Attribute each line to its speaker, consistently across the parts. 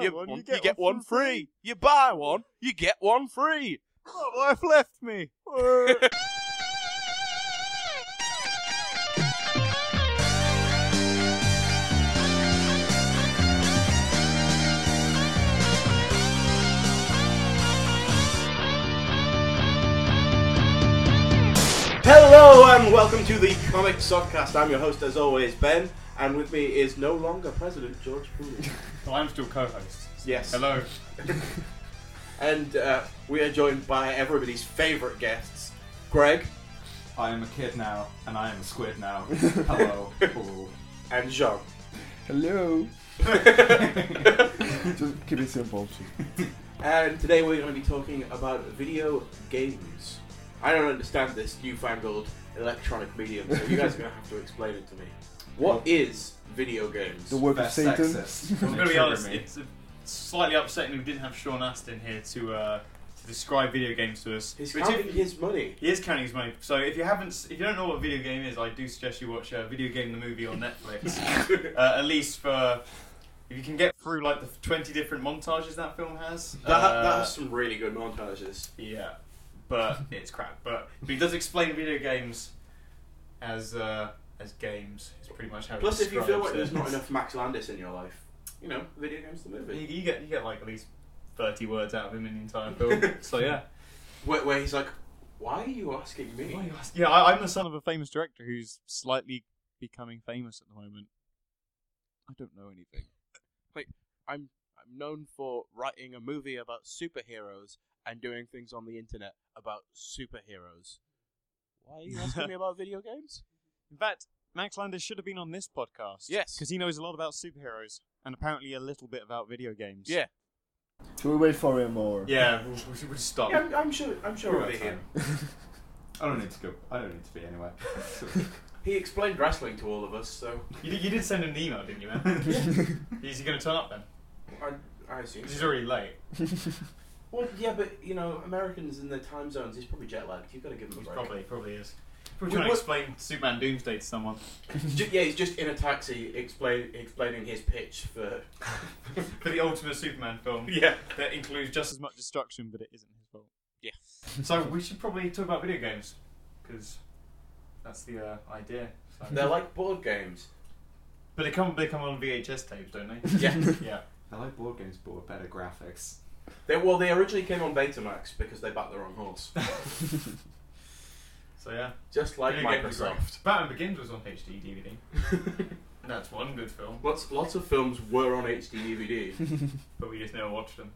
Speaker 1: you, one, you, get, one, free. Oh, You buy one, you get one free.
Speaker 2: What wife left me?
Speaker 3: Hello and welcome to the Comic Sodcast. I'm your host, as always, Ben, and with me is no longer President George Clooney.
Speaker 4: Well, I'm still co-host.
Speaker 3: Yes.
Speaker 4: Hello.
Speaker 3: And uh, we are joined by everybody's favourite guests, Greg
Speaker 4: I am a kid now, and I am a squid now. Hello. Ooh.
Speaker 3: and Jean.
Speaker 5: Hello. Just keep it simple.
Speaker 3: And today we're going to be talking about video games. I don't understand this newfangled electronic medium, so you guys are going to have to explain it to me. What is video games?
Speaker 5: The work
Speaker 2: Best
Speaker 5: of Satan.
Speaker 2: sexist. Don't
Speaker 4: I'm gonna be
Speaker 2: trigger
Speaker 4: honest.
Speaker 2: me.
Speaker 4: It's uh, slightly upsetting we didn't have Sean Astin here to uh, to describe video games to us.
Speaker 3: He's
Speaker 4: But
Speaker 3: counting
Speaker 4: if-
Speaker 3: his money.
Speaker 4: he is counting his money. So if you haven't, s- if you don't know what a video game is, I do suggest you watch uh, Video Game the Movie on Netflix. uh, at least for if you can get through like the twenty different montages that film has.
Speaker 3: That,
Speaker 4: uh,
Speaker 3: that has some really good montages.
Speaker 4: Yeah, but it's crap. But, but he does explain video games as uh, as games. It's pretty much how. he
Speaker 3: Plus, if you feel
Speaker 4: describes
Speaker 3: like there's
Speaker 4: it.
Speaker 3: not enough Max Landis in your life, you know, video games the
Speaker 4: you,
Speaker 3: movie.
Speaker 4: you get you get like at least thirty words out of him in the entire film. so yeah,
Speaker 3: Where, where he's like, why are you asking me?
Speaker 4: yeah. I, I'm the son of a famous director who's slightly becoming famous at the moment.
Speaker 1: I don't know anything. Like, I'm I'm known for writing a movie about superheroes and doing things on the internet about superheroes. Why are you asking me about video games?
Speaker 4: In fact, Max Landis should have been on this podcast.
Speaker 1: Yes.
Speaker 4: because he knows a lot about superheroes and apparently a little bit about video games.
Speaker 1: Yeah.
Speaker 5: Should we wait for him or?
Speaker 4: Yeah, we'll, we'll, we'll stop.
Speaker 3: Yeah, I'm, I'm sure. I'm sure
Speaker 2: We're
Speaker 3: we'll be
Speaker 2: outside.
Speaker 3: here.
Speaker 2: I don't need to go. I don't need to be anywhere.
Speaker 3: He explained wrestling to all of us, so
Speaker 4: You, did- you did send him an email, didn't you, man? Is he going to turn up then?
Speaker 3: I, I assume.
Speaker 4: 'Cause he's already late.
Speaker 3: Well, yeah, but you know, Americans in their time zones, he's probably jet lagged. You've got to give him a
Speaker 4: He's
Speaker 3: break.
Speaker 4: probably probably is.
Speaker 3: We-
Speaker 4: Probably trying to
Speaker 3: what-
Speaker 4: explain Superman Doomsday to someone.
Speaker 3: Ju- yeah, he's just in a taxi, explain, explaining his pitch for.
Speaker 4: For the Ultimate Superman film.
Speaker 3: Yeah.
Speaker 4: That includes just as much destruction, but it isn't his fault.
Speaker 1: Yeah.
Speaker 4: so we should probably talk about video games, because that's the uh, idea. So-
Speaker 3: They're like board games.
Speaker 4: But they come they come on VHS tapes, don't they?
Speaker 3: Yeah.
Speaker 4: yeah.
Speaker 2: I like board games, but with better graphics.
Speaker 3: They, well, they originally came on Betamax because they backed the wrong horse,
Speaker 4: So yeah.
Speaker 3: just like
Speaker 4: Video games are great.
Speaker 3: Microsoft.
Speaker 4: Batman Begins was on HD DVD. That's one good film,
Speaker 3: lots, lots of films were on HD DVD.
Speaker 4: but we just never watched them.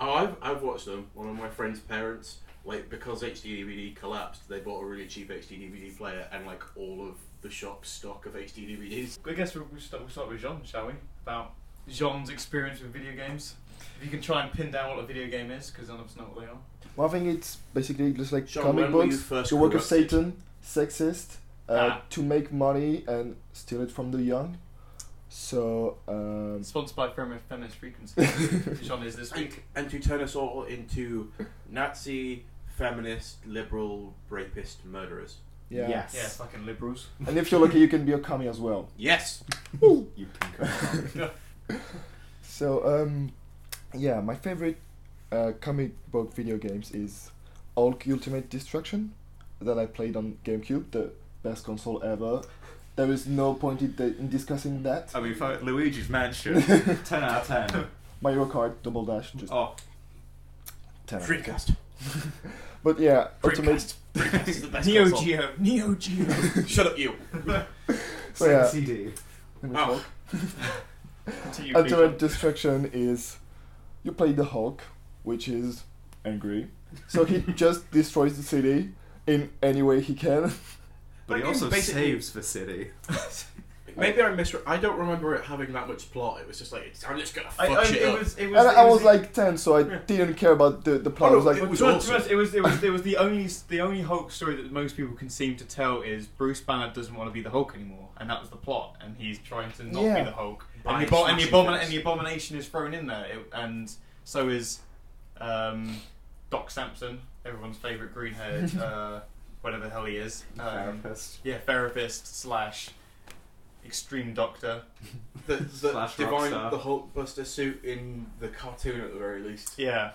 Speaker 3: Oh, I've, I've watched them. One of my friend's parents, like, because HD DVD collapsed, they bought a really cheap HD DVD player and, like, all of the shop's stock of HD DVDs.
Speaker 4: I guess we'll, we'll, start, we'll start with Jean, shall we? About Jean's experience with video games. If you can try and pin down what a video game is, because none of us know what they are.
Speaker 5: Well, I think it's basically just like
Speaker 3: Sean,
Speaker 5: comic
Speaker 3: when were you
Speaker 5: books,
Speaker 3: first
Speaker 5: the work of
Speaker 3: corrupted?
Speaker 5: Satan, sexist, uh,
Speaker 4: Ah.
Speaker 5: to make money and steal it from the young. So um,
Speaker 4: Sponsored by Fem- Feminist Frequency. Jean is this
Speaker 3: And,
Speaker 4: week.
Speaker 3: and to turn us all into Nazi, feminist, liberal, rapist, murderers.
Speaker 5: yeah.
Speaker 2: Yes.
Speaker 4: Yeah, fucking liberals.
Speaker 5: And if you're lucky, you can be a commie as well.
Speaker 3: Yes!
Speaker 2: You can go.
Speaker 5: So um, yeah, my favorite uh, comic book video games is Hulk Ultimate Destruction that I played on GameCube, the best console ever. There is no point in, in discussing that.
Speaker 3: Oh.
Speaker 2: I mean, fuck, Luigi's Mansion. ten out of ten.
Speaker 5: Mario Kart Double Dash, just
Speaker 2: Oh,
Speaker 5: 10 out of 10.
Speaker 3: Dreamcast.
Speaker 5: But yeah, Ultimate.
Speaker 3: Dreamcast. Dreamcast is the best
Speaker 4: Neo
Speaker 3: console.
Speaker 4: Geo. Neo Geo.
Speaker 3: Shut up, you.
Speaker 5: So Oh, yeah,
Speaker 2: CD.
Speaker 5: let me
Speaker 3: Oh.
Speaker 5: talk.
Speaker 4: to you
Speaker 5: Ultimate
Speaker 4: people.
Speaker 5: Destruction is you play the Hulk, which is angry. So he just destroys the city in any way he can.
Speaker 2: But he
Speaker 3: That
Speaker 2: also
Speaker 3: game basically-
Speaker 2: saves the city.
Speaker 3: Maybe I misread. I don't remember it having that much plot. It was just like, it's, I'm just gonna
Speaker 4: I,
Speaker 3: fuck
Speaker 4: I,
Speaker 3: shit
Speaker 4: it
Speaker 3: up.
Speaker 4: was. It was.
Speaker 5: And
Speaker 4: it
Speaker 5: I was like 10, so I didn't care about the, the plot. I was
Speaker 3: no,
Speaker 5: like,
Speaker 3: it was
Speaker 4: to us-
Speaker 3: awesome.
Speaker 4: to us, it was. It was. It was the only. The only Hulk story that most people can seem to tell is Bruce Banner doesn't want to be the Hulk anymore, and that was the plot. And he's trying to not
Speaker 5: Yeah.
Speaker 4: be the Hulk.
Speaker 3: By
Speaker 4: And the, abomin- and, the
Speaker 3: smashing
Speaker 4: abomin-
Speaker 3: things.
Speaker 4: and the abomination is thrown in there, it, and so is um, Doc Sampson, everyone's favorite green-haired, uh, whatever the hell he is. Um,
Speaker 2: Therapist.
Speaker 4: yeah, therapist slash Extreme Doctor.
Speaker 3: The, the
Speaker 2: Slash
Speaker 3: divine,
Speaker 2: Rockstar.
Speaker 3: the Hulkbuster suit in the cartoon at the very least.
Speaker 4: Yeah.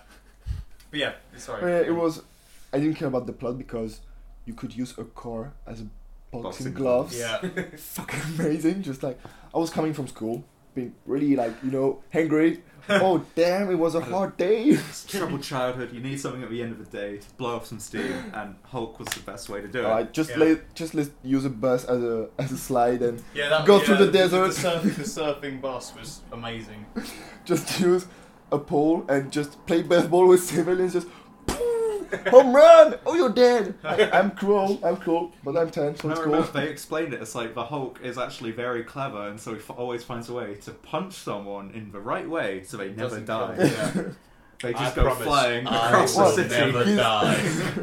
Speaker 4: But yeah,
Speaker 5: Uh,
Speaker 4: sorry.
Speaker 5: it was. I didn't care about the plot because you could use a core as a boxing,
Speaker 2: Boxing glove.
Speaker 5: gloves.
Speaker 4: Yeah.
Speaker 5: Fucking amazing. Just like I was coming from school, being really like you know hungry. oh damn! It was a hard day.
Speaker 2: It's troubled childhood. You need something at the end of the day to blow off some steam, and Hulk was the best way to do it.
Speaker 5: Alright, just
Speaker 4: Yeah.
Speaker 5: let just let use a bus as a as a slide and
Speaker 4: Yeah, that,
Speaker 5: Go
Speaker 4: yeah,
Speaker 5: through the
Speaker 4: The,
Speaker 5: desert.
Speaker 4: surfing, the surfing bus was amazing.
Speaker 5: just use a pole and just play baseball with civilians. Just boom, home run! Oh, you're dead. I, I'm cruel. I'm cruel, but I'm ten, so
Speaker 2: And
Speaker 5: it's
Speaker 2: I
Speaker 5: cool.
Speaker 2: remember they explained it. It's like the Hulk is actually very clever, and so he f- always finds a way to punch someone in the right way so they never
Speaker 4: Doesn't
Speaker 2: die.
Speaker 4: kill them. Yeah.
Speaker 2: They just
Speaker 3: I
Speaker 2: go
Speaker 3: promise
Speaker 2: flying
Speaker 3: I
Speaker 2: across the
Speaker 5: will
Speaker 2: city.
Speaker 5: never
Speaker 2: He's-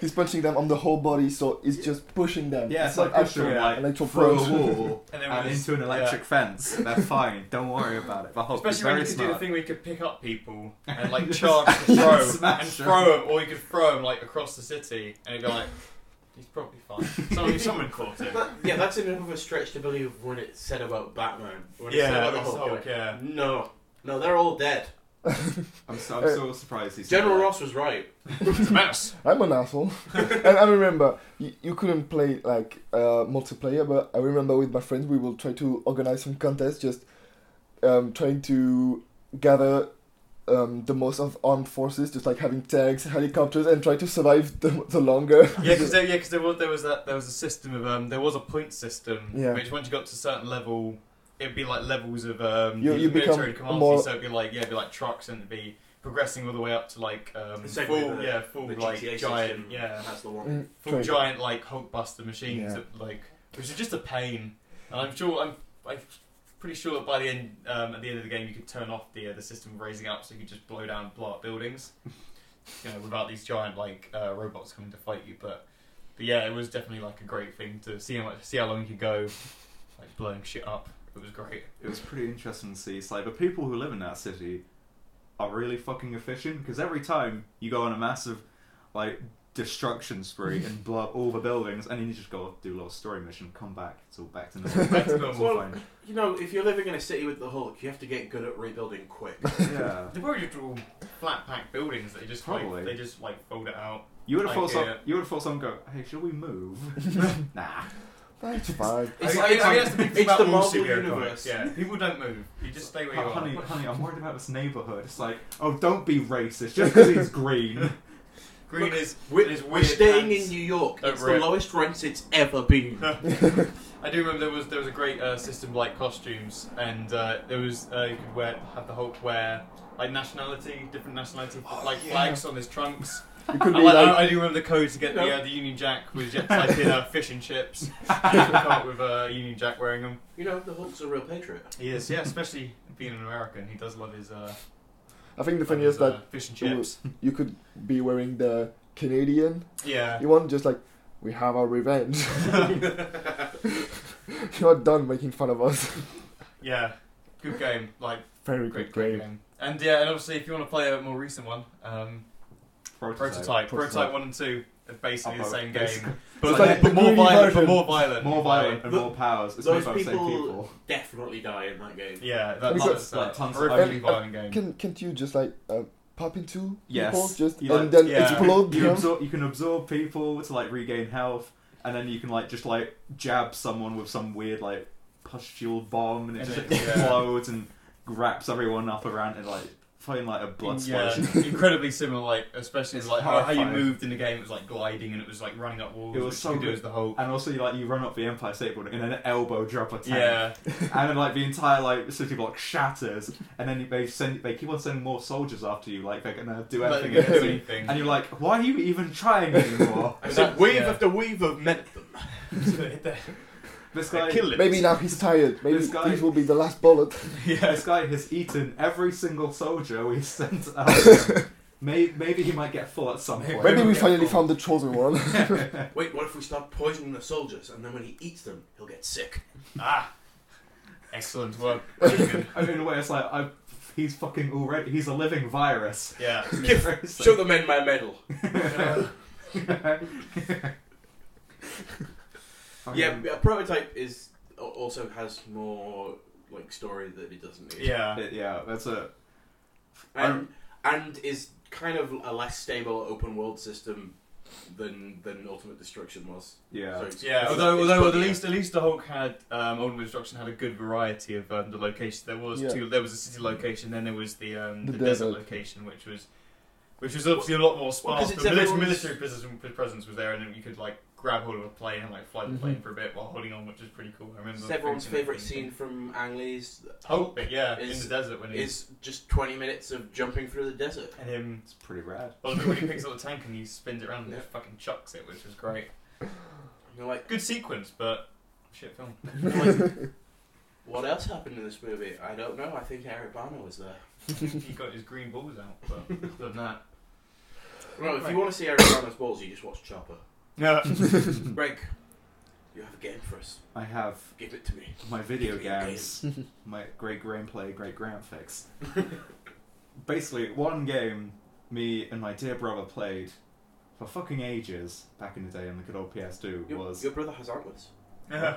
Speaker 5: He's punching them on the whole body, so it's just pushing them.
Speaker 2: Yeah, it's like
Speaker 5: actual
Speaker 2: pushing them, like,
Speaker 5: electro
Speaker 2: Through
Speaker 5: punch.
Speaker 2: a wall
Speaker 4: And
Speaker 2: and,
Speaker 4: then we just-
Speaker 2: into an electric fence. They're fine. Don't worry about it. The Hulk
Speaker 4: Especially when you
Speaker 2: is
Speaker 4: could
Speaker 2: very
Speaker 4: do the
Speaker 2: smart.
Speaker 4: thing where you could pick up people and like
Speaker 2: Just-
Speaker 4: charge
Speaker 2: yeah,
Speaker 4: and throw
Speaker 2: smash
Speaker 4: and
Speaker 2: 'em.
Speaker 4: throw them, or you could throw them like across the city and it'd be like, he's probably fine. Someone, someone caught him.
Speaker 3: That- yeah, that's enough of a stretch to believe when it's said about Batman. When it's said
Speaker 4: Yeah,
Speaker 3: about the
Speaker 4: it's
Speaker 3: Hulk,
Speaker 4: Hulk, yeah.
Speaker 3: like, No, no, they're all dead.
Speaker 2: I'm so, I'm so surprised he's
Speaker 3: General
Speaker 2: not-
Speaker 3: Ross was right.
Speaker 4: It's a mouse.
Speaker 5: I'm an asshole. and I remember you, you couldn't play like uh, multiplayer, but I remember with my friends we will try to organize some contest, just um, trying to gather um, the most of armed forces, just like having tanks, helicopters, and try to survive the, the longer.
Speaker 4: Yeah, because there, yeah, 'cause there was there was that there was a system of um there was a point system
Speaker 5: Yeah.
Speaker 4: which once you got to a certain level, it'd be like levels of um
Speaker 5: You- you become
Speaker 4: military commands.
Speaker 5: more-
Speaker 4: So it'd be like yeah, it'd be like trucks and it'd be progressing all the way up to like um
Speaker 3: The same way
Speaker 4: full
Speaker 3: the-
Speaker 4: yeah full
Speaker 3: The
Speaker 4: like
Speaker 3: GTA
Speaker 4: giant
Speaker 3: system,
Speaker 4: yeah
Speaker 3: that's the one.
Speaker 5: Mm,
Speaker 4: full
Speaker 5: try-
Speaker 4: giant like Hulkbuster machines
Speaker 5: Yeah.
Speaker 4: that, like which is just a pain. And I'm sure I'm I'm pretty sure that by the end um, at the end of the game you could turn off the uh, the system of raising up so you could just blow down blow up buildings. you know, without these giant like uh, robots coming to fight you. But but yeah, it was definitely like a great thing to see how much, see how long you could go like blowing shit up. It was great.
Speaker 2: It was pretty interesting to see. It's like the people who live in that city are really fucking efficient because every time you go on a massive like destruction spree and blow up all the buildings, and then you just go off, do a little story mission, come back, it's all back to normal.
Speaker 4: Back to
Speaker 2: It's
Speaker 4: normal.
Speaker 2: all
Speaker 3: Well-
Speaker 2: fine.
Speaker 3: You know, if you're living in a city with the Hulk, you have to get good at rebuilding quick.
Speaker 2: Yeah.
Speaker 4: They probably just all flat pack buildings that they just
Speaker 2: Probably.
Speaker 4: like, they just like fold it out.
Speaker 2: You would have thought some,
Speaker 4: Like, yeah.
Speaker 2: you would have thought someone go, hey, should we move? nah.
Speaker 5: That's fine.
Speaker 4: I
Speaker 3: It's
Speaker 4: mean-
Speaker 3: like-
Speaker 4: I mean, that's the big thing
Speaker 3: it's
Speaker 4: about
Speaker 3: the
Speaker 4: all
Speaker 3: Marvel
Speaker 4: superhero
Speaker 3: universe.
Speaker 4: comics, Yeah, people don't move. You just stay where you
Speaker 2: Oh,
Speaker 4: are.
Speaker 2: honey, honey, I'm worried about this neighborhood. It's like, oh, don't be racist just because he's green.
Speaker 4: Green
Speaker 3: Look,
Speaker 4: is
Speaker 3: We're,
Speaker 4: is
Speaker 3: we're
Speaker 4: weird
Speaker 3: staying
Speaker 4: pants.
Speaker 3: in New York.
Speaker 4: Oh,
Speaker 3: It's
Speaker 4: right.
Speaker 3: the lowest rent it's ever been.
Speaker 4: I do remember there was there was a great uh, system like costumes, and uh, there was uh, you could wear have the Hulk wear like nationality, different nationality like flags on his trunks.
Speaker 5: You could
Speaker 4: I,
Speaker 5: be
Speaker 4: like,
Speaker 5: like,
Speaker 4: I, I do remember the code to get the uh, the Union Jack was just like in uh, fish and chips. You could come up with uh, Union Jack wearing them.
Speaker 3: you know, the Hulk's a real patriot.
Speaker 4: He is, yeah, especially being an American, he does love his. Uh,
Speaker 5: I think the
Speaker 4: love
Speaker 5: thing
Speaker 4: his,
Speaker 5: is that
Speaker 4: uh, fish and
Speaker 5: you-
Speaker 4: chips.
Speaker 5: you could be wearing the Canadian.
Speaker 4: Yeah.
Speaker 5: You want just like we have our revenge. You're done making fun of us.
Speaker 4: Yeah, good game. Like
Speaker 5: Very
Speaker 4: great,
Speaker 5: good
Speaker 4: great
Speaker 5: game.
Speaker 4: game. And yeah, and obviously if you want to play a more recent one, um, prototype, prototype,
Speaker 5: Prototype.
Speaker 4: one and two, are basically the
Speaker 2: Upvote,
Speaker 4: same
Speaker 2: basically.
Speaker 4: game, but,
Speaker 5: It's like
Speaker 4: but
Speaker 5: the
Speaker 4: more
Speaker 5: greedy
Speaker 4: violent, but
Speaker 5: version.
Speaker 4: more violent,
Speaker 2: More violent and
Speaker 3: Th-
Speaker 2: more powers. It's made
Speaker 3: those
Speaker 2: by the same
Speaker 3: people-
Speaker 2: people.
Speaker 3: Definitely die in that game.
Speaker 4: Yeah,
Speaker 5: Have
Speaker 4: that,
Speaker 5: you
Speaker 4: that's
Speaker 2: got-
Speaker 4: a
Speaker 2: Tons of-
Speaker 4: horrifically
Speaker 5: I've-
Speaker 4: violent game.
Speaker 5: Can can't you just like uh, pop into
Speaker 2: Yes.
Speaker 5: people just
Speaker 2: You
Speaker 5: and
Speaker 2: like-
Speaker 5: then
Speaker 4: yeah.
Speaker 5: explode
Speaker 2: Uh, you,
Speaker 5: them?
Speaker 2: absor- you can absorb people to like regain health, and then you can like just like jab someone with some weird like pustule bomb, and it
Speaker 4: And
Speaker 2: just
Speaker 4: it- yeah.
Speaker 2: explodes and wraps everyone up around and like fucking like a blood
Speaker 4: yeah,
Speaker 2: splash.
Speaker 4: incredibly similar. Like especially
Speaker 2: It's
Speaker 4: like how, how you
Speaker 2: horrifying.
Speaker 4: moved in the game. It was like gliding and it was like running up walls.
Speaker 2: It was
Speaker 4: which
Speaker 2: so
Speaker 4: you could do
Speaker 2: good.
Speaker 4: as the Hulk.
Speaker 2: And also, you, like you run up the Empire State Building and then elbow drop a tank,
Speaker 4: Yeah,
Speaker 2: and then like the entire like city block shatters, and then they send they keep on sending more soldiers after you, like they're gonna do
Speaker 4: like,
Speaker 2: anything
Speaker 4: against
Speaker 2: against you.
Speaker 4: anything.
Speaker 2: And you're like, why are you even trying anymore?
Speaker 3: I
Speaker 4: But
Speaker 3: said
Speaker 4: that-
Speaker 3: wave
Speaker 4: yeah.
Speaker 3: after wave of men at them.
Speaker 4: Hit the-
Speaker 2: this guy
Speaker 4: kill it.
Speaker 5: Maybe now he's tired. Maybe
Speaker 2: This guy-
Speaker 5: these will be the last bullet.
Speaker 4: Yeah,
Speaker 2: This guy has eaten every single soldier we sent out. Him. maybe, maybe he might get full at some point.
Speaker 5: Maybe we
Speaker 4: Yeah.
Speaker 5: finally found the chosen one.
Speaker 3: Wait, what if we start poisoning the soldiers and then when he eats them, he'll get sick?
Speaker 4: ah, excellent work.
Speaker 2: I mean, in a way, it's like I, he's fucking already. He's a living virus.
Speaker 4: Yeah.
Speaker 3: Show the men my medal.
Speaker 2: I mean,
Speaker 3: Yeah, a prototype is al- also has more like story that it doesn't need.
Speaker 4: Yeah.
Speaker 2: It- yeah, that's a.
Speaker 3: and, and is kind of a less stable open world system than than Ultimate Destruction was.
Speaker 2: Yeah.
Speaker 3: So it's-
Speaker 4: Yeah,
Speaker 3: it's-
Speaker 4: although,
Speaker 3: it's
Speaker 4: although at
Speaker 3: funnier.
Speaker 4: least at least the Hulk had um, Ultimate Destruction had a good variety of um, the locations. There was
Speaker 5: Yeah.
Speaker 4: two. There was a city location, then there was the um,
Speaker 5: The
Speaker 4: the, desert,
Speaker 5: desert.
Speaker 4: location, which was which was obviously a lot more sparse.
Speaker 3: 'cause it's
Speaker 4: but mili-
Speaker 3: everyone's-
Speaker 4: military presence, presence was there, and then you could like grab hold of a plane and like fly the
Speaker 5: Mhm.
Speaker 4: plane for a bit while holding on, which is pretty cool. I remember.
Speaker 3: It's everyone's
Speaker 4: thinking
Speaker 3: favorite
Speaker 4: that
Speaker 3: scene from Ang Lee's
Speaker 4: Hulk, but yeah,
Speaker 3: is-
Speaker 4: in the desert when he's
Speaker 3: is just twenty minutes of jumping through the desert.
Speaker 4: and him.
Speaker 2: It's pretty rad.
Speaker 4: Well, when he picks up the tank and he spins it around and
Speaker 3: Yeah.
Speaker 4: just fucking chucks it, which was great.
Speaker 3: And you're like,
Speaker 4: Good sequence, but shit film.
Speaker 3: what else happened in this movie? I don't know. I think Eric Bana was there.
Speaker 4: he got his green balls out, but other than that.
Speaker 3: Well, if
Speaker 4: Right.
Speaker 3: you want to see Eric Bana's balls, you just watch Chopper.
Speaker 4: No.
Speaker 3: Greg, you have a game for us.
Speaker 2: I have
Speaker 3: Give it to me.
Speaker 2: my video
Speaker 3: Video
Speaker 2: games, my great gameplay, great graphics. Basically, one game me and my dear brother played for fucking ages back in the day on the good old PS2
Speaker 3: Your,
Speaker 2: was
Speaker 3: your brother has antlers.
Speaker 4: Yeah.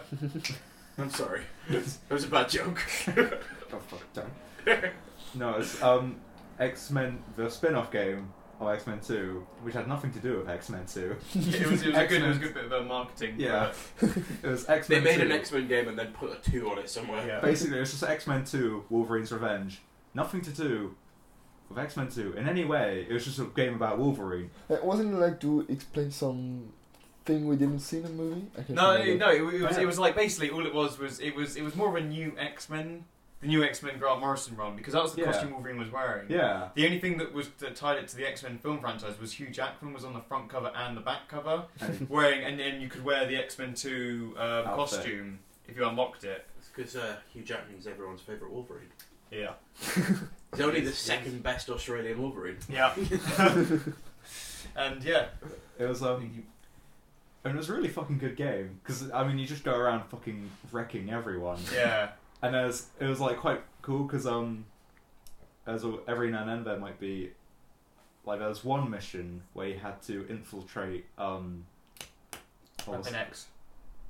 Speaker 3: I'm sorry. that was a bad joke.
Speaker 2: oh fuck damn. no, it's um X Men the spin-off game of X Men Two, which had nothing to do with X Men Two.
Speaker 4: it was, it was a good, it was a
Speaker 2: Excellent.
Speaker 4: good bit of uh, marketing.
Speaker 2: Yeah, it was X
Speaker 3: they
Speaker 2: Men.
Speaker 3: made
Speaker 2: 2.
Speaker 3: an X Men game and then put a 2 on it
Speaker 4: but,
Speaker 3: somewhere.
Speaker 4: yeah.
Speaker 2: Basically, it's just X Men 2 Wolverine's Revenge. Nothing to do with X Men 2 in any way. It was just a game about Wolverine.
Speaker 5: Uh, wasn't it like to explain some thing we didn't see in the movie? I can't
Speaker 4: No,
Speaker 5: remember.
Speaker 4: no, it, it was, it was like basically all it was was it was it was more of a new X Men, the new X Men Grant Morrison run because that was the
Speaker 2: Yeah.
Speaker 4: costume Wolverine was wearing.
Speaker 2: Yeah.
Speaker 4: The only thing that was that tied it to the X Men film franchise was Hugh Jackman was on the front cover and the back cover
Speaker 2: And-
Speaker 4: wearing, and then you could wear the X Men Two um,
Speaker 2: Outfit.
Speaker 4: costume if you unlocked it.
Speaker 3: Because uh, Hugh Jackman's everyone's favourite Wolverine.
Speaker 4: Yeah.
Speaker 3: He's only the
Speaker 4: Yes.
Speaker 3: second best Australian Wolverine.
Speaker 4: Yeah. and yeah,
Speaker 2: It was um, and it was a really fucking good game because I mean you just go around fucking wrecking everyone,
Speaker 4: yeah.
Speaker 2: and it was it was like quite cool because um, as a- every now and then there might be, like there was one mission where you had to infiltrate um, what was-
Speaker 4: Weapon X.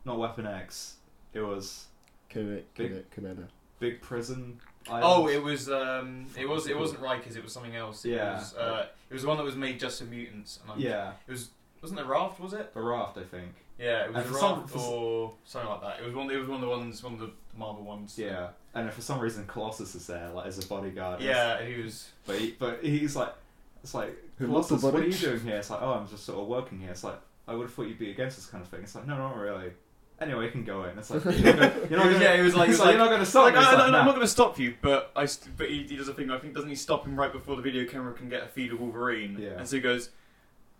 Speaker 2: not Weapon X, it was
Speaker 5: Kane-
Speaker 2: Big-
Speaker 5: Kane- Kaneda.
Speaker 2: Big Prison. Island.
Speaker 4: Oh, it was um, it was
Speaker 2: Fuck,
Speaker 4: it wasn't Rikers. It was something else. It
Speaker 2: Yeah.
Speaker 4: was, uh, it was the one that was made just for mutants. And I'm,
Speaker 2: yeah,
Speaker 4: it was wasn't it Raft? Was it?
Speaker 2: a raft, I think.
Speaker 4: Yeah, it was
Speaker 2: And for Uh, some-
Speaker 4: Raft
Speaker 2: for s-
Speaker 4: or something like that. It was one. It was one of the ones, one of the Marvel ones.
Speaker 2: Yeah, and if for some reason Colossus is there, like as a bodyguard.
Speaker 4: yeah. He was.
Speaker 2: But he, but he's like, it's like,
Speaker 5: Who
Speaker 2: Colossus,
Speaker 5: lost the
Speaker 2: what are you
Speaker 5: body?
Speaker 2: doing here? It's like, oh, I'm just sort of working here. It's like, I would have thought you'd be against this kind of thing. It's like, no, not really. Anyway, you can go in. It's like, you're not gonna, you're not
Speaker 4: It was-
Speaker 2: gonna-
Speaker 4: yeah, it was like-
Speaker 2: it's
Speaker 4: it was
Speaker 2: you're not going to stop
Speaker 4: like,
Speaker 2: me. It's like,
Speaker 4: "Oh, no, no, I'm
Speaker 2: nah.
Speaker 4: not going to stop you, but I. St- but he, he does a thing. I think doesn't he stop him right before the video camera can get a feed of Wolverine?
Speaker 2: Yeah.
Speaker 4: And so he goes,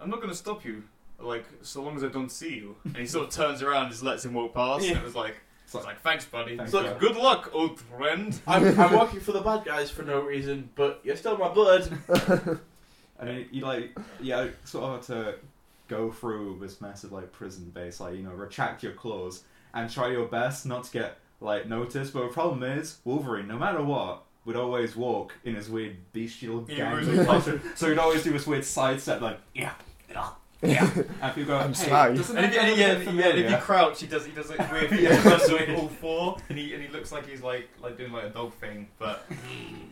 Speaker 4: "I'm not going to stop you, like so long as I don't see you." And he sort of turns around, and just lets him walk past. And
Speaker 3: Yeah.
Speaker 4: it was like,
Speaker 2: It's
Speaker 4: it's
Speaker 2: like,
Speaker 4: like, thanks, buddy.
Speaker 2: Thanks,
Speaker 4: It's like,
Speaker 2: yeah.
Speaker 4: good luck, old friend.
Speaker 3: I'm, I'm working for the bad guys for no reason, but you're still my blood.
Speaker 2: and you, you like, yeah, sort of had to go through this massive like prison base, like you know, retract your claws and try your best not to get like noticed. But the problem is, Wolverine, no matter what. Would always walk in his weird bestial
Speaker 4: Yeah,
Speaker 2: gang
Speaker 4: really.
Speaker 2: posture, so he'd always do this weird sidestep, like yeah, yeah, yeah, and people go,
Speaker 5: I'm
Speaker 2: hey,
Speaker 5: sly."
Speaker 2: doesn't
Speaker 4: And
Speaker 2: that
Speaker 4: if, and,
Speaker 2: look
Speaker 4: yeah,
Speaker 2: a bit
Speaker 4: and, yeah, and if you
Speaker 2: familiar?
Speaker 4: crouch, he does he does like weird thing.
Speaker 2: Yeah.
Speaker 4: He does like all four, and he and he looks like he's like like doing like a dog thing. But,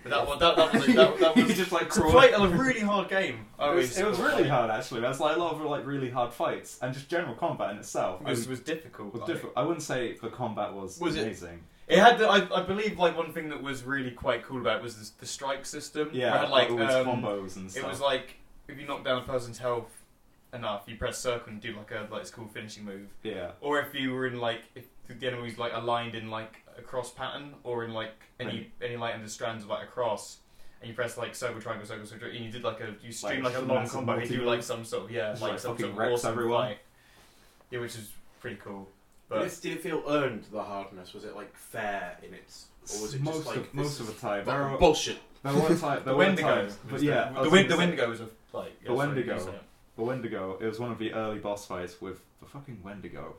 Speaker 4: but that one that, that was that, that
Speaker 2: You
Speaker 4: was
Speaker 2: just like
Speaker 4: it's a
Speaker 2: crawl.
Speaker 4: quite a really hard game. I
Speaker 2: It was,
Speaker 4: always
Speaker 2: it was
Speaker 4: thought,
Speaker 2: really
Speaker 4: like,
Speaker 2: hard actually. That's like a lot of like really hard fights and just general combat in itself.
Speaker 4: It
Speaker 2: I,
Speaker 4: was,
Speaker 2: was,
Speaker 4: was difficult. like.
Speaker 2: difficult. I wouldn't say the combat was,
Speaker 4: Was it-
Speaker 2: amazing.
Speaker 4: It had the, I, I believe like one thing that was really quite cool about it was this, the strike system.
Speaker 2: Yeah,
Speaker 4: where it had, like,
Speaker 2: all these
Speaker 4: um,
Speaker 2: combos and stuff.
Speaker 4: It was like if you knock down a person's health enough, you press circle and do like a like it's called finishing move.
Speaker 2: yeah,
Speaker 4: or if you were in like if the enemy was like aligned in like a cross pattern or in like any any like under strands of like a cross and you press like circle triangle circle circle and you did like a you stream
Speaker 2: Like,
Speaker 4: like, a long
Speaker 2: massive
Speaker 4: combo and you do
Speaker 2: multi-move.
Speaker 4: like some sort of yeah
Speaker 2: Just,
Speaker 4: like,
Speaker 2: like,
Speaker 4: some
Speaker 2: fucking
Speaker 4: sort of
Speaker 2: wrecks
Speaker 4: awesome
Speaker 2: everyone.
Speaker 4: fight yeah which is pretty cool
Speaker 3: But
Speaker 4: but
Speaker 3: this did it feel earned the hardness? Was it like fair in its, or was it
Speaker 2: most
Speaker 3: just like
Speaker 2: of
Speaker 3: this
Speaker 2: most of
Speaker 3: is
Speaker 2: the time. There
Speaker 3: fucking
Speaker 2: were,
Speaker 3: bullshit?
Speaker 2: there were time,
Speaker 4: the
Speaker 2: there were
Speaker 4: Wendigo
Speaker 2: times-
Speaker 4: was
Speaker 2: but
Speaker 4: the-
Speaker 2: yeah, I
Speaker 4: the,
Speaker 2: was
Speaker 4: win, the
Speaker 2: gonna say-
Speaker 4: Wendigo was a like yeah,
Speaker 2: The
Speaker 4: sorry,
Speaker 2: Wendigo.
Speaker 4: you say it.
Speaker 2: The Wendigo. It was one of the early boss fights with the fucking Wendigo.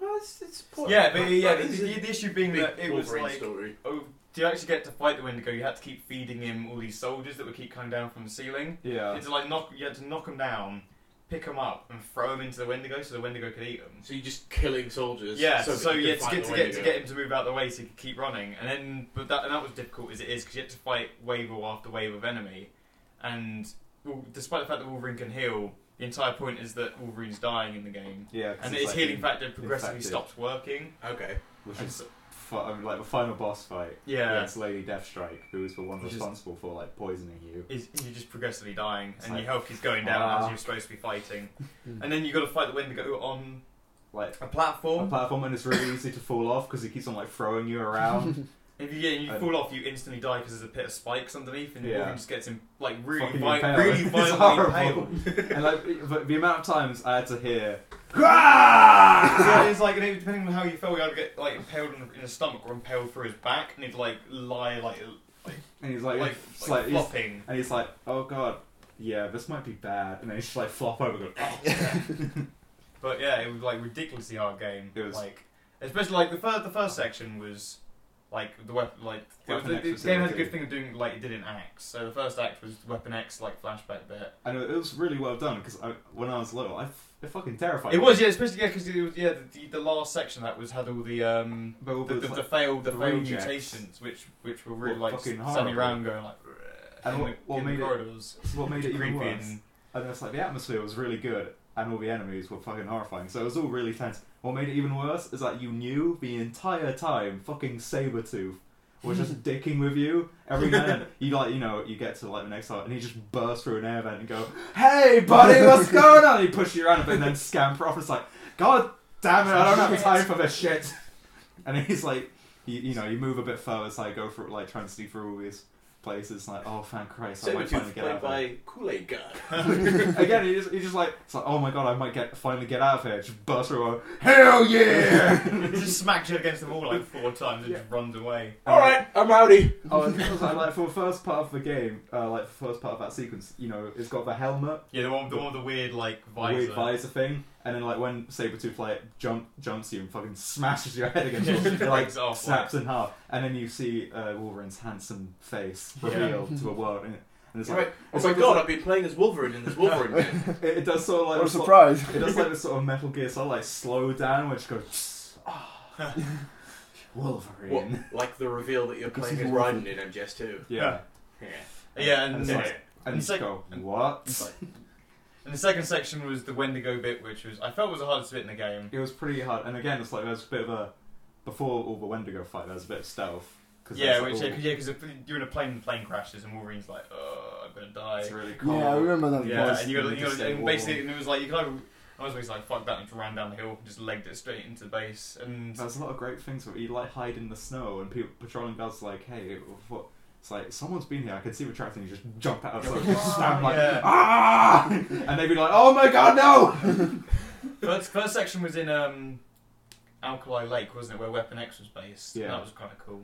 Speaker 3: Well, it's, it's poor-
Speaker 4: yeah but yeah
Speaker 3: that
Speaker 4: the,
Speaker 3: is
Speaker 4: the,
Speaker 3: a
Speaker 4: the issue being
Speaker 3: big
Speaker 4: that it was
Speaker 3: Wolverine
Speaker 4: like
Speaker 3: story.
Speaker 4: oh to actually get to fight the Wendigo you had to keep feeding him all these soldiers that would keep coming down from the ceiling
Speaker 2: Yeah,
Speaker 4: It's like knock. You had to knock them down, pick them up and throw them into the Wendigo so the Wendigo could eat them.
Speaker 3: So you're just killing soldiers.
Speaker 4: Yeah, so,
Speaker 3: so, that you
Speaker 4: yeah,
Speaker 3: can
Speaker 4: to
Speaker 3: find
Speaker 4: get
Speaker 3: the
Speaker 4: to
Speaker 3: way
Speaker 4: get to
Speaker 3: go.
Speaker 4: get him to move out the way so he could keep running, and then but that and that was difficult as it is because you had to fight wave after wave of enemy, and well, despite the fact that Wolverine can heal, the entire point is that Wolverine's dying in the game,
Speaker 2: Yeah, 'cause
Speaker 4: and
Speaker 2: it's
Speaker 4: his
Speaker 2: like
Speaker 4: healing
Speaker 2: in-
Speaker 4: factor progressively
Speaker 2: infected.
Speaker 4: stops working.
Speaker 3: Okay.
Speaker 2: Which
Speaker 4: And
Speaker 2: is
Speaker 4: so-
Speaker 2: fu- I mean, like the final boss fight.
Speaker 4: Yeah.
Speaker 2: It's Lady Deathstrike, who is the one
Speaker 4: Which is-
Speaker 2: responsible for like poisoning you.
Speaker 4: is you're just progressively dying,
Speaker 2: It's
Speaker 4: and
Speaker 2: like,
Speaker 4: your health is going down
Speaker 2: ah.
Speaker 4: as you're supposed to be fighting, and then you got to fight the Wendigo on
Speaker 2: Like
Speaker 4: a
Speaker 2: a
Speaker 4: platform.
Speaker 2: platform, and it's really easy to fall off because he keeps on like throwing you around.
Speaker 4: If you, yeah, you
Speaker 2: And-
Speaker 4: fall off, you instantly die because there's a pit of spikes underneath, and
Speaker 2: Yeah.
Speaker 4: Wolverine just gets him like really,
Speaker 2: Fucking
Speaker 4: vi-
Speaker 2: impaled.
Speaker 4: really
Speaker 2: It's
Speaker 4: violently
Speaker 2: horrible.
Speaker 4: impaled.
Speaker 2: and like the, the amount of times I had to hear. "Gah!"
Speaker 4: yeah, it's like depending on how you felt, you either get like impaled in, in the stomach or impaled through his back, and he'd like lie like
Speaker 2: and he's
Speaker 4: like,
Speaker 2: like,
Speaker 4: like,
Speaker 2: it's like, he's-
Speaker 4: flopping.
Speaker 2: and he's like, oh god, yeah, this might be bad. And then he's just like flop over, and go. "Oh."
Speaker 4: But yeah, it was like ridiculously hard game.
Speaker 2: It was-
Speaker 4: like especially like the first the first section was like the weapon like the,
Speaker 2: Weapon
Speaker 4: the-
Speaker 2: X
Speaker 4: the
Speaker 2: was
Speaker 4: game has a
Speaker 2: really
Speaker 4: good thing of doing like it did in acts. So the first act was Weapon X like flashback bit.
Speaker 2: I know it was really well done because I, when I was little, I f- it fucking terrified.
Speaker 4: It
Speaker 2: me.
Speaker 4: was yeah, especially yeah because yeah the, the, the last section that was had all the um
Speaker 2: But all
Speaker 4: the,
Speaker 2: those,
Speaker 4: the, the
Speaker 2: like,
Speaker 4: failed the
Speaker 2: the
Speaker 4: failed
Speaker 2: rejects.
Speaker 4: mutations which which were really
Speaker 2: Were
Speaker 4: like
Speaker 2: fucking
Speaker 4: standing
Speaker 2: horrible.
Speaker 4: around going like
Speaker 2: And
Speaker 4: in
Speaker 2: what-
Speaker 4: the-
Speaker 2: what
Speaker 4: in the
Speaker 2: made it-
Speaker 4: corridors.
Speaker 2: what made it even
Speaker 4: creepy
Speaker 2: worse.
Speaker 4: and-
Speaker 2: And it's like the atmosphere was really good, and all the enemies were fucking horrifying. So it was all really tense. What made it even worse is that you knew the entire time fucking Sabretooth was just dicking with you. Every now and then, you like you know you get to like the next part, and he just bursts through an air vent and go, "Hey buddy, what's going on?" And he pushes you around a bit, and then scamper off. It's like, God damn it, I don't have time for this shit. And he's like, you, you know, you move a bit further, so I go for like trying to see through all these places. Like, oh, thank Christ, I might finally
Speaker 3: Sabretooth
Speaker 2: get out.
Speaker 3: played
Speaker 2: of here."
Speaker 3: by Kool Aid God.
Speaker 2: Again, he just, he just like it's like oh my god, I might get finally get out of here. Just burst through. and go, Hell yeah!
Speaker 4: He just smacks you against the wall like four times and just runs away.
Speaker 2: Uh,
Speaker 3: All right, I'm outie.
Speaker 2: Oh, and also, like for the first part of the game, uh, like for the first part of that sequence, you know, it's got the helmet,
Speaker 4: Yeah, the one, the one with the weird like visor.
Speaker 2: weird visor thing, and then like when Sabretooth like jump jumps you and fucking smashes your head against
Speaker 4: Yeah,
Speaker 2: it, it like
Speaker 4: breaks off,
Speaker 2: snaps in half, and then you see uh, Wolverine's handsome face
Speaker 4: Yeah.
Speaker 2: revealed to the world, and, and it's like
Speaker 3: Right. Oh
Speaker 2: it's
Speaker 3: my
Speaker 2: like
Speaker 3: god, I've been playing as Wolverine in this Wolverine game.
Speaker 2: This, it, it does sort of like
Speaker 5: What a
Speaker 2: this sort-
Speaker 5: surprise!
Speaker 2: It does like this sort of Metal Gear Solid like slow down, which goes. "Ah, Wolverine.
Speaker 3: What, like the reveal that you're
Speaker 5: Because
Speaker 3: playing
Speaker 5: he's
Speaker 3: as
Speaker 5: Wolverine.
Speaker 3: Raiden in MGS2.
Speaker 2: Yeah.
Speaker 3: Yeah.
Speaker 4: Yeah,
Speaker 2: And
Speaker 4: and,
Speaker 2: it's like, and
Speaker 4: It's
Speaker 2: just
Speaker 4: like-
Speaker 2: go what?
Speaker 4: it's like- and the second section was the Wendigo bit, which was I felt was the hardest bit in the game.
Speaker 2: it was pretty hard. And again, it's like there's a bit of a before all the Wendigo fight. There's a bit of stealth. Cause
Speaker 4: Yeah,
Speaker 2: there's,
Speaker 4: which
Speaker 2: like,
Speaker 4: yeah, because you're in a plane, the plane crashes, and Wolverine's like, "Oh, I'm gonna
Speaker 2: all-
Speaker 4: die."
Speaker 2: it's really cool.
Speaker 5: yeah, I remember that.
Speaker 4: Yeah,
Speaker 5: voice.
Speaker 4: and you got,
Speaker 2: you
Speaker 4: you got,
Speaker 2: just say,
Speaker 4: and
Speaker 2: "Whoa."
Speaker 4: basically, and it was like you could either, I was basically like, "Fuck that," and just ran down the hill, and just legged it straight into the base, and
Speaker 2: There's a lot of great things where you like hide in the snow and people patrolling guards like, hey, what? It's like someone's been here. I can see the tracks, and you just jump out of the snow, just slam like
Speaker 4: Yeah.
Speaker 2: ah, and they'd be like, oh my god, no!
Speaker 4: First, first section was in um, Alkali Lake, wasn't it, where Weapon X was based?
Speaker 2: Yeah.
Speaker 4: that was kind of cool.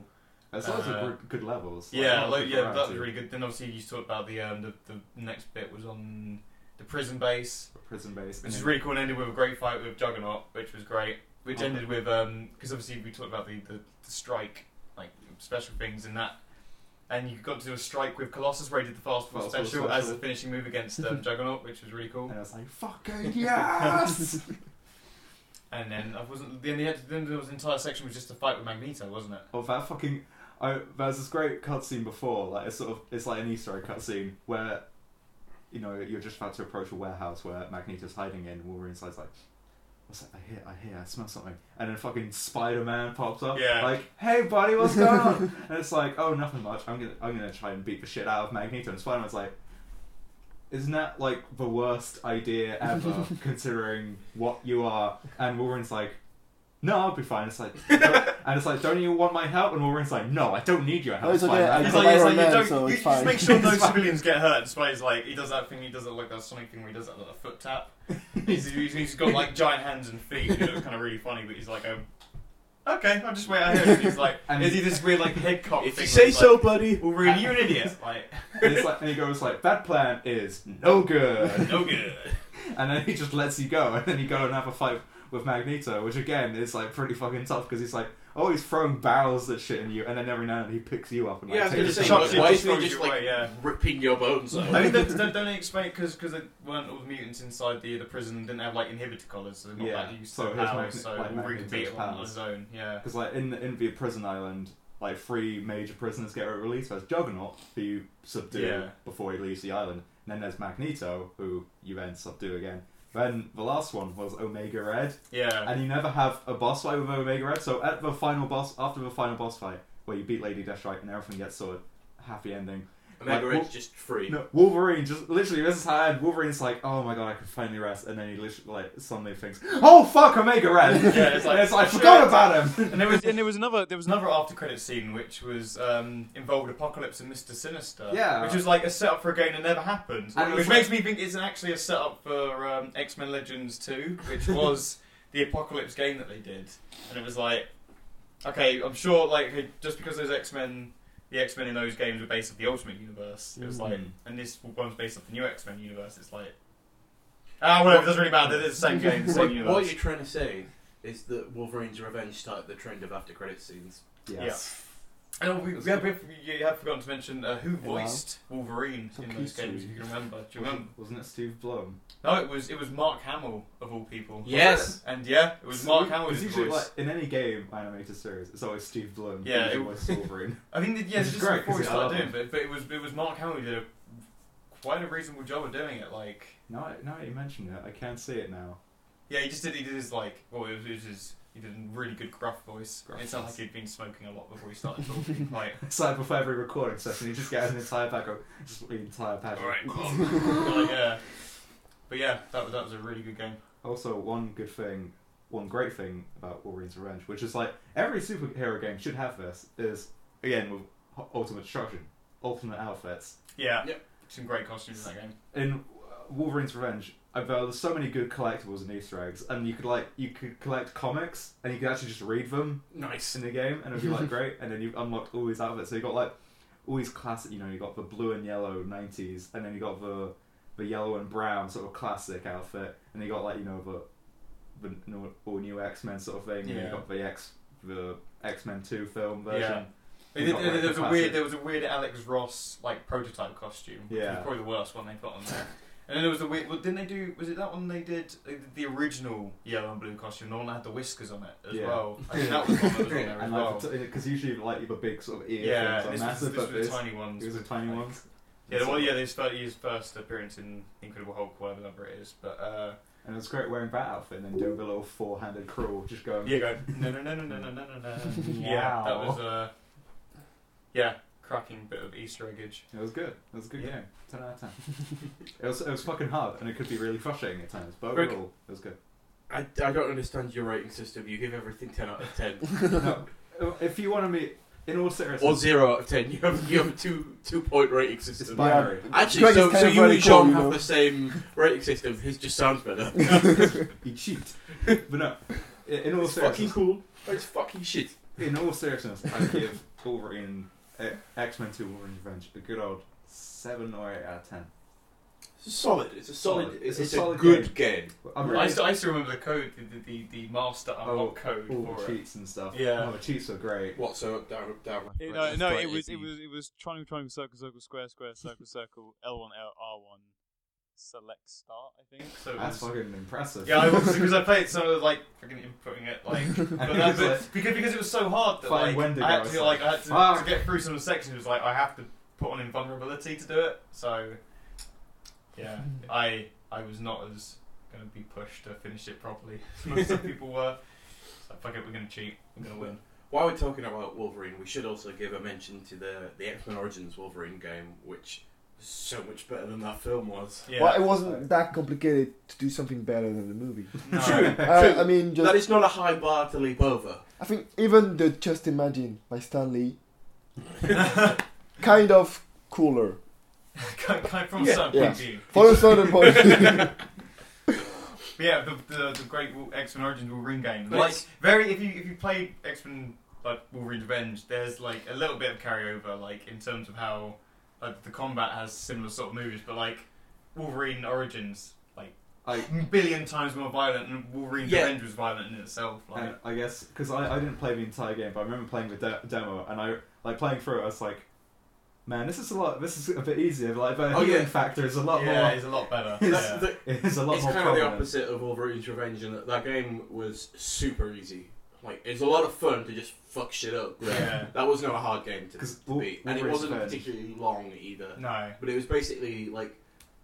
Speaker 2: As long as
Speaker 4: Uh,
Speaker 2: uh, good levels. like,
Speaker 4: yeah,
Speaker 2: lots
Speaker 4: like,
Speaker 2: of
Speaker 4: yeah, that was
Speaker 2: variety.
Speaker 4: really good. Then obviously you talked about the um, the, the next bit was on the prison base,
Speaker 2: prison base.
Speaker 4: which is really cool, and ended with a great fight with Juggernaut, which was great. Which
Speaker 2: Oh.
Speaker 4: ended with um, because obviously we talked about the, the, the strike, like special things in that. And you got to do a strike with Colossus, where he did the fast forward
Speaker 2: Fast forward
Speaker 4: special, as the
Speaker 2: special.
Speaker 4: finishing move against um, Juggernaut, which was really cool.
Speaker 2: and I was like, fucking yes!
Speaker 4: And then I wasn't. Then, the, then there was an entire section was just a fight with Magneto, wasn't it?
Speaker 2: oh, that fucking. I, there's this great cutscene before, like it's sort of it's like an Easter egg cutscene where, you know, you're just about to approach a warehouse where Magneto's hiding in. Wolverine's like, "What's that? I hear, I hear, I smell something." And then fucking Spider Man pops up,
Speaker 4: Yeah.
Speaker 2: like, "Hey, buddy, what's going on?" and it's like, "Oh, nothing much. I'm gonna, I'm gonna try and beat the shit out of Magneto." And Spider Man's like, "Isn't that like the worst idea ever, considering what you are?" And Wolverine's like. No, I'll be fine. It's like, and it's like, don't you want my help? And Wolverine's like, no, I don't need your help.
Speaker 5: No, Oh, it's okay,
Speaker 2: Spider-Man."
Speaker 5: I
Speaker 4: It's
Speaker 5: It's
Speaker 4: like, it's
Speaker 5: like Iron
Speaker 4: like you
Speaker 5: Man,
Speaker 4: don't,
Speaker 5: so
Speaker 4: you just
Speaker 5: it's fine.
Speaker 4: make sure no
Speaker 2: It's fine.
Speaker 4: civilians get hurt. Despite his like, he does that thing. He does it like that Sonic thing where he does that little foot tap. He's, he's, he's got like giant hands and feet. And it looks kind of really funny, but he's like, um, okay, I'll just wait out here. And he's like,
Speaker 2: And-
Speaker 4: is he this weird like head cock
Speaker 3: If
Speaker 4: thing?
Speaker 3: you
Speaker 4: where
Speaker 3: say
Speaker 4: he's
Speaker 3: so, uh,
Speaker 4: like,
Speaker 3: buddy.
Speaker 4: Wolverine, you're an idiot. Like,
Speaker 2: and, it's like, and he goes like, that plan is no good.
Speaker 4: no good.
Speaker 2: And then he just lets you go. And then you go and have a fight with Magneto, which again is like pretty fucking tough because he's like always throwing barrels at shit in you, and then every now and then he picks you up and like
Speaker 3: Yeah, I was
Speaker 2: takes
Speaker 3: gonna
Speaker 2: you
Speaker 3: say,
Speaker 2: somewhere.
Speaker 4: Chuck
Speaker 3: why
Speaker 4: it,
Speaker 3: isn't
Speaker 4: throws
Speaker 3: he just
Speaker 4: you away,
Speaker 3: like
Speaker 4: yeah.
Speaker 3: ripping your bones out?
Speaker 4: I mean, don't, don't, don't they explain it because they weren't all the mutants inside the the prison and didn't have like inhibitor collars, so they're not
Speaker 2: Yeah,
Speaker 4: that used
Speaker 2: so
Speaker 4: to
Speaker 2: his
Speaker 4: powers,
Speaker 2: magnet-
Speaker 4: so
Speaker 2: like
Speaker 4: Wolverine can beat
Speaker 2: magnetized
Speaker 4: him on
Speaker 2: powers.
Speaker 4: his own. Yeah,
Speaker 2: Because like in the Invia prison island, like three major prisoners get released. There's Juggernaut, who you subdue
Speaker 4: Yeah.
Speaker 2: before he leaves the island, and then there's Magneto, who you then subdue again. Then the last one was Omega Red,
Speaker 4: yeah,
Speaker 2: and you never have a boss fight with Omega Red. So at the final boss, after the final boss fight, where you beat Lady Deathstrike and everything gets sort of happy ending.
Speaker 3: Omega
Speaker 2: Like,
Speaker 3: Red's
Speaker 2: Wol-
Speaker 3: just free.
Speaker 2: No, Wolverine just literally this is how I end. Wolverine's like, oh my god, I can finally rest, and then he literally like suddenly thinks, oh fuck, Omega Red.
Speaker 4: Yeah, it's like,
Speaker 2: And I
Speaker 4: shit.
Speaker 2: forgot about him.
Speaker 4: and there was and there was another there was another after credit scene which was um, involved Apocalypse and Mister Sinister.
Speaker 2: Yeah.
Speaker 4: which was like a setup for a game that never happened,
Speaker 2: And it
Speaker 4: which
Speaker 2: was
Speaker 4: makes me think it's actually a setup for um, X Men Legends Two, which was the Apocalypse game that they did, and it was like, okay, I'm sure like okay, just because those X Men. The X Men in those games were based off the Ultimate Universe. It was like,
Speaker 2: Mhm.
Speaker 4: and this one's based off the new X Men universe. It's like, ah, whatever. It doesn't really matter. They're the same game, the same
Speaker 3: What, what
Speaker 4: universe.
Speaker 3: you're trying to say is that Wolverine's Revenge started the trend of after credit scenes.
Speaker 2: Yes.
Speaker 4: And we, we have, you have forgotten to mention uh, who
Speaker 5: Hello.
Speaker 4: voiced Wolverine
Speaker 5: Some
Speaker 4: in those
Speaker 5: pizza.
Speaker 4: games. If you remember, do you remember?
Speaker 2: Wasn't it Steve Blum?
Speaker 4: No, it was it was Mark Hamill of all people.
Speaker 3: Yes.
Speaker 4: and yeah, it was Mark Hamill
Speaker 2: It's
Speaker 4: who
Speaker 2: usually
Speaker 4: voice.
Speaker 2: like in any game animated series, it's always Steve Blum.
Speaker 4: Yeah,
Speaker 2: usually
Speaker 4: it-
Speaker 2: voices Wolverine.
Speaker 4: I think that, yeah,
Speaker 2: Which
Speaker 4: this
Speaker 2: is
Speaker 4: is
Speaker 2: great,
Speaker 4: before we
Speaker 2: 'cause I
Speaker 4: started
Speaker 2: love
Speaker 4: doing it, but, but it was it was Mark Hamill who did a quite a reasonable job of doing it. Like,
Speaker 2: Now, I- now that you mention it, I can see it now.
Speaker 4: yeah, he just did he did his like well, it was, it was his he did a really good gruff voice.
Speaker 2: Gruff
Speaker 4: it sounded
Speaker 2: voice.
Speaker 4: like he'd been smoking a lot before he started talking. like,
Speaker 2: It's like before every recording session, you just get an entire pack of just the entire pack. of-
Speaker 4: all right, cool. like, yeah. But yeah, that was that was a really good game.
Speaker 2: Also, one good thing, one great thing about Wolverine's Revenge, which is like every superhero game should have this, is again with hu- ultimate destruction, ultimate outfits.
Speaker 4: Yeah,
Speaker 3: Yep.
Speaker 4: some great costumes in that game.
Speaker 2: in uh, Wolverine's Revenge, uh, there were so many good collectibles and Easter eggs, and you could like you could collect comics, and you could actually just read them
Speaker 3: Nice.
Speaker 2: in the game, and it'd be like great. And then you unlocked all these outfits, so you got like all these classic. You know, you got the blue and yellow '90s, and then you got the the yellow and brown sort of classic outfit, and you got like you know the the n- all new X Men sort of thing, and then
Speaker 4: Yeah.
Speaker 2: you got the X the X Men Two film version.
Speaker 4: Yeah.
Speaker 2: We
Speaker 4: They did-
Speaker 2: got,
Speaker 4: there,
Speaker 2: like, the
Speaker 4: was a
Speaker 2: classic-
Speaker 4: weird, there was a weird Alex Ross like prototype costume, which
Speaker 2: Yeah.
Speaker 4: was probably the worst one they put on there. And then there was the weird. Well, didn't they do? Was it that one they did? They did the original yellow and blue costume, the one that had the whiskers on it as
Speaker 2: Yeah.
Speaker 4: well. I think that was the one that was on there as
Speaker 2: And like,
Speaker 4: well.
Speaker 2: because usually like the big sort of ear
Speaker 4: Yeah,
Speaker 2: things are
Speaker 4: this was,
Speaker 2: massive,
Speaker 4: this
Speaker 2: but
Speaker 4: was
Speaker 2: this
Speaker 4: the tiny ones.
Speaker 2: These are
Speaker 4: with,
Speaker 2: tiny
Speaker 4: like-
Speaker 2: ones.
Speaker 4: Yeah, the one, yeah, his first, his first appearance in Incredible Hulk, whatever number it is. But uh,
Speaker 2: And it was great wearing that outfit and then doing the little four-handed crawl, just going.
Speaker 4: yeah, go no no no no no no no no. Yeah, that
Speaker 2: Wow.
Speaker 4: was uh, yeah, cracking bit of Easter eggage.
Speaker 2: It was good. It was a good
Speaker 4: Yeah.
Speaker 2: game. Ten out of ten. it was it was fucking hard and it could be really frustrating at times, but
Speaker 3: Rick.
Speaker 2: overall it was good.
Speaker 3: I, I don't understand your rating system. You give everything 10 out of 10.
Speaker 2: No, if you want to be in all
Speaker 3: or
Speaker 2: seriousness,
Speaker 3: 0 out of 10. You have, you have a two, two point rating
Speaker 2: it's
Speaker 3: system.
Speaker 2: binary.
Speaker 3: Actually,
Speaker 5: Greg is
Speaker 3: so,
Speaker 5: kind
Speaker 3: so
Speaker 5: of
Speaker 3: you and
Speaker 5: very cool,
Speaker 3: Sean
Speaker 5: you
Speaker 3: have
Speaker 5: know.
Speaker 3: the same rating system. His just sounds better.
Speaker 2: You cheat. But no, i- in all
Speaker 3: It's fucking
Speaker 2: seriousness,
Speaker 3: cool. It's fucking shit.
Speaker 2: in all seriousness, I give Wolverine uh, X-Men 2 Wolverine Revenge a good old seven or eight out of ten.
Speaker 3: It's a solid. It's a solid.
Speaker 2: Solid.
Speaker 3: It's,
Speaker 2: It's a
Speaker 3: it's a,
Speaker 2: solid
Speaker 3: good game.
Speaker 2: I'm
Speaker 4: I,
Speaker 2: really
Speaker 4: still, I still remember the code, the the, the, the master unlock
Speaker 2: Oh,
Speaker 4: code
Speaker 2: all the
Speaker 4: for it.
Speaker 2: cheats and stuff.
Speaker 4: Yeah.
Speaker 2: oh, the cheats were great.
Speaker 3: What? So up, down, up, down. left,
Speaker 1: Yeah,
Speaker 3: right,
Speaker 1: no,
Speaker 3: left,
Speaker 1: no,
Speaker 3: right,
Speaker 1: it was it
Speaker 3: easy.
Speaker 1: was it was triangle, triangle, circle, circle, square, square, circle, circle, L one, L R one, select start. I think.
Speaker 4: So it
Speaker 2: That's
Speaker 4: was,
Speaker 2: fucking impressive.
Speaker 4: yeah, I was, because I played some of like fucking inputting it like, but that,
Speaker 2: it's
Speaker 4: but,
Speaker 2: like-
Speaker 4: because because it was so hard that
Speaker 2: Find
Speaker 4: like
Speaker 2: Wendigo
Speaker 4: I had
Speaker 2: or
Speaker 4: to like I had to,
Speaker 2: something.
Speaker 4: to get through some of the sections. It was like I have to put on invulnerability to do it. So yeah, I I was not as gonna be pushed to finish it properly as most of the people were. So fuck it, we're gonna cheat. We're gonna win.
Speaker 3: While we're talking about Wolverine, we should also give a mention to the the X Men Origins Wolverine game, which was so much better than that film was.
Speaker 4: Yeah.
Speaker 5: Well, it wasn't that complicated to do something better than the movie.
Speaker 4: No.
Speaker 3: True.
Speaker 5: Uh, I mean, just
Speaker 3: that is not a high bar to leap over.
Speaker 5: I think even the Just Imagine by Stan Lee, kind of cooler.
Speaker 4: Kind- kind of from
Speaker 3: Yeah.
Speaker 4: a certain
Speaker 5: Yeah.
Speaker 4: point of view.
Speaker 5: For a certain point.
Speaker 4: But yeah, the, the, the great Wol- X Men Origins Wolverine game. Like
Speaker 3: Let's-
Speaker 4: very, if you if you played X Men like Wolverine Revenge, there's like a little bit of carryover, like in terms of how like the combat has similar sort of moves, but like Wolverine Origins, like
Speaker 2: I
Speaker 4: billion times more violent, and Wolverine's
Speaker 1: Yeah.
Speaker 4: Revenge was violent in itself. Like,
Speaker 2: and I guess because I, I didn't play the entire game, but I remember playing the de- demo and I like playing through it. I was like, man, this is a lot. This is a bit easier. Like the
Speaker 3: Oh,
Speaker 2: healing
Speaker 3: yeah.
Speaker 2: factor is a lot
Speaker 4: yeah,
Speaker 2: more.
Speaker 4: it's a lot better.
Speaker 2: It's-
Speaker 4: yeah.
Speaker 3: That's the-
Speaker 2: It is a lot
Speaker 3: it's
Speaker 2: more.
Speaker 3: kind of the
Speaker 2: prominent.
Speaker 3: opposite of Wolverine's Revenge, and that, that game was super easy. Like, it's a lot of fun to just fuck shit up.
Speaker 4: Yeah.
Speaker 3: That was not a hard game to
Speaker 2: 'Cause
Speaker 3: to beat, and it
Speaker 2: Wolverine's
Speaker 3: wasn't
Speaker 2: Revenge-
Speaker 3: particularly long either.
Speaker 4: No.
Speaker 3: But it was basically like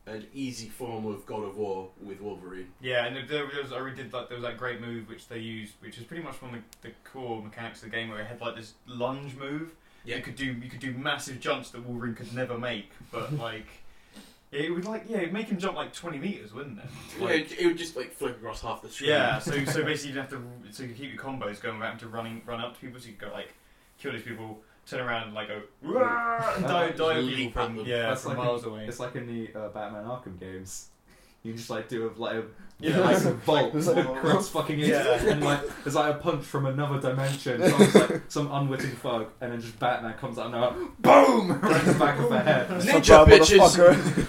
Speaker 3: an easy form of God of War with Wolverine.
Speaker 4: Yeah, and there there was I redid like there was that great move which they used, which is pretty much one of the, the core mechanics of the game, where it had like this lunge move.
Speaker 3: Yeah.
Speaker 4: You could do you could do massive jumps that Wolverine could never make, but like it would like yeah, it'd make him jump like twenty meters, wouldn't it?
Speaker 3: Yeah,
Speaker 4: Like,
Speaker 3: it, it would just like flip across half the screen.
Speaker 4: yeah. So so basically you'd have to so you could keep your combos going back to running run up to people, so you could go like kill these people, turn around and like go "Wah!" and dive
Speaker 2: That's
Speaker 4: dive
Speaker 3: leap
Speaker 4: people
Speaker 3: at
Speaker 4: from
Speaker 3: them.
Speaker 4: yeah
Speaker 2: That's like
Speaker 4: from miles away.
Speaker 2: It's like in the uh, Batman Arkham games. You just like do a like a
Speaker 4: Yeah.
Speaker 2: like a bolt
Speaker 5: There's like-
Speaker 2: across fucking it,
Speaker 4: Yeah.
Speaker 2: and like there's like a punch from another dimension, so it's like some unwitting thug, and then just Batman comes out and they're like, boom right in the back of the head.
Speaker 3: Ninja bitches!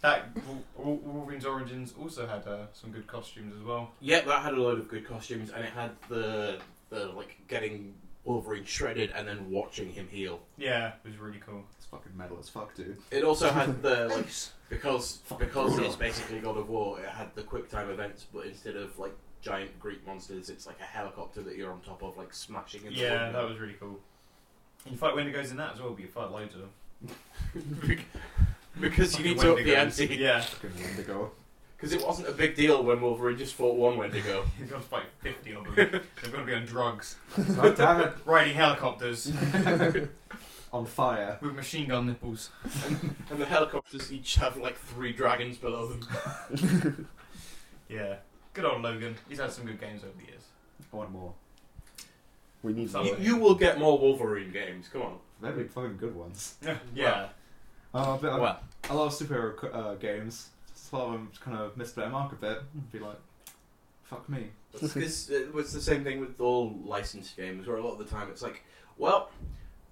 Speaker 4: That Wol- Wol- Wolverine's Origins also had uh, some good costumes as well.
Speaker 3: Yep, that had a load of good costumes, and it had the the like getting Wolverine shredded and then watching him heal.
Speaker 4: Yeah, it was really cool.
Speaker 2: It's fucking metal as fuck, dude.
Speaker 3: It also had the like because because it's basically God of War. It had the quick time events, but instead of like giant Greek monsters, it's like a helicopter that you're on top of, like smashing into.
Speaker 4: Yeah, that
Speaker 3: one
Speaker 4: was really cool. And you fight Wendigos in that as well, but you fight loads of them.
Speaker 3: guy. because you need to up
Speaker 4: Fucking
Speaker 3: the
Speaker 4: Wendigos.
Speaker 3: ante.
Speaker 4: Yeah,
Speaker 2: Fucking Wendigo.
Speaker 3: Because it wasn't a big deal when Wolverine just fought one Wendigo.
Speaker 4: you've got to fight 50 of them. They're going to be on drugs,
Speaker 2: God damn it,
Speaker 4: riding helicopters
Speaker 2: on fire.
Speaker 4: with machine gun nipples.
Speaker 3: and the helicopters each have like three dragons below them.
Speaker 4: Yeah. Good old Logan. He's had some good games over the years.
Speaker 2: I want more.
Speaker 5: we need
Speaker 4: Some-
Speaker 5: that.
Speaker 3: You, you will get more Wolverine games. Come on.
Speaker 2: They'd be fucking good ones.
Speaker 4: Yeah.
Speaker 2: Uh, but I,
Speaker 3: Well.
Speaker 2: I love superhero co- uh, games. So a lot of them just kind of miss their mark a bit. and Be like, fuck me.
Speaker 3: It's, it's, it was the same thing with all licensed games, where a lot of the time it's like, well,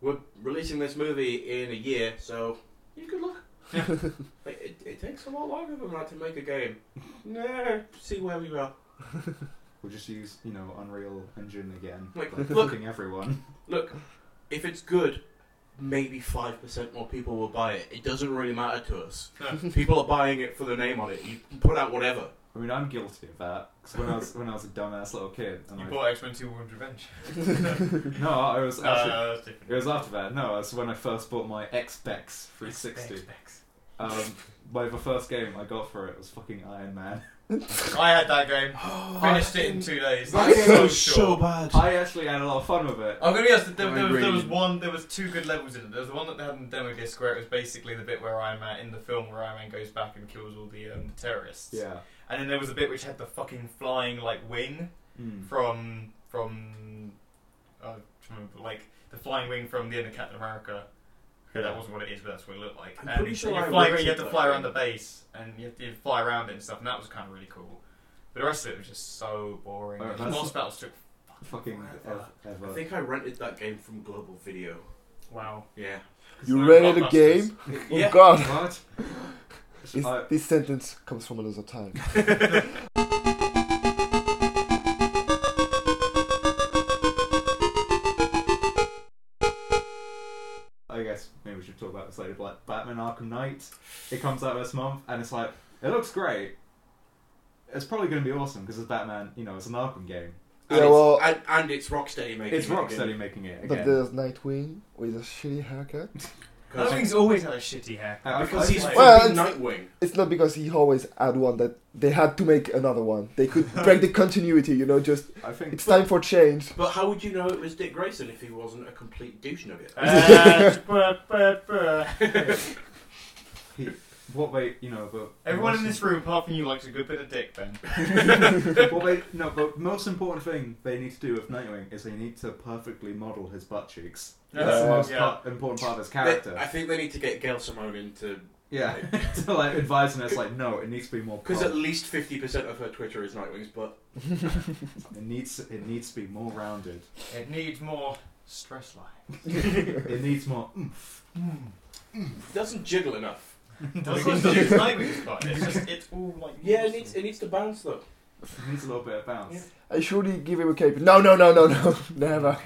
Speaker 3: we're releasing this movie in a year, so you good luck. like, it, it takes a lot longer than that to make a game. Nah, see where we are.
Speaker 2: We'll just use, you know, Unreal Engine again.
Speaker 3: Like,
Speaker 2: like
Speaker 3: look-
Speaker 2: fucking everyone.
Speaker 3: Look, if it's good, maybe 5% more people will buy it. It doesn't really matter to us.
Speaker 4: No.
Speaker 3: people are buying it for the name on it. You can put out whatever.
Speaker 2: I mean, I'm guilty of that. 'cause when I was when I was a dumbass little kid, and
Speaker 4: You
Speaker 2: I,
Speaker 4: bought X Men 2 World Revenge.
Speaker 2: no, I was actually.
Speaker 4: no, that's different.
Speaker 2: it was after that. No, it's when I first bought my Xbox 360.
Speaker 4: Specs.
Speaker 2: Um, my the first game I got for it was fucking Iron Man.
Speaker 4: I had that game. Finished it in two days.
Speaker 3: That
Speaker 4: It's
Speaker 3: game
Speaker 4: so
Speaker 3: was
Speaker 4: short.
Speaker 3: so bad.
Speaker 2: I actually had a lot of fun with it.
Speaker 4: I'm gonna be honest. There,
Speaker 2: I
Speaker 4: there, was, there was
Speaker 2: agree.
Speaker 4: one. There was two good levels in it. There was the one that they had in the demo disc where it was basically the bit where Iron Man in the film where Iron Man goes back and kills all the, um, the terrorists.
Speaker 2: Yeah.
Speaker 4: And then there was a bit which had the fucking flying like wing
Speaker 2: Mm.
Speaker 4: from from uh, I'm trying to remember, like the flying wing from the end of Captain America. Okay, that
Speaker 2: Yeah.
Speaker 4: wasn't what it is, but that's what it looked like.
Speaker 3: I'm
Speaker 4: and
Speaker 3: pretty
Speaker 4: you-
Speaker 3: sure
Speaker 4: you
Speaker 3: I
Speaker 4: fly,
Speaker 3: rented
Speaker 4: you had to
Speaker 3: that
Speaker 4: fly around the
Speaker 3: thing.
Speaker 4: base and you had to fly around it and stuff, and that was kind of really cool. But the rest of it was just so boring.
Speaker 2: Oh,
Speaker 4: the
Speaker 2: that's-
Speaker 4: boss battles took
Speaker 2: Fucking ev-
Speaker 4: forever.
Speaker 2: ever.
Speaker 3: I think I rented that game from Global Video.
Speaker 4: Wow.
Speaker 3: Yeah.
Speaker 5: You
Speaker 4: Like
Speaker 5: rented a
Speaker 4: Blockbusters.
Speaker 5: game? Oh
Speaker 3: Yeah.
Speaker 5: god!
Speaker 2: what?
Speaker 5: This,
Speaker 2: I-
Speaker 5: this sentence comes from another time.
Speaker 2: I guess maybe we should talk about this later. But like Batman Arkham Knight, it comes out this month, and it's like it looks great. It's probably going to be awesome because it's Batman. You know, it's an Arkham game.
Speaker 3: And
Speaker 5: Yeah,
Speaker 3: it's-
Speaker 5: well-
Speaker 3: and, and it's Rocksteady making
Speaker 2: It's
Speaker 3: it again.
Speaker 2: Rocksteady making it
Speaker 5: But
Speaker 2: again.
Speaker 5: there's Nightwing with a shitty haircut.
Speaker 3: 'Cause-
Speaker 4: Nightwing's always had a shitty hair.
Speaker 2: I- I-
Speaker 3: Because he's
Speaker 4: Like-
Speaker 5: Well,
Speaker 3: fucking
Speaker 5: it's-
Speaker 3: Nightwing.
Speaker 5: It's not because he always had one that they had to make another one. They could break the continuity, you know, just
Speaker 2: I think
Speaker 5: it's time for change.
Speaker 3: But how would you know it was Dick Grayson if he wasn't a complete douche nugget?
Speaker 4: Uh, bruh, bruh, bruh.
Speaker 2: he, what they, you know, but
Speaker 4: Everyone in this room, apart from you, likes a good bit of dick, Ben.
Speaker 2: what they, no, but most important thing they need to do with Nightwing is they need to perfectly model his butt cheeks. That's the
Speaker 5: Yeah.
Speaker 2: most
Speaker 4: Yeah.
Speaker 2: part, important part of his
Speaker 3: They- I
Speaker 2: character.
Speaker 3: think they need to get Gail Simone into
Speaker 2: Yeah, to like advising us like, no, it needs to be more.
Speaker 3: because
Speaker 2: pop.
Speaker 3: at least fifty percent of her Twitter is Nightwing's. But
Speaker 2: It needs it needs to be more rounded.
Speaker 4: It needs more stress life.
Speaker 2: it needs more.
Speaker 3: doesn't jiggle enough.
Speaker 4: Well, it's not just it's like it's fun, it's just it's all like
Speaker 3: Yeah, it needs it needs to bounce though.
Speaker 2: It needs a little bit of bounce.
Speaker 3: Yeah.
Speaker 5: I surely give him a cape. No, no, no, no, no, never.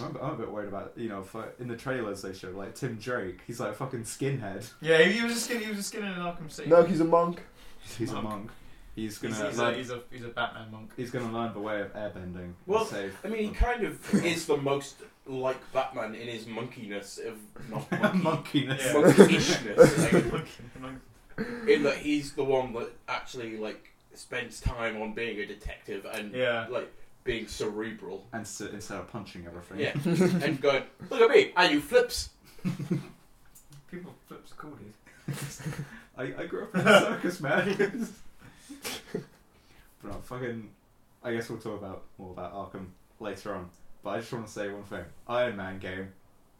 Speaker 2: I'm, I'm a bit worried about you know for, in the trailers they showed like Tim Drake. He's like a fucking skinhead.
Speaker 4: yeah. He was just skin. He was just skinning in Arkham City.
Speaker 5: No, he's a monk.
Speaker 2: He's a
Speaker 4: Monk.
Speaker 2: monk. He's gonna he's,
Speaker 4: he's, he's, a, he's a he's a Batman monk.
Speaker 2: he's gonna learn the way of airbending.
Speaker 3: Well,
Speaker 2: and save.
Speaker 3: I mean, he kind of is the most like Batman in his monkiness, if not monkey,
Speaker 2: monkiness.
Speaker 4: Yeah.
Speaker 3: monkishness. like,
Speaker 4: Monk-
Speaker 3: in that he's the one that actually like spends time on being a detective and
Speaker 4: yeah.
Speaker 3: like being cerebral.
Speaker 2: And s instead of punching everything.
Speaker 3: Yeah, and going, look at me, I do flips.
Speaker 4: People flips cool, dude.
Speaker 2: I, I grew up in a circus, man. but I'm fucking. I guess we'll talk about more about Arkham later on. But I just want to say one thing: Iron Man game.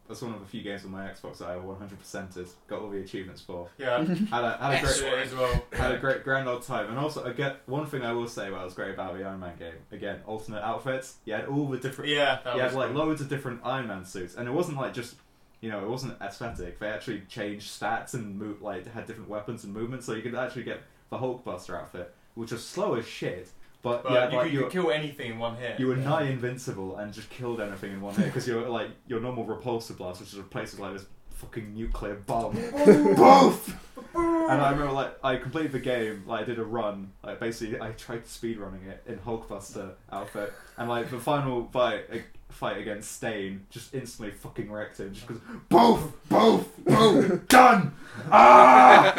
Speaker 2: That's one of the few games on my Xbox that I 100%ed. Got all the achievements for.
Speaker 4: Yeah.
Speaker 2: Had a, had a
Speaker 4: That's
Speaker 2: great,
Speaker 4: it as well.
Speaker 2: had a great grand old time. And also, again, one thing I will say that was great about the Iron Man game, again, alternate outfits. You had all the different,
Speaker 4: Yeah. That
Speaker 2: you
Speaker 4: was
Speaker 2: had like
Speaker 4: cool.
Speaker 2: loads of different Iron Man suits, and it wasn't like just, you know, it wasn't aesthetic. They actually changed stats and move like had different weapons and movements, so you could actually get the Hulkbuster outfit, which was slow as shit, but,
Speaker 4: But
Speaker 2: yeah,
Speaker 4: you,
Speaker 2: like
Speaker 4: could,
Speaker 2: you.
Speaker 4: you could kill anything in one hit.
Speaker 2: you were nigh invincible and just killed anything in one hit because you're like your normal repulsor blast, which is replaced with like this fucking nuclear bomb. Boof! And I remember like I completed the game, like I did a run, like basically I tried speed running it in Hulkbuster outfit, and like the final fight fight against Stain just instantly fucking wrecked him, just because boof, boof, boof, done. Ah!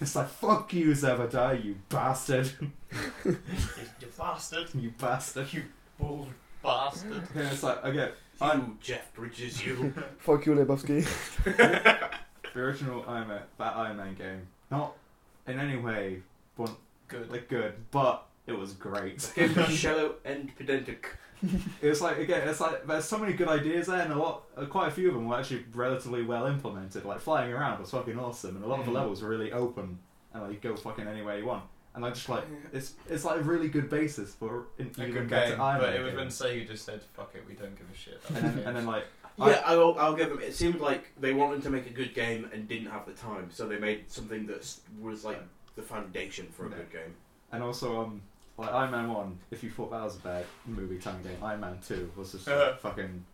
Speaker 2: it's like fuck you, Zebediah, you bastard,
Speaker 4: You, you bastard.
Speaker 2: you bastard.
Speaker 4: You bald bastard.
Speaker 2: And it's like okay,
Speaker 3: You, Jeff Bridges, you.
Speaker 5: Fuck you, Lebowski.
Speaker 2: the original Iron Man, that Iron Man game, not in any way want,
Speaker 4: Good.
Speaker 2: like good, but it was great.
Speaker 3: Give me shallow and pedantic.
Speaker 2: It was like again, it's like there's so many good ideas there, and a lot, uh, quite a few of them were actually relatively well implemented. Like flying around was fucking awesome, and a lot of the
Speaker 4: Mm.
Speaker 2: levels were really open, and like you go fucking anywhere you want. And I just like it's it's like a really good basis for an
Speaker 4: A
Speaker 2: even
Speaker 4: good
Speaker 2: better
Speaker 4: game,
Speaker 2: Iron
Speaker 4: but
Speaker 2: Man
Speaker 4: it was
Speaker 2: game.
Speaker 4: when Sega just said, "Fuck it, we don't give a shit."
Speaker 2: and,
Speaker 4: about games."
Speaker 2: then, and then like I-
Speaker 3: Yeah, I, will, I'll give them. It seemed like they wanted to make a good game and didn't have the time, so they made something that s- was like the foundation for a
Speaker 2: Yeah.
Speaker 3: good game.
Speaker 2: and also um like Iron Man One, if you thought that was a bad movie time game, Iron Man Two was just
Speaker 4: Uh.
Speaker 2: like, fucking.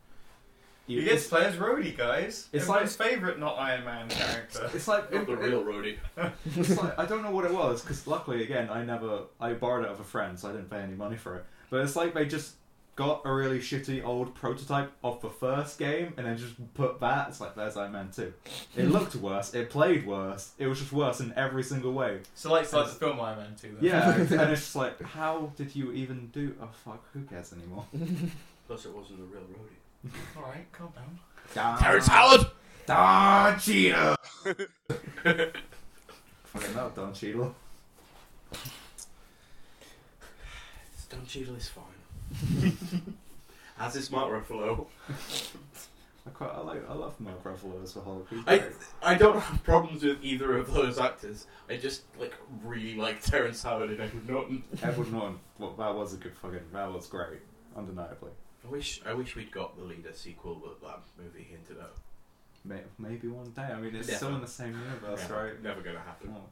Speaker 4: you get to play as Rhodey, guys.
Speaker 2: It's
Speaker 4: It's like his favourite not Iron Man character.
Speaker 2: It's like
Speaker 3: Not the real roadie.
Speaker 2: It's like, I don't know what it was because luckily again I never I borrowed it of a friend so I didn't pay any money for it. But it's like they just got a really shitty old prototype of the first game and then just put that. It's like there's Iron Man two. It looked worse. It played worse. It was just worse in every single way.
Speaker 4: So like, so like the film Iron Man 2. Then.
Speaker 2: Yeah, and it's just like how did you even do? Oh fuck, who cares anymore?
Speaker 3: Plus, it wasn't the real roadie.
Speaker 4: All right, calm down.
Speaker 3: Ah.
Speaker 2: Terrence
Speaker 1: Howard!
Speaker 2: Don Cheadle. Fucking love Don Cheadle.
Speaker 3: Don Cheadle is fine. As is Mark Ruffalo.
Speaker 2: I quite I like I love Mark Ruffalo as the Hulk. He's
Speaker 3: I-
Speaker 2: great.
Speaker 3: I don't have problems with either of those actors. I just like really like Terrence Howard and Edward Norton.
Speaker 2: Edward Norton, well, that was a good fucking, that was great, undeniably.
Speaker 3: I wish I wish we'd got the leader sequel that that movie hinted at.
Speaker 2: May, maybe one day. I mean, it's
Speaker 3: Yeah.
Speaker 2: still in the same universe,
Speaker 3: Never-
Speaker 2: right?
Speaker 3: Never gonna happen.
Speaker 2: Well,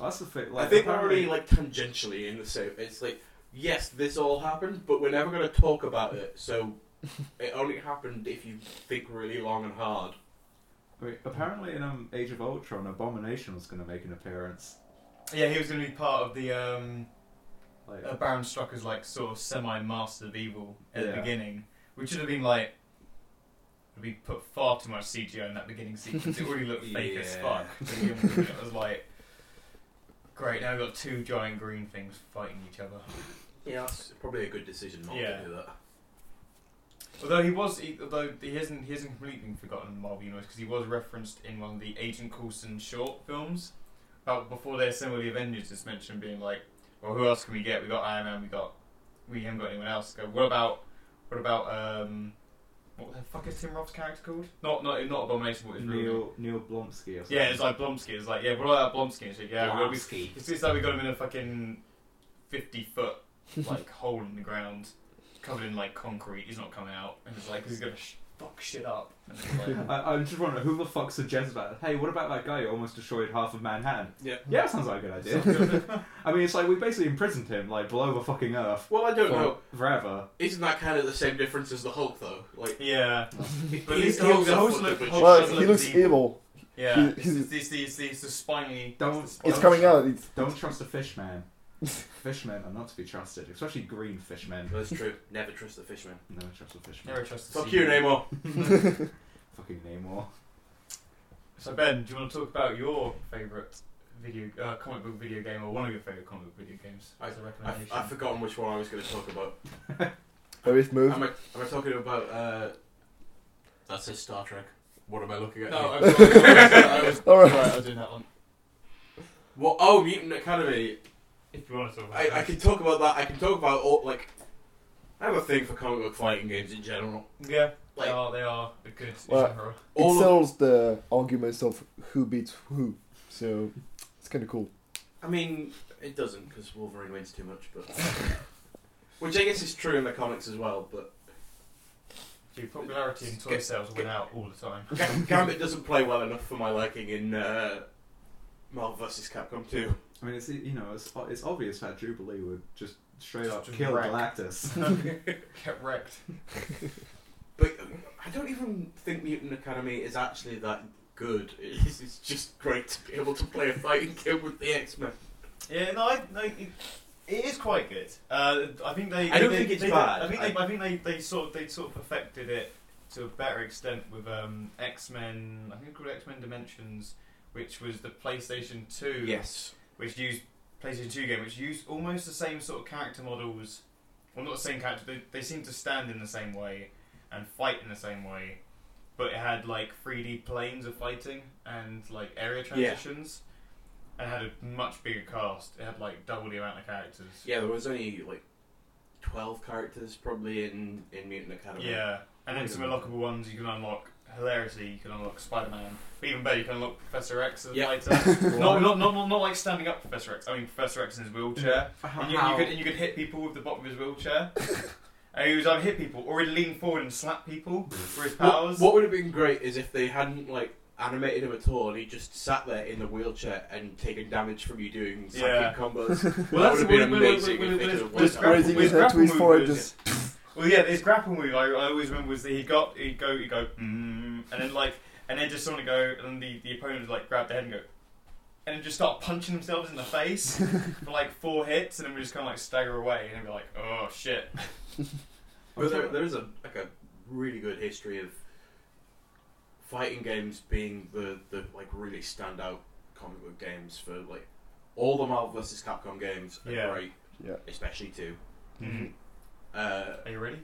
Speaker 2: that's the thing. Like,
Speaker 3: I think we're already
Speaker 2: apparently-
Speaker 3: like tangentially in the same. It's like, yes, this all happened, but we're never going to talk about it. So it only happened if you think really long and hard.
Speaker 2: I mean, apparently, in um, Age of Ultron, Abomination was going to make an appearance.
Speaker 4: Yeah, he was going to be part of the um,
Speaker 2: Like,
Speaker 4: uh, Baron Strucker's like sort of semi-master of evil at
Speaker 2: Yeah.
Speaker 4: the beginning, which would have been like. We put far too much CGI in that beginning sequence. It already looked fake as
Speaker 3: Yeah.
Speaker 4: fuck. to begin with. It was like, great. Now we've got two giant green things fighting each other.
Speaker 3: Yeah, that's probably a good decision not
Speaker 4: Yeah.
Speaker 3: to do that.
Speaker 4: Although he was, he, although he hasn't, he hasn't completely been forgotten in the Marvel Universe because he was referenced in one of the Agent Coulson short films. About before they assemble the Avengers, it's mentioned being like, "Well, who else can we get? We got Iron Man. We got, we haven't got anyone else." Go. What about, what about um, what the fuck is Tim Roth's character called? Not, not, not Abomination. What is real? name?
Speaker 2: Neil, Neil Blomsky or something.
Speaker 4: Yeah, it's like Blomsky. It's like, yeah, what about Blomsky? It's like, yeah, well, we, it's, it's like we got him in a fucking fifty foot like hole in the ground, covered in like concrete. He's not coming out, and it's like 'cause he's got a sh- fuck shit up. And it's like,
Speaker 2: I, I'm just wondering who the fuck suggests that. Hey, what about that guy who almost destroyed half of Manhattan?
Speaker 3: Yeah.
Speaker 2: Yeah, sounds like a good idea. I mean, it's like we basically imprisoned him, like below the fucking earth
Speaker 3: Well, I don't
Speaker 2: For-
Speaker 3: know.
Speaker 2: forever.
Speaker 3: Isn't that kind of the same difference as the Hulk, though? Like,
Speaker 4: yeah. But
Speaker 3: he
Speaker 4: he's
Speaker 3: still
Speaker 4: Hulk-
Speaker 3: got
Speaker 4: Hulk
Speaker 3: foot
Speaker 4: look-
Speaker 3: damage.
Speaker 4: Hulk
Speaker 5: Well,
Speaker 4: does
Speaker 5: he
Speaker 4: look
Speaker 5: looks
Speaker 4: evil.
Speaker 5: evil.
Speaker 4: Yeah.
Speaker 5: He- he's-
Speaker 4: it's, it's, it's, it's the spiny.
Speaker 2: Don't-
Speaker 4: it's the
Speaker 5: It's
Speaker 4: spiny-
Speaker 5: coming out. It's,
Speaker 2: Don't trust the fish man. Fish men are not to be trusted, especially green fish men.
Speaker 3: That's true. Never trust the fishman.
Speaker 2: Never trust the fish
Speaker 4: Never
Speaker 2: man.
Speaker 4: trust the
Speaker 3: Fuck
Speaker 4: sea.
Speaker 3: you, Namor.
Speaker 2: Fucking Namor.
Speaker 4: So Ben, do you want to talk about your favourite video uh, comic book video game or one of your favourite comic book video games as a
Speaker 3: I've,
Speaker 4: recommendation?
Speaker 3: I've forgotten which one I was going to talk about.
Speaker 5: Earth move.
Speaker 3: Am I, am I talking about? Uh, that says Star Trek. What am I looking at? here?
Speaker 4: no, I'm sorry. I was,
Speaker 5: All right.
Speaker 4: sorry, I was doing that one.
Speaker 3: Well, oh, Mutant Academy.
Speaker 4: If you want to talk about
Speaker 3: I, I can talk about that. I can talk about all like. I have a thing for comic book fighting games in general.
Speaker 4: Yeah,
Speaker 3: Like-
Speaker 4: they are. They are a good
Speaker 5: Well,
Speaker 4: genre.
Speaker 5: It
Speaker 3: All of,
Speaker 5: sells the arguments of who beats who, so it's kind of cool.
Speaker 3: I mean, it doesn't because Wolverine wins too much, but which I guess is true in the comics as well. But
Speaker 4: Dude, popularity and toy
Speaker 3: Get-
Speaker 4: sales went out all the time.
Speaker 3: Ga- Gambit doesn't play well enough for my liking in uh, Marvel vs. Capcom 2.
Speaker 2: I mean, it's you know, it's it's obvious that Jubilee would just straight up
Speaker 4: Just
Speaker 2: kill
Speaker 4: wreck.
Speaker 2: Galactus.
Speaker 4: Get wrecked.
Speaker 3: But um, I don't even think Mutant Academy is actually that good. It's, it's just great to be able to play a fighting game with the X Men.
Speaker 4: Yeah, no, I, no it, it is quite good. Uh, I think they.
Speaker 3: I don't
Speaker 4: they-
Speaker 3: think it's
Speaker 4: they-
Speaker 3: bad.
Speaker 4: I think they, I think they, they sort of they sort of perfected it to a better extent with um, X Men. I think it's called X Men Dimensions, which was the PlayStation Two.
Speaker 3: Yes.
Speaker 4: Which used PlayStation Two game, which used almost the same sort of character models. Well, not the same character. They, they seemed to stand in the same way and fight in the same way, but it had like 3D planes of fighting and like area transitions. And had a much bigger cast. It had like double the amount of characters.
Speaker 3: Yeah, there was only like twelve characters probably in in Mutant Academy.
Speaker 4: Yeah, and then some unlockable ones you can unlock. Hilariously, you can unlock Spider Man. But even better, you can unlock Professor X as
Speaker 3: Yeah.
Speaker 4: later. not, not, not, not, not like standing up Professor X. I mean, Professor X in his wheelchair. And you, you could, and you could hit people with the bottom of his wheelchair. and he was either hit people or he'd lean forward and slap people for his
Speaker 3: What,
Speaker 4: powers.
Speaker 3: what would have been great is if they hadn't like animated him at all and he just sat there in the wheelchair and taken damage from you doing psychic
Speaker 4: Yeah.
Speaker 3: combos.
Speaker 4: Well,
Speaker 3: that
Speaker 4: that's
Speaker 3: would have been
Speaker 4: with- with-
Speaker 3: amazing
Speaker 4: with-
Speaker 3: if they
Speaker 4: with-
Speaker 3: could have
Speaker 4: with
Speaker 3: worked
Speaker 4: his
Speaker 3: out.
Speaker 4: grapple-
Speaker 5: Raising
Speaker 4: with
Speaker 5: his hand to his
Speaker 4: grapple
Speaker 5: forehead,
Speaker 4: move,
Speaker 5: just
Speaker 4: Well, yeah, his grapple move I, I always remember was that he got he'd go he'd go mm, and then like and then just someone would go and the the opponent would like grab their head and go and then just start punching themselves in the face for like four hits and then we just kind of like stagger away and then be like oh shit
Speaker 3: But there, there is a like a really good history of fighting games being the, the like really standout comic book games for like all the Marvel vs. Capcom games are
Speaker 4: Yeah.
Speaker 3: great,
Speaker 5: Yeah.
Speaker 3: especially two. Uh,
Speaker 4: are you ready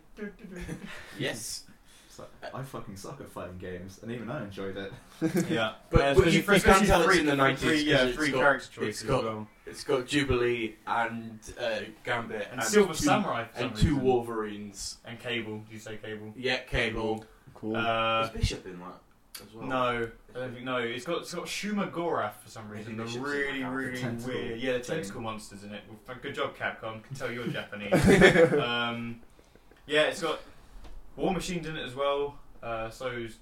Speaker 3: yes,
Speaker 2: It's like, I fucking suck at fighting games, and even I enjoyed it.
Speaker 4: yeah
Speaker 3: But- but
Speaker 4: especially
Speaker 3: you-
Speaker 4: for-
Speaker 3: you can't
Speaker 4: especially
Speaker 3: tell it's
Speaker 4: three-
Speaker 3: in the 90s
Speaker 4: three, yeah
Speaker 3: 'cause it's
Speaker 4: three
Speaker 3: got-
Speaker 4: character
Speaker 3: it's
Speaker 4: choices
Speaker 3: got-
Speaker 4: as well.
Speaker 3: it's got Jubilee and uh, Gambit
Speaker 4: and, Silver
Speaker 3: two,
Speaker 4: Samurai for
Speaker 3: and
Speaker 4: some
Speaker 3: two
Speaker 4: reason.
Speaker 3: Wolverines.
Speaker 4: and Cable did you say Cable
Speaker 3: Yeah, Cable.
Speaker 5: cool.
Speaker 4: uh
Speaker 3: Is Bishop in that as well?
Speaker 4: No, I don't think no. It's got it's got Shuma Gorath for some reason.
Speaker 3: Maybe
Speaker 4: The
Speaker 3: they should
Speaker 4: really
Speaker 3: see that.
Speaker 4: really
Speaker 2: The tentacle
Speaker 4: weird yeah the
Speaker 2: thing.
Speaker 4: tentacle monsters in it. Well, thank- good job Capcom. Can tell you're Japanese. um, yeah, it's got War Machines in it as well. Uh, so's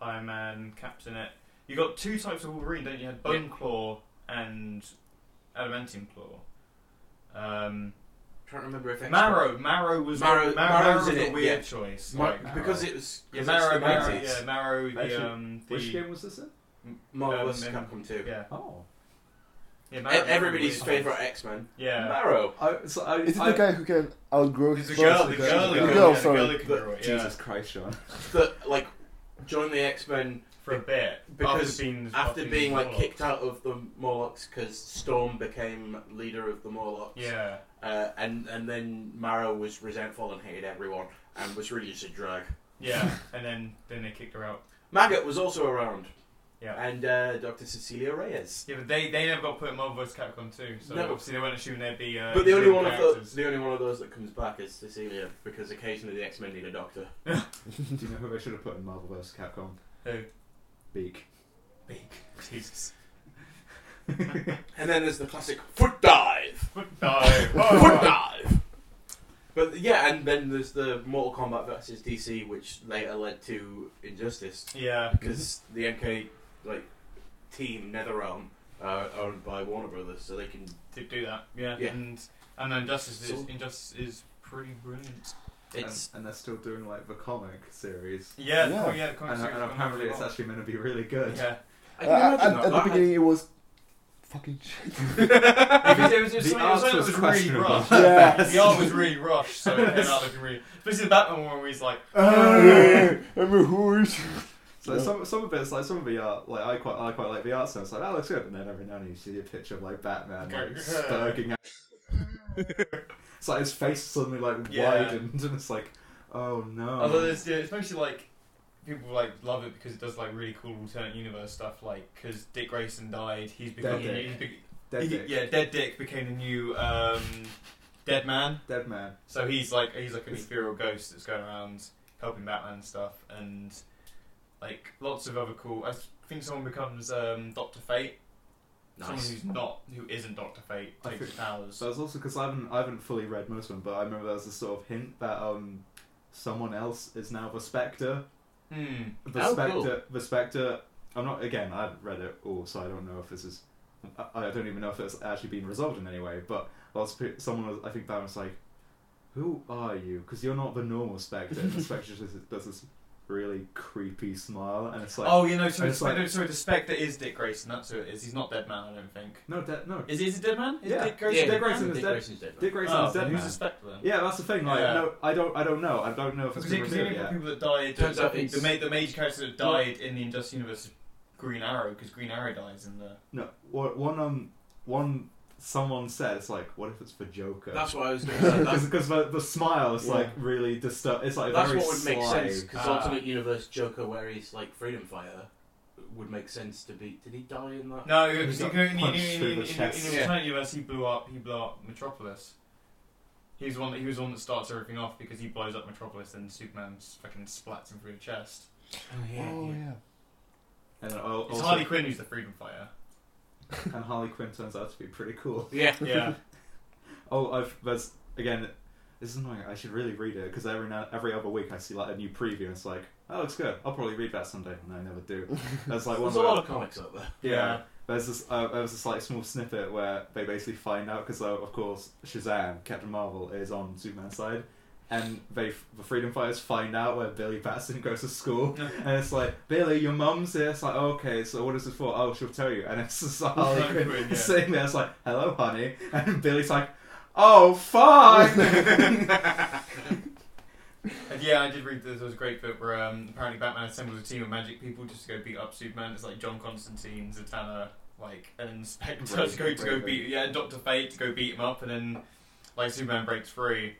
Speaker 4: Iron Man, Cap's in it. You got two types of Wolverine, don't you? you had Bone Claw and Adamantium Claw. Um,
Speaker 3: trying to remember if
Speaker 4: Marrow, Marrow was
Speaker 3: Marrow-
Speaker 4: Marrow
Speaker 3: Marrow's
Speaker 4: was
Speaker 3: in
Speaker 4: a
Speaker 3: it,
Speaker 4: weird
Speaker 3: yeah.
Speaker 4: choice.
Speaker 3: Mar-
Speaker 4: like-
Speaker 3: because it was
Speaker 4: yeah,
Speaker 3: 'cause
Speaker 4: Marrow,
Speaker 3: it's the
Speaker 4: Marrow,
Speaker 3: 90s.
Speaker 4: yeah, Marrow,
Speaker 2: Actually,
Speaker 4: the um, the
Speaker 2: Which game was this in?
Speaker 3: Marvel
Speaker 4: Um,
Speaker 3: vs.
Speaker 4: and-
Speaker 3: Capcom 2.
Speaker 4: yeah.
Speaker 2: Oh.
Speaker 4: Yeah,
Speaker 3: E- Everybody's
Speaker 4: Marrow-
Speaker 3: favourite X Men.
Speaker 4: Yeah.
Speaker 3: Marrow.
Speaker 2: I, so I,
Speaker 5: Is it
Speaker 2: I,
Speaker 5: the guy who can outgrow
Speaker 4: It's
Speaker 5: his
Speaker 4: the
Speaker 5: clothes?
Speaker 4: girl, the
Speaker 5: The
Speaker 4: girl,
Speaker 5: the
Speaker 4: who-
Speaker 5: girl,
Speaker 4: yeah, the girl
Speaker 5: sorry.
Speaker 4: who can do it, yeah.
Speaker 2: Jesus Christ, Sean.
Speaker 3: That, like, joined the X Men
Speaker 4: For a bit.
Speaker 3: Because
Speaker 4: after being,
Speaker 3: after being, like,
Speaker 4: Morlock.
Speaker 3: kicked out of the Morlocks because Storm became leader of the Morlocks.
Speaker 4: Yeah.
Speaker 3: Uh, and, and then Marrow was resentful and hated everyone and was really just a drag.
Speaker 4: Yeah. and then, then they kicked her out.
Speaker 3: Maggot was also around.
Speaker 4: Yeah.
Speaker 3: And uh, Dr. Cecilia Reyes.
Speaker 4: Yeah, but they, they never got put in Marvel vs. Capcom 2, so
Speaker 3: No.
Speaker 4: obviously they weren't assuming there'd be. Uh,
Speaker 3: But the only
Speaker 4: new
Speaker 3: one of those,
Speaker 4: characters.
Speaker 3: the only one of those that comes back is Cecilia because occasionally the X Men need a doctor.
Speaker 2: Do you know who they should have put in Marvel vs. Capcom?
Speaker 4: Who?
Speaker 2: Beak.
Speaker 4: Beak. Jesus.
Speaker 3: And then there's the classic foot dive.
Speaker 4: Oh. Foot dive.
Speaker 3: Foot dive. But yeah, and then there's the Mortal Kombat versus DC, which later led to Injustice
Speaker 4: Yeah.
Speaker 3: because
Speaker 5: Mm-hmm.
Speaker 3: the MK like team NetherRealm are owned by Warner Brothers, so they can.
Speaker 4: To do that. Yeah.
Speaker 3: Yeah.
Speaker 4: And and Injustice is
Speaker 3: So-
Speaker 4: Injustice is pretty brilliant.
Speaker 3: It's
Speaker 2: and, and they're still doing like the comic series,
Speaker 4: Yeah.
Speaker 5: Yeah.
Speaker 4: Oh yeah. The comic
Speaker 2: and,
Speaker 4: series
Speaker 2: and
Speaker 4: went
Speaker 2: apparently
Speaker 4: really
Speaker 2: it's
Speaker 4: well.
Speaker 2: actually meant to be really good.
Speaker 4: Yeah.
Speaker 3: I
Speaker 5: Uh,
Speaker 3: can imagine
Speaker 5: and-
Speaker 3: that.
Speaker 5: at the
Speaker 3: That-
Speaker 5: beginning, it was fucking shit.
Speaker 4: It was- it was, it was,
Speaker 2: The art
Speaker 4: something- it was something
Speaker 2: was
Speaker 4: that was really
Speaker 2: questionable.
Speaker 4: rough.
Speaker 5: Yeah.
Speaker 4: The art was really rough, so it ended up looking really. Especially the Batman one where he's like,
Speaker 5: Hey, Ah! I'm a horse.
Speaker 2: So
Speaker 5: Yeah.
Speaker 2: some some of it's like some of the art, like I quite I quite like the art stuff. It's like that looks good, and then every now and then you see a picture of like Batman like
Speaker 4: Okay.
Speaker 2: spurging out. it's like his face suddenly like
Speaker 4: Yeah.
Speaker 2: widened, and it's like, oh no.
Speaker 4: although it's, yeah, it's mostly like people like love it because it does like really cool alternate universe stuff. Like because Dick Grayson died, he's become
Speaker 2: Dead Dick.
Speaker 4: he's be-
Speaker 2: dead,
Speaker 4: he-
Speaker 2: dick.
Speaker 4: yeah, Dead Dick became the new um, Dead Man.
Speaker 2: dead man.
Speaker 4: So he's like he's like an ethereal ghost that's going around helping Batman and stuff, and like lots of other cool. I think someone becomes um, Doctor Fate. Someone
Speaker 3: Nice.
Speaker 4: who's not, who isn't Doctor Fate,
Speaker 2: I
Speaker 4: takes
Speaker 2: think-
Speaker 4: powers.
Speaker 2: So it's also because I haven't I haven't fully read most of them, but I remember there was a sort of hint that um someone else is now the Spectre.
Speaker 4: Hmm.
Speaker 2: The
Speaker 3: Oh,
Speaker 2: Spectre.
Speaker 3: cool.
Speaker 2: The Spectre. I'm not again. I haven't read it all, so I don't know if this is. I- I don't even know if it's actually been resolved in any way. But last pe- someone was, I think that was like, "Who are you? Because you're not the normal Spectre." And the Spectre just does this really creepy smile, and it's like,
Speaker 4: oh, you know, so
Speaker 2: it's
Speaker 4: it's
Speaker 2: like-
Speaker 4: no, sorry, the Spectre is Dick Grayson. That's who it is. He's not Dead Man, I don't think.
Speaker 2: "No, Dead, no,
Speaker 4: Is he is he Dead Man? Is
Speaker 2: Yeah.
Speaker 4: Dick Grayson
Speaker 2: Yeah,
Speaker 4: Dead
Speaker 2: Grayson
Speaker 4: Man?
Speaker 2: is
Speaker 3: Dick
Speaker 2: dead.
Speaker 3: Grayson's dead.
Speaker 2: Dick Grayson
Speaker 4: oh,
Speaker 2: is Dead
Speaker 4: who's the
Speaker 2: Man."
Speaker 4: Spectre then?
Speaker 2: Yeah, that's the thing. Like,
Speaker 4: Yeah.
Speaker 2: no, I don't, I don't know. I don't know if it's
Speaker 4: Because
Speaker 2: been
Speaker 4: the
Speaker 2: revealed
Speaker 4: only
Speaker 2: yet.
Speaker 4: people that died,
Speaker 3: Turns out
Speaker 4: the,
Speaker 3: it's-
Speaker 4: the, ma- the major character that died in the Injustice universe is Green Arrow, because Green Arrow dies in the.
Speaker 2: No, wha- one um, one someone said it's like, what if it's the Joker?
Speaker 3: That's what I was going to say. That's,
Speaker 2: Because the, the smile is
Speaker 5: Yeah.
Speaker 2: like really disturbed. It's like
Speaker 3: that's
Speaker 2: very
Speaker 3: what would make
Speaker 2: sly.
Speaker 3: sense because
Speaker 4: Ah.
Speaker 3: alternate universe Joker, where he's like freedom fighter, would make sense to be. Did he die in that?
Speaker 4: No,
Speaker 2: He
Speaker 4: because
Speaker 2: got
Speaker 4: in in- in- in-
Speaker 2: punched
Speaker 4: in-
Speaker 2: through
Speaker 4: in-
Speaker 2: the
Speaker 4: in the
Speaker 2: chest.
Speaker 4: alternate universe, he blew up. He blew up Metropolis. He was one. That, he was the one that starts everything off because he blows up Metropolis, and Superman s- fucking splats him through the chest.
Speaker 3: Oh yeah.
Speaker 5: Oh, yeah.
Speaker 2: And, uh, al-
Speaker 4: It's
Speaker 2: also-
Speaker 4: Harley Quinn who's the Freedom Fighter.
Speaker 2: and Harley Quinn turns out to be pretty cool.
Speaker 3: Yeah.
Speaker 4: Yeah,
Speaker 2: Oh, I've, there's again. This is annoying. I should really read it because every now, every other week I see like a new preview. and It's like that looks good. I'll probably read that someday. And I never do. That's like one
Speaker 3: There's a
Speaker 2: where-
Speaker 3: lot of comics out there.
Speaker 2: yeah. There's this, uh, there was this like small snippet where they basically find out because uh, of course Shazam, Captain Marvel is on Superman's side, and they the Freedom Fighters find out where Billy Batson goes to school, and it's like Billy, your mum's here. It's like "Oh, okay, so what is this for? Oh, she'll tell you. And it's just like, Harley
Speaker 4: Harley
Speaker 2: Quinn
Speaker 4: Quinn, yeah.
Speaker 2: sitting there. It's like hello, honey, and Billy's like, oh fuck.
Speaker 4: And yeah, I did read this. It was a great book where um, apparently Batman assembles a team of magic people just to go beat up Superman. It's like John Constantine, Zatanna, like an inspector
Speaker 2: Right,
Speaker 4: to go to go
Speaker 2: right,
Speaker 4: beat yeah, Doctor Fate to go beat him up, and then like Superman breaks free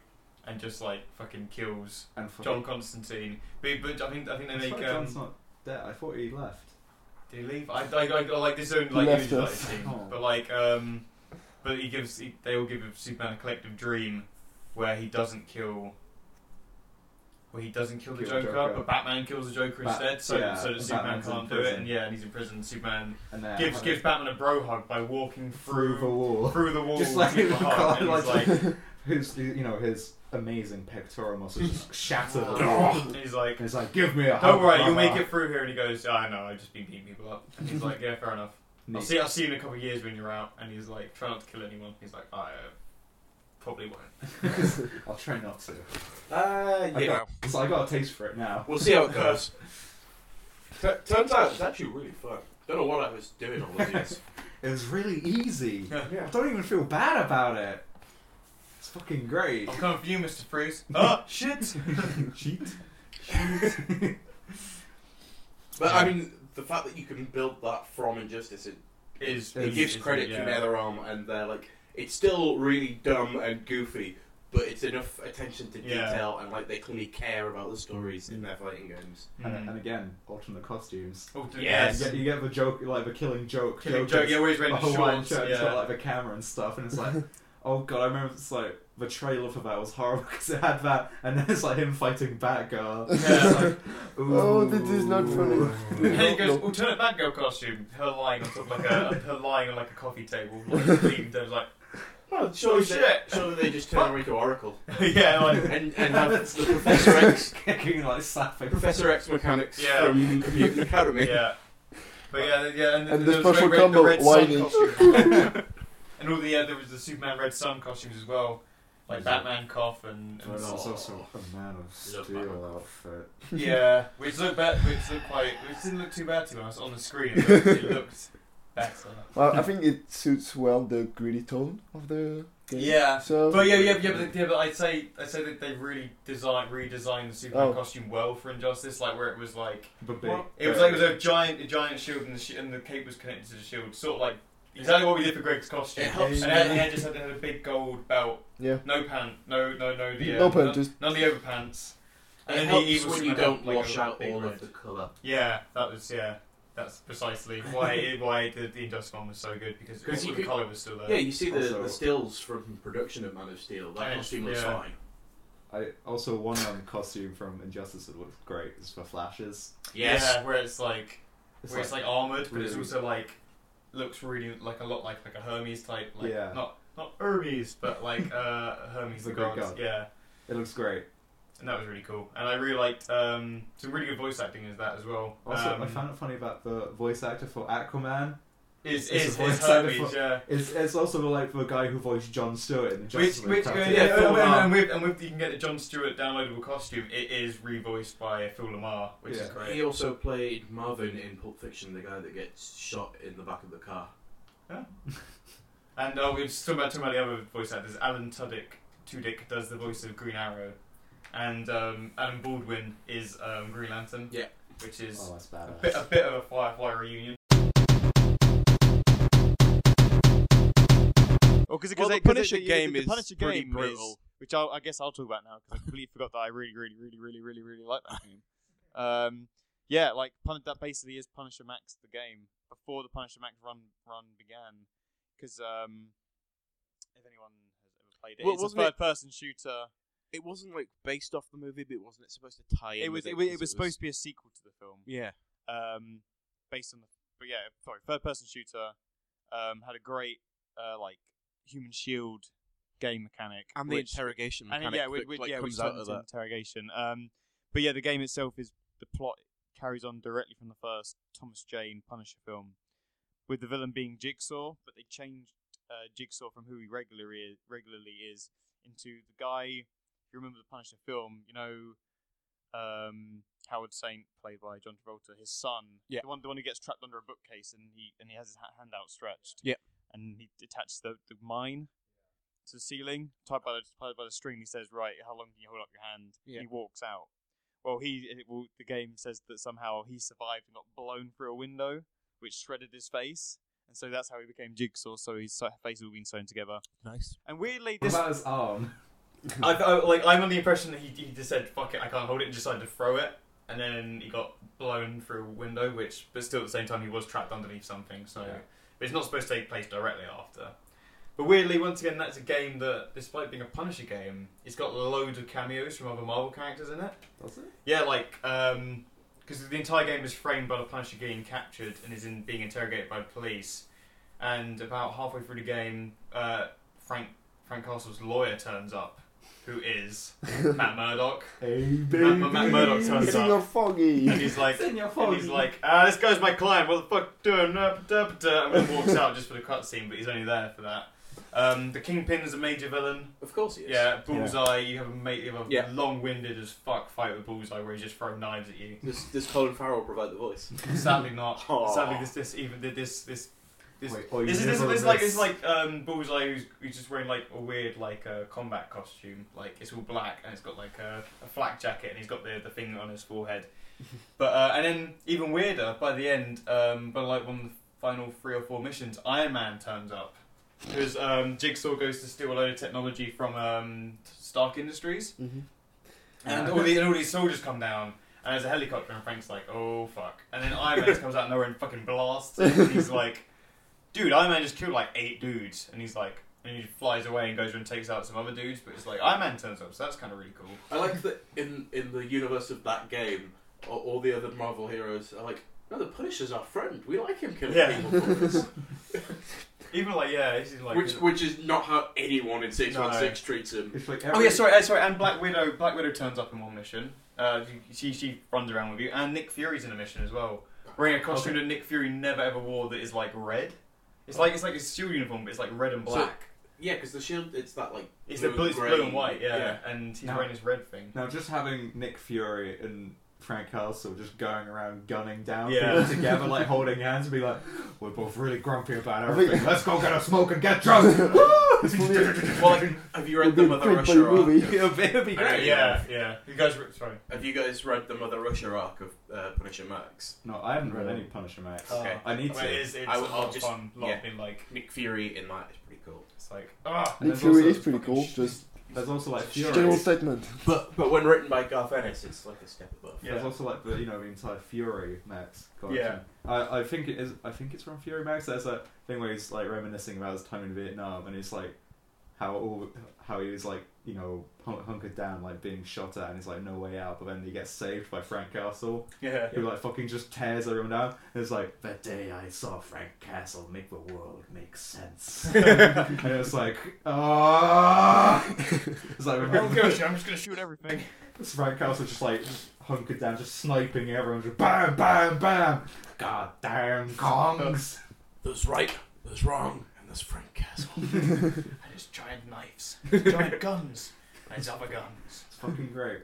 Speaker 4: and just like fucking kills
Speaker 2: and fuck-
Speaker 4: John Constantine. But, but I think I think they
Speaker 2: It's
Speaker 4: make
Speaker 2: like John's
Speaker 4: um,
Speaker 2: not dead. I thought he left.
Speaker 4: did he leave? I I, I, I like this own like images
Speaker 5: left
Speaker 4: of
Speaker 5: us.
Speaker 4: that team,
Speaker 2: Oh.
Speaker 4: but like um, but he gives he, they all give Superman a collective dream where he doesn't kill. Well, he doesn't kill the
Speaker 2: Kill
Speaker 4: Joker,
Speaker 2: Joker.
Speaker 4: but Batman kills the Joker
Speaker 2: Bat-
Speaker 4: instead, so,
Speaker 2: yeah,
Speaker 4: so that
Speaker 2: and
Speaker 4: Superman
Speaker 2: Batman's in
Speaker 4: can't do it,
Speaker 2: prison.
Speaker 4: and yeah, and he's in prison. Superman
Speaker 2: And then
Speaker 4: gives gives Batman a bro hug by walking
Speaker 2: through the
Speaker 4: through
Speaker 2: wall.
Speaker 4: through the wall,
Speaker 2: Just like
Speaker 4: with
Speaker 2: in
Speaker 4: the
Speaker 2: the
Speaker 4: hug, and
Speaker 2: car,
Speaker 4: he's
Speaker 2: like-
Speaker 4: like,
Speaker 2: His, you know, his amazing pectoral muscles just shatter.
Speaker 4: and he's like,
Speaker 2: And it's like, give me a hug.
Speaker 4: Oh. don't worry, you'll
Speaker 2: brother."
Speaker 4: make it through here. And he goes, I know, I've just been beating people up. And he's like, yeah, fair enough. I'll
Speaker 2: Neat.
Speaker 4: see, I'll see you in a couple of years when you're out. And he's like, try not to kill anyone. He's like, I uh, probably won't.
Speaker 2: I'll try not to.
Speaker 3: Uh,
Speaker 2: I got, so I got a taste for it now.
Speaker 3: We'll see how it goes. T- turns out it's actually really fun. Don't know what I was doing all of this.
Speaker 2: It was really easy. I
Speaker 3: yeah.
Speaker 2: don't even feel bad about it. It's fucking great.
Speaker 4: I'm coming for you, Mr. Freeze. oh, shit!
Speaker 2: Cheat.
Speaker 3: But I mean, the fact that you can build that from Injustice, it,
Speaker 4: Is,
Speaker 3: it
Speaker 2: It's-
Speaker 3: gives credit
Speaker 4: yeah.
Speaker 3: to NetherRealm, and they're like, it's still really dumb and goofy, but it's enough attention to
Speaker 4: Yeah.
Speaker 3: detail, and like they clearly care about the stories in their fighting games.
Speaker 2: And, and
Speaker 4: Mm.
Speaker 2: again, alternate costumes.
Speaker 4: Oh, dude,
Speaker 3: Yes.
Speaker 2: You get, you get the joke, like the killing joke.
Speaker 4: Killing
Speaker 2: Joker's-
Speaker 4: joke, yeah, where he's
Speaker 2: the
Speaker 4: wearing the
Speaker 2: Hawaiian
Speaker 4: shorts.
Speaker 2: shirt. It's got
Speaker 4: Yeah.
Speaker 2: like the camera and stuff, and it's like, oh god, I remember it's like the trailer for that was horrible because it had that, and then it's like him fighting Batgirl.
Speaker 4: Yeah.
Speaker 2: It's like,
Speaker 5: Oh, this is not
Speaker 2: ooh.
Speaker 5: funny.
Speaker 4: And he goes, "Oh,
Speaker 5: No, no.
Speaker 4: alternate Batgirl costume. Her lying on top of like a, her lying on like a coffee table, like, clean, dead, like,
Speaker 3: No, surely,
Speaker 4: So
Speaker 3: they,
Speaker 4: shit.
Speaker 3: surely they just turn her into Oracle
Speaker 4: yeah, like,
Speaker 3: and, and have the Professor X,
Speaker 2: kicking like slapping.
Speaker 3: Professor X mechanics
Speaker 4: Yeah.
Speaker 3: from Computer Academy.
Speaker 4: yeah. But yeah, yeah, and,
Speaker 5: And
Speaker 4: there
Speaker 5: the
Speaker 4: was
Speaker 5: special
Speaker 4: red, red,
Speaker 5: combo,
Speaker 4: the red sun
Speaker 5: whining.
Speaker 4: costume. and all the uh, there was the Superman red sun costumes as well, like
Speaker 2: Was it?
Speaker 4: Batman cough and, and
Speaker 2: There's
Speaker 4: all-
Speaker 2: also a man of steel outfit.
Speaker 4: yeah, which looked bad, which looked quite, which didn't look too bad to be honest on the screen. It looked, it looked better.
Speaker 5: Well, I think it suits well the gritty tone of the game.
Speaker 4: Yeah,
Speaker 5: So
Speaker 4: But yeah, yeah, yeah, but, yeah, but I'd say I'd say that they really design redesigned the Superman
Speaker 5: Oh.
Speaker 4: costume well for Injustice, like where it was like
Speaker 2: But big.
Speaker 4: Well, it was like it was a giant, a giant shield, and the, sh- and the cape was connected to the shield, sort of like exactly what we did for Greg's costume.
Speaker 3: It helps.
Speaker 4: And it had, it had just had, it had a big gold belt,
Speaker 5: yeah.
Speaker 4: no pant, no, no, no, the uh,
Speaker 5: No pant, just-
Speaker 4: none of the overpants.
Speaker 3: And it
Speaker 4: then
Speaker 3: helps
Speaker 4: the evil
Speaker 3: when you
Speaker 4: Superman
Speaker 3: don't
Speaker 4: had, like,
Speaker 3: wash
Speaker 4: a
Speaker 3: out
Speaker 4: big
Speaker 3: all
Speaker 4: red.
Speaker 3: of the colour.
Speaker 4: Yeah, that was yeah. That's precisely why it, why the, the Injustice one was so good because
Speaker 3: 'Cause
Speaker 4: all
Speaker 3: you
Speaker 4: the
Speaker 3: could-
Speaker 4: color was still there.
Speaker 3: Yeah, you see the,
Speaker 2: Also-
Speaker 3: the stills from production of Man of Steel. That
Speaker 4: Yeah,
Speaker 3: costume looks
Speaker 4: yeah.
Speaker 3: fine.
Speaker 2: I also one um, costume from Injustice that looks great is for flashes.
Speaker 4: Yeah, where it's like
Speaker 2: It's
Speaker 4: where
Speaker 2: like,
Speaker 4: it's like armored, but it's
Speaker 2: really-
Speaker 4: also like looks really like a lot like like a Hermes type, like
Speaker 2: Yeah.
Speaker 4: not not Hermes, but like uh, Hermes
Speaker 2: The
Speaker 4: the,
Speaker 2: Greek
Speaker 4: gods.
Speaker 2: god.
Speaker 4: Yeah,
Speaker 2: it looks great.
Speaker 4: and that was really cool. And I really liked um, some really good voice acting is that as well.
Speaker 2: Also,
Speaker 4: um,
Speaker 2: I found it funny about the voice actor for Aquaman.
Speaker 4: is
Speaker 2: it's a
Speaker 4: is,
Speaker 2: voice
Speaker 4: is
Speaker 2: actor
Speaker 4: Hermes,
Speaker 2: for-
Speaker 4: yeah.
Speaker 2: It's it's also like the guy who voiced John Stewart in the
Speaker 4: Which,
Speaker 2: Justice League
Speaker 4: which, yeah,
Speaker 2: cartoon.
Speaker 4: yeah,
Speaker 3: Phil
Speaker 4: and, with-
Speaker 3: Lamar.
Speaker 4: and with and with you can get the John Stewart downloadable costume. It is revoiced by Phil Lamar, which
Speaker 2: Yeah.
Speaker 4: is great.
Speaker 3: He also played Marvin in Pulp Fiction, the guy that gets shot in the back of the car.
Speaker 4: And uh, we're just talking about, talking about the other voice actors. Alan Tudyk, Tudyk does the voice of Green Arrow, and um, Alan Baldwin is um, Green Lantern.
Speaker 3: Yeah.
Speaker 4: which is
Speaker 2: Oh, that's
Speaker 4: a bit a
Speaker 2: badass.
Speaker 4: bit of a Firefly reunion.
Speaker 6: Well, because
Speaker 1: Well, the Punisher game
Speaker 6: the
Speaker 1: is
Speaker 6: Punisher
Speaker 1: pretty
Speaker 6: game
Speaker 1: brutal.
Speaker 6: Is, which I'll, I guess I'll talk about now because I completely forgot that I really, really, really, really, really, really like that game. Um, yeah, like Pun- that basically is Punisher Max the game before the Punisher Max run run began. Because um, if anyone has ever played it,
Speaker 1: Well,
Speaker 6: it's a
Speaker 1: wasn't it-
Speaker 6: third person shooter.
Speaker 1: It wasn't like based off the movie, but wasn't it supposed to tie in?
Speaker 6: It was
Speaker 1: with
Speaker 6: it, was it
Speaker 1: 'Cause
Speaker 6: was supposed to be a sequel to the film.
Speaker 1: Yeah.
Speaker 6: um, based on the but yeah, sorry, third person shooter. Um, had a great uh, like human shield game mechanic
Speaker 1: And the
Speaker 6: which-
Speaker 1: interrogation
Speaker 6: and
Speaker 1: mechanic
Speaker 6: yeah,
Speaker 1: that,
Speaker 6: which, which,
Speaker 1: like,
Speaker 6: yeah,
Speaker 1: comes
Speaker 6: which
Speaker 1: out
Speaker 6: turns
Speaker 1: of
Speaker 6: into
Speaker 1: that.
Speaker 6: interrogation. Um, but yeah, the game itself is the plot carries on directly from the first Thomas Jane Punisher film, with the villain being Jigsaw, but they changed uh, Jigsaw from who he regularly regularly is into the guy. If you remember the Punisher film, you know um, Howard Saint, played by John Travolta, his son,
Speaker 1: Yeah.
Speaker 6: the one the one who gets trapped under a bookcase and he and he has his ha- hand outstretched,
Speaker 1: Yeah.
Speaker 6: and he attaches the, the mine to the ceiling, tied by the tied by the string. He says, "Right, how long can you hold up your hand?"
Speaker 1: Yeah.
Speaker 6: He walks out. Well, he it, well, the game says that somehow he survived and got blown through a window, which shredded his face, and so that's how he became Jigsaw. So his so- face has all been sewn together,
Speaker 1: Nice.
Speaker 6: and weirdly,
Speaker 2: What
Speaker 6: this
Speaker 2: about his arm?
Speaker 4: I, I, oh, like I'm under the impression that he, he just said fuck it, I can't hold it, and decided to throw it, and then he got blown through a window, which but still at the same time he was trapped underneath something. So
Speaker 2: Yeah.
Speaker 4: but it's not supposed to take place directly after. But weirdly, once again, that's a game that, despite being a Punisher game, it's got loads of cameos from other Marvel characters in it.
Speaker 2: Does it?
Speaker 4: Yeah, like because the entire game is framed by the Punisher getting captured and is in being interrogated by the police. And about halfway through the game, uh, Frank Frank Castle's lawyer turns up, who is Matt Murdock,
Speaker 2: Hey,
Speaker 4: Matt- Matt baby. Murdock turns
Speaker 5: Getting
Speaker 4: up.
Speaker 5: your foggy.
Speaker 4: and he's like.
Speaker 2: in your
Speaker 4: And he's like, ah, this guy's my client. What the fuck doing? Uh, da, da, da," And then walks out just for the cutscene, but he's only there for that. Um, the Kingpin is a major villain.
Speaker 3: Of course he is.
Speaker 4: Yeah, Bullseye. You have a, ma- you have a
Speaker 3: Yeah.
Speaker 4: long-winded as fuck fight with Bullseye, where he's just throwing knives at you.
Speaker 3: Does, does Colin Farrell provide the voice?
Speaker 4: Sadly not.
Speaker 3: Aw.
Speaker 4: Sadly, this this even this this this.
Speaker 2: Wait, oh, you
Speaker 4: This is, this, is-
Speaker 2: never
Speaker 4: this is like
Speaker 2: miss.
Speaker 4: this is like um, Bullseye who's, who's just wearing like a weird like uh, combat costume like it's all black and it's got like a, a flak jacket and he's got the, the thing on his forehead, but uh, and then even weirder by the end um, but like one of the final three or four missions Iron Man turns up because um, Jigsaw goes to steal a load of technology from um, Stark Industries
Speaker 5: Mhm.
Speaker 4: and all, the, and all these soldiers come down, and there's a helicopter, and Frank's like, oh fuck. And then Iron Man just comes out of nowhere and fucking blasts. him, And he's like, dude, Iron Man just killed like eight dudes. And he's like, and he flies away and goes and takes out some other dudes, but it's like, Iron Man turns up, so that's kind of really cool.
Speaker 3: I like that in, in the universe of that game, a- all the other Marvel heroes are like, no, the Punisher's our friend. We like him killing
Speaker 4: Yeah.
Speaker 3: people for us.
Speaker 4: Even like yeah, this is like
Speaker 3: which which is not how anyone in six one six treats him.
Speaker 2: It's like
Speaker 4: Oh
Speaker 2: every,
Speaker 4: yeah, sorry, uh, sorry. And Black Widow, Black Widow turns up in one mission. Uh, she she runs around with you, and Nick Fury's in a mission as well, wearing a costume that Nick Fury never ever wore that is like red. It's like it's like his shield uniform, but it's like red and
Speaker 3: So-
Speaker 4: black.
Speaker 3: Yeah, because the shield it's that like
Speaker 4: it's
Speaker 3: blue
Speaker 4: the blue, it's
Speaker 3: grey-
Speaker 4: blue and white, yeah. And he's
Speaker 2: No.
Speaker 4: wearing his red thing.
Speaker 2: Now, just having Nick Fury and Frank Castle just going around gunning down
Speaker 4: Yeah.
Speaker 2: people together, like holding hands, and be like, "We're both really grumpy about
Speaker 5: I think-
Speaker 2: everything. Let's go get a smoke and get drunk."
Speaker 5: This will be a-
Speaker 3: Well, like, have you read
Speaker 5: will
Speaker 3: the
Speaker 5: be a
Speaker 3: Mother
Speaker 5: great
Speaker 3: Russia
Speaker 5: bloody
Speaker 3: arc?
Speaker 5: movie.
Speaker 2: It'll be- it'll be
Speaker 3: I know,
Speaker 2: great.
Speaker 4: yeah, yeah. You guys, were, sorry.
Speaker 3: Have you guys read the Mother Russia arc of uh, Punisher Max?
Speaker 2: No, I haven't read
Speaker 5: Really?
Speaker 2: any Punisher Max.
Speaker 3: Okay.
Speaker 2: I need
Speaker 4: Well, it
Speaker 2: to.
Speaker 4: is. Uh, It's
Speaker 3: I
Speaker 4: a
Speaker 3: will-
Speaker 4: lot
Speaker 3: I'll
Speaker 4: of
Speaker 3: just-
Speaker 4: fun. lot
Speaker 3: yeah.
Speaker 4: of being like,
Speaker 3: Nick Fury in that is pretty cool.
Speaker 4: it's like ah.
Speaker 5: Nick
Speaker 2: there's
Speaker 5: Fury
Speaker 2: also
Speaker 5: is
Speaker 2: the
Speaker 5: pretty
Speaker 2: fucking
Speaker 5: cool.
Speaker 2: sh-
Speaker 5: Just
Speaker 2: There's also like Fury.
Speaker 5: general statement.
Speaker 3: But but when written by Garth Ennis, it's like a step above.
Speaker 2: There's
Speaker 4: Yeah.
Speaker 2: also like the you know the entire Fury Max collection.
Speaker 4: Yeah.
Speaker 2: I, I think it is. I think it's from Fury Max. There's a thing where he's like reminiscing about his time in Vietnam, and it's like how all how he was like you know hun- hunkered down, like being shot at, and he's like no way out. But then he gets saved by Frank Castle,
Speaker 4: Yeah.
Speaker 2: who like fucking just tears everyone down. And it's like that day I saw Frank Castle make the world make sense. and it's like ah, it's like
Speaker 6: Oh gosh, I'm just gonna shoot everything.
Speaker 2: this Frank Castle just like hunkered down, just sniping everyone, just bam, bam, bam. Goddamn Kongs.
Speaker 3: There's right, there's wrong, and there's Frank Castle.
Speaker 4: And it's giant knives, giant guns, and it's other guns.
Speaker 2: It's fucking great.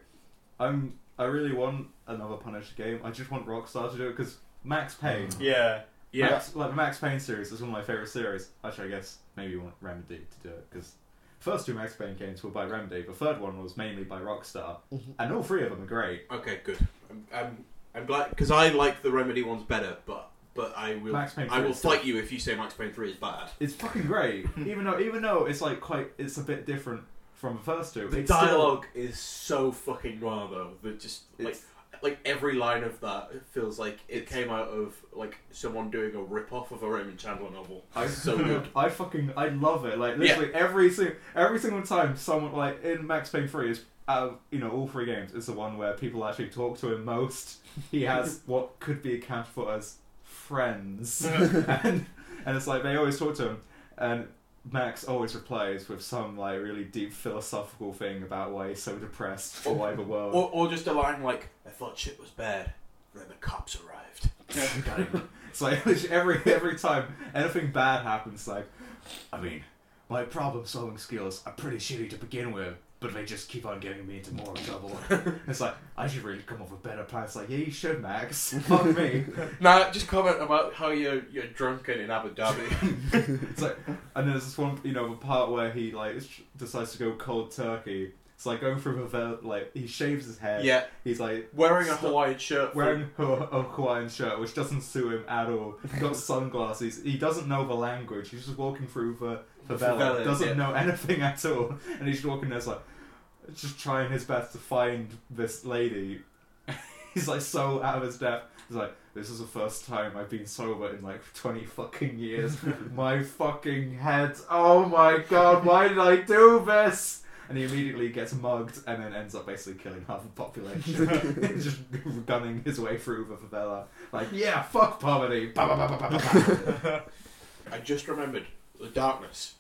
Speaker 2: I'm. I really want another Punisher game. I just want Rockstar to do it because Max Payne.
Speaker 4: Yeah.
Speaker 3: yeah,
Speaker 2: Max, like the Max Payne series is one of my favorite series. Actually, I guess maybe you want Remedy to do it because first two Max Payne games were by Remedy. The third one was mainly by Rockstar,
Speaker 3: Mm-hmm.
Speaker 2: and all three of them are great.
Speaker 3: okay, good. I'm I'm, I'm glad because I like the Remedy ones better, but but I will
Speaker 2: Max Payne
Speaker 3: I will
Speaker 2: 3 is still-
Speaker 3: fight you if you say Max Payne three is bad.
Speaker 2: It's fucking great. even though, even though it's like quite, it's a bit different from the first two.
Speaker 3: The
Speaker 2: it's still-
Speaker 3: dialogue is so fucking raw though that just like
Speaker 2: It's-
Speaker 3: like every line of that it feels like it came out of like someone doing a rip off of a Raymond Chandler novel.
Speaker 2: I
Speaker 3: so good.
Speaker 2: I fucking I love it. Like literally every single every single time someone like in Max Payne Three is out of you know all three games is the one where people actually talk to him most. He has what could be accounted for as friends, and and it's like they always talk to him, and Max always replies with some like really deep philosophical thing about why he's so depressed or why the world.
Speaker 3: Or, or just a line like, I thought shit was bad, then the cops arrived. Got him.
Speaker 2: It's like literally every every time anything bad happens, like I mean, my problem solving skills are pretty shitty to begin with, but they just keep on getting me into more trouble. it's like I should really come up with better plans. Like yeah, you should, Max. Fuck me.
Speaker 3: Now, just comment about how you're, you're drunken in Abu Dhabi.
Speaker 2: It's like, and there's this one, you know, the part where he like s- decides to go cold turkey. It's like going through a vel- like he shaves his head.
Speaker 3: yeah,
Speaker 2: He's like
Speaker 3: wearing a
Speaker 2: Stop.
Speaker 3: Hawaiian shirt. for-
Speaker 2: wearing a, a Hawaiian shirt, which doesn't suit him at all. He's got sunglasses. He doesn't know the language. He's just walking through the favela.
Speaker 3: Favela,
Speaker 2: doesn't
Speaker 3: yeah.
Speaker 2: know anything at all, and he's walking there's like just trying his best to find this lady. he's like so out of his depth. He's like, "This is the first time I've been sober in like twenty fucking years. my fucking head. Oh my god, why did I do this?" And he immediately gets mugged and then ends up basically killing half the population. just gunning his way through the favela. Like, yeah, fuck poverty. Ba, ba, ba, ba, ba, ba, ba.
Speaker 3: I just remembered The Darkness.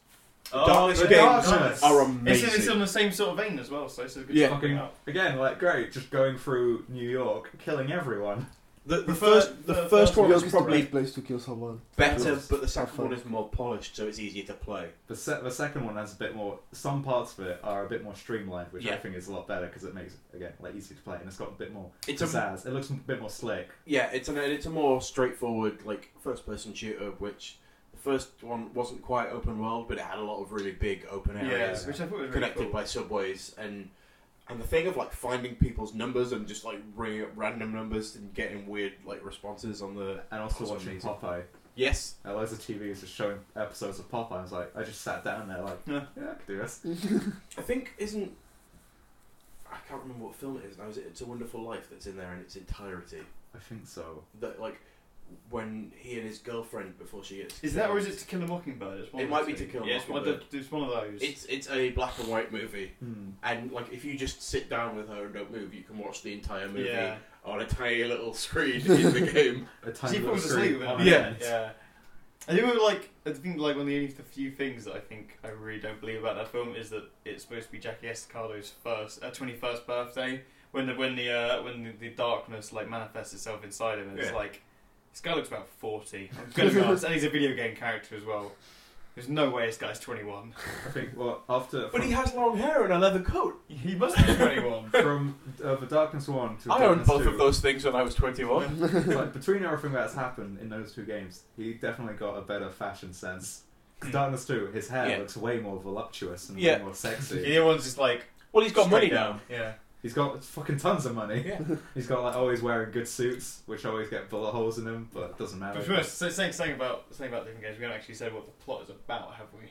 Speaker 3: The
Speaker 4: Oh,
Speaker 3: Darkness
Speaker 4: The
Speaker 3: games
Speaker 2: Darkness.
Speaker 3: are
Speaker 4: It's,
Speaker 3: amazing.
Speaker 4: it's on the same sort of vein as well, so it's a good
Speaker 3: Yeah.
Speaker 4: to
Speaker 2: Fucking-
Speaker 4: fucking up.
Speaker 2: Again, like, great. Just going through New York, killing everyone.
Speaker 3: the, the
Speaker 4: the
Speaker 3: first,
Speaker 4: fir-
Speaker 3: the
Speaker 4: the
Speaker 3: first
Speaker 4: first
Speaker 3: one
Speaker 5: Yours
Speaker 3: was
Speaker 5: is the
Speaker 3: probably
Speaker 5: best place to kill someone.
Speaker 3: better,
Speaker 5: Yes.
Speaker 3: but the
Speaker 5: Have
Speaker 3: second
Speaker 5: fun.
Speaker 3: one is more polished, so it's easier to play.
Speaker 2: The, se- the second one has a bit more. Some parts of it are a bit more streamlined, which I
Speaker 3: Yeah.
Speaker 2: think is a lot better because it makes it, again, like, easy to play and it's got a bit more
Speaker 3: It's a
Speaker 2: pizzazz. It looks a bit more slick.
Speaker 3: Yeah, it's an it's a more straightforward like first person shooter, which the first one wasn't quite open world, but it had a lot of really big open
Speaker 4: Yeah,
Speaker 3: areas
Speaker 4: which I thought was really
Speaker 3: connected
Speaker 4: cool.
Speaker 3: by subways and and the thing of like finding people's numbers and just like ringing up random numbers and getting weird like responses on the
Speaker 2: And also
Speaker 3: That's
Speaker 2: watching
Speaker 3: amazing.
Speaker 2: Popeye.
Speaker 3: yes
Speaker 2: Now, loads of TV is just showing episodes of Popeye. I was like, I just sat down there, like, yeah,
Speaker 4: Yeah.
Speaker 2: I could do this.
Speaker 3: I think isn't I can't remember what film it is now. Is it It's a Wonderful Life that's in there in its entirety?
Speaker 2: I think so.
Speaker 3: That like when he and his girlfriend before she gets
Speaker 4: Is that or is
Speaker 3: killed.
Speaker 4: it To Kill a Mockingbird? It's one
Speaker 3: It
Speaker 4: of
Speaker 3: might
Speaker 4: the
Speaker 3: be
Speaker 4: two.
Speaker 3: To Kill a
Speaker 4: yeah, it's one of the- It's one of those.
Speaker 3: It's it's a black and white movie.
Speaker 2: Hmm.
Speaker 3: and like if you just sit down with her and don't move, you can watch the entire movie
Speaker 4: yeah.
Speaker 3: on a tiny little screen in the game.
Speaker 2: A tiny
Speaker 4: She
Speaker 2: little
Speaker 4: falls
Speaker 2: screen
Speaker 4: asleep.
Speaker 2: on
Speaker 4: and-
Speaker 2: it.
Speaker 3: Yeah.
Speaker 4: yeah. I think we were like I think like one of the only the few things that I think I really don't believe about that film is that it's supposed to be Jackie Estacado's first uh, 21st birthday when the when the uh, when the, the darkness like manifests itself inside him and it's
Speaker 2: Yeah.
Speaker 4: like this guy looks about 40. I'm gonna be honest, and he's a video game character as well. There's no way this guy's 21.
Speaker 2: I think well after
Speaker 3: But
Speaker 2: from,
Speaker 3: he has long hair and a leather coat.
Speaker 4: He must be 21.
Speaker 2: from uh, the Darkness One to
Speaker 3: I owned
Speaker 2: Darkness
Speaker 3: both
Speaker 2: Two,
Speaker 3: of those things when I was 21.
Speaker 2: it's like, between everything that's happened in those two games, he definitely got a better fashion sense. 'Cause Darkness Two, his hair
Speaker 3: Hmm. Yeah.
Speaker 2: looks way more voluptuous and
Speaker 3: Yeah.
Speaker 2: way more sexy.
Speaker 4: the other one's just like
Speaker 3: Well, he's got money
Speaker 4: straight
Speaker 3: now.
Speaker 4: down. Yeah.
Speaker 2: He's got fucking tons of money.
Speaker 3: Yeah.
Speaker 2: He's got like always wearing good suits, which always get bullet holes in them, but it doesn't matter.
Speaker 4: But to be honest, so saying something about saying about different games, we haven't actually said what the plot is about, have we?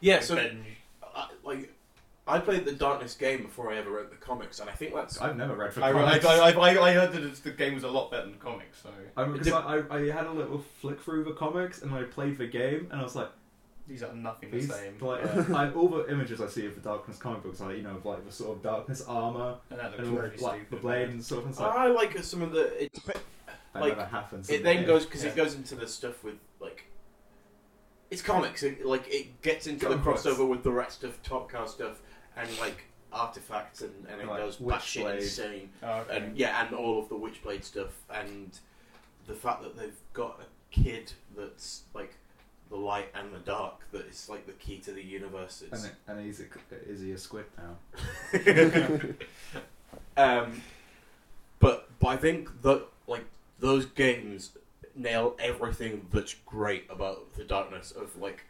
Speaker 3: Yeah, so
Speaker 4: Revenge.
Speaker 3: I, like I played the Darkness game before I ever read the comics, and I think that's
Speaker 2: I've never read for
Speaker 4: I, I,
Speaker 2: comics.
Speaker 4: I, I, I heard that it's- the game was a lot better than the comics, so
Speaker 2: I'm-
Speaker 4: It
Speaker 2: 'cause I, I, I had a little flick through the comics and I played the game and I was like,
Speaker 4: these are nothing the
Speaker 2: these
Speaker 4: same.
Speaker 2: like
Speaker 4: yeah.
Speaker 2: I, all the images I see of the darkness comic books are you know of, like the sort of darkness armor
Speaker 4: and that looks
Speaker 2: and all,
Speaker 4: really
Speaker 2: like
Speaker 4: stupid.
Speaker 2: the blade and stuff. And it's like
Speaker 3: I like some of the. It,
Speaker 2: that
Speaker 3: like,
Speaker 2: never happens. in
Speaker 3: it
Speaker 2: the
Speaker 3: then
Speaker 2: game.
Speaker 3: goes because
Speaker 4: Yeah.
Speaker 3: it goes into the stuff with like. It's comics. It, like it gets into the
Speaker 2: Comics.
Speaker 3: crossover with the rest of Top Car stuff and like artifacts, and, and it
Speaker 2: Like
Speaker 3: goes
Speaker 2: Witchblade.
Speaker 3: batshit insane.
Speaker 4: Oh, okay.
Speaker 3: and yeah, and all of the Witchblade stuff, and the fact that they've got a kid that's like the light and the dark that is like the key to the universe.
Speaker 2: And,
Speaker 3: It's,
Speaker 2: it, and he's a, is he a squid now?
Speaker 3: um, but but I think that like those games nail everything that's great about the darkness of like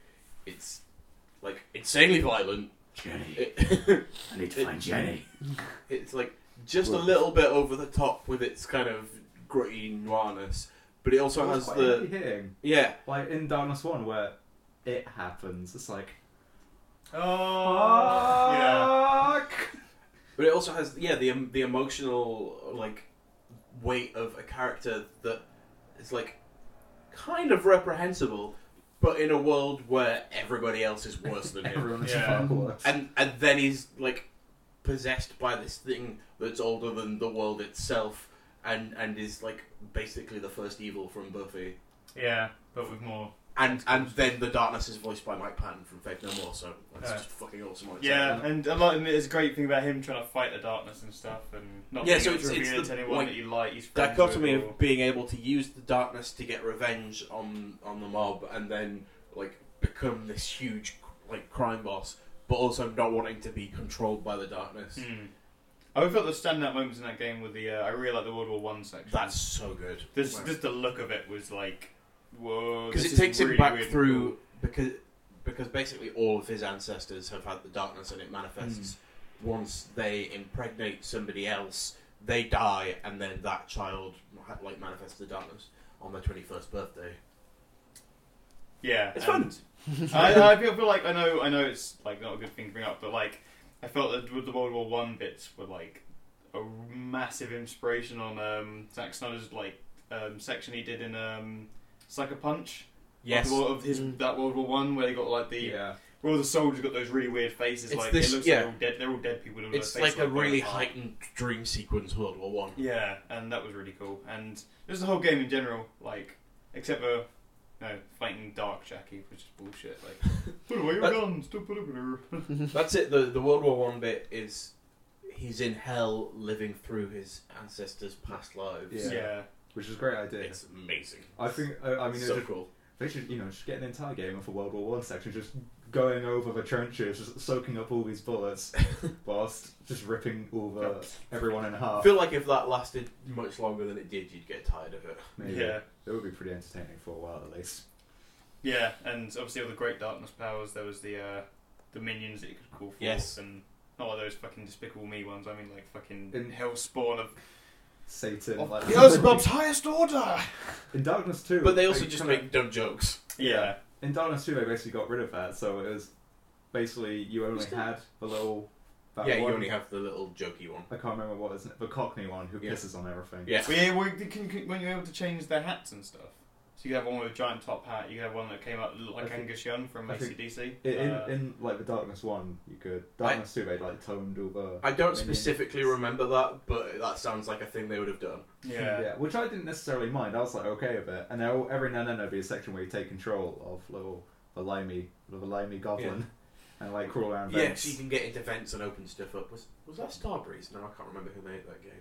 Speaker 3: it's like insanely violent.
Speaker 2: Jenny,
Speaker 3: It-
Speaker 2: I need
Speaker 3: to find
Speaker 2: Jenny.
Speaker 3: It's like just a little bit over the top with its kind of gritty noirness, but it also has the
Speaker 2: hitting
Speaker 3: yeah.
Speaker 2: like in Darkness One where it happens. It's like
Speaker 4: oh, yeah.
Speaker 2: fuck!
Speaker 3: But it also has yeah the um, the emotional like weight of a character that is like kind of reprehensible, but in a world where everybody else is worse than him,
Speaker 2: Everyone is far
Speaker 4: Yeah.
Speaker 2: worse.
Speaker 3: and and then he's like possessed by this thing that's older than the world itself, and and is like basically the first evil from Buffy.
Speaker 4: yeah, but with more.
Speaker 3: And and then the darkness is voiced by Mike Patton from Faith No More, so that's
Speaker 4: Yeah.
Speaker 3: just fucking awesome. on its own.
Speaker 4: Yeah, and a lot. And there's a great thing about him trying to fight the darkness and stuff, and not
Speaker 3: Yeah,
Speaker 4: being
Speaker 3: so
Speaker 4: able to
Speaker 3: it's- it's
Speaker 4: reveal it
Speaker 3: the,
Speaker 4: to anyone
Speaker 3: like,
Speaker 4: that you like. He's friends
Speaker 3: dichotomy
Speaker 4: with
Speaker 3: of being able to use the darkness to get revenge on on the mob and then like become this huge like crime boss but also not wanting to be controlled by the darkness
Speaker 4: or- Hmm. I thought the standout moments in that game were the. Uh, I really like the World War One section.
Speaker 3: that's so good
Speaker 4: This, just the look of it was like, whoa.
Speaker 3: because
Speaker 4: this
Speaker 3: it
Speaker 4: is
Speaker 3: takes
Speaker 4: really
Speaker 3: him back
Speaker 4: weird and
Speaker 3: through
Speaker 4: cool.
Speaker 3: because because basically all of his ancestors have had the darkness and it manifests
Speaker 4: Hmm.
Speaker 3: once they impregnate somebody else they die and then that child ha- like manifests the darkness on their 21st birthday
Speaker 4: Yeah,
Speaker 3: it's fun
Speaker 4: and- I, I feel, feel like I know I know it's like not a good thing to bring up, but like I felt that with the World War One bits were like a massive inspiration on um, Zack Snyder's like um, section he did in um, Sucker Punch.
Speaker 3: yes
Speaker 4: of, the war- of his that World War One where they got like the
Speaker 2: yeah,
Speaker 4: where all the soldiers got those really weird faces.
Speaker 3: It's
Speaker 4: like
Speaker 3: this-
Speaker 4: it looks
Speaker 3: yeah.
Speaker 4: like they're all dead. They're all dead people. with all
Speaker 3: It's
Speaker 4: their face
Speaker 3: like a really
Speaker 4: apart.
Speaker 3: heightened dream sequence, World War One.
Speaker 4: Yeah, and that was really cool. And just the whole game in general, like except for. No, fighting Dark Jackie, which is bullshit. Like, put away your
Speaker 3: That-
Speaker 4: guns. duh, blah, blah, blah.
Speaker 3: That's it. The the World War One bit is he's in hell, living through his ancestors' past lives.
Speaker 2: Yeah.
Speaker 4: Yeah.
Speaker 2: which is a great idea.
Speaker 3: It's amazing.
Speaker 2: I think uh, I mean it
Speaker 3: so
Speaker 2: just-
Speaker 3: cool.
Speaker 2: they should you know just get an entire game of a World War One section, just going over the trenches, just soaking up all these bullets, whilst just ripping all the everyone in
Speaker 3: I
Speaker 2: half.
Speaker 3: feel like if that lasted much longer than it did, you'd get tired of it.
Speaker 2: Maybe.
Speaker 4: Yeah.
Speaker 2: it would be pretty entertaining for a while at least.
Speaker 4: Yeah, and obviously all the Great Darkness powers. There was the uh, the minions that you could call forth,
Speaker 3: Yes.
Speaker 4: and not like those fucking Despicable Me ones. I mean, like fucking
Speaker 2: In-
Speaker 4: hell spawn of
Speaker 2: Satan,
Speaker 4: of
Speaker 2: like
Speaker 4: highest order.
Speaker 2: in Darkness Two,
Speaker 3: But they also just
Speaker 2: kinda-
Speaker 3: make dumb jokes.
Speaker 4: Yeah,
Speaker 2: in Darkness Two they basically got rid of that, so it was basically you only had the little that
Speaker 3: yeah,
Speaker 2: one-
Speaker 3: you only have the little jokey one.
Speaker 2: I can't remember what is it, the Cockney one who
Speaker 3: Yeah.
Speaker 2: pisses on everything.
Speaker 3: Yeah.
Speaker 4: Well, yeah. Well, can, can, weren't you able to change their hats and stuff? So you could have one with a giant top hat. You could have one that came out looked
Speaker 2: I
Speaker 4: like
Speaker 2: think-
Speaker 4: Angus Young from
Speaker 2: I think-
Speaker 4: ACDC.
Speaker 2: In, in,
Speaker 4: Uh,
Speaker 2: in like the Darkness One, you could Darkness Two, they like toned over.
Speaker 3: I don't
Speaker 2: minions.
Speaker 3: specifically remember that, but that sounds like a thing they would have done.
Speaker 4: yeah.
Speaker 2: Yeah, which I didn't necessarily mind. I was like okay with it. And there, will- every now and then there'd be a section where you take control of little the limey, little limey goblin, and like crawl around.
Speaker 3: Yeah,
Speaker 2: vents.
Speaker 3: so you can get into vents and open stuff up. Was was that Starbreeze? No, I can't remember who made that game.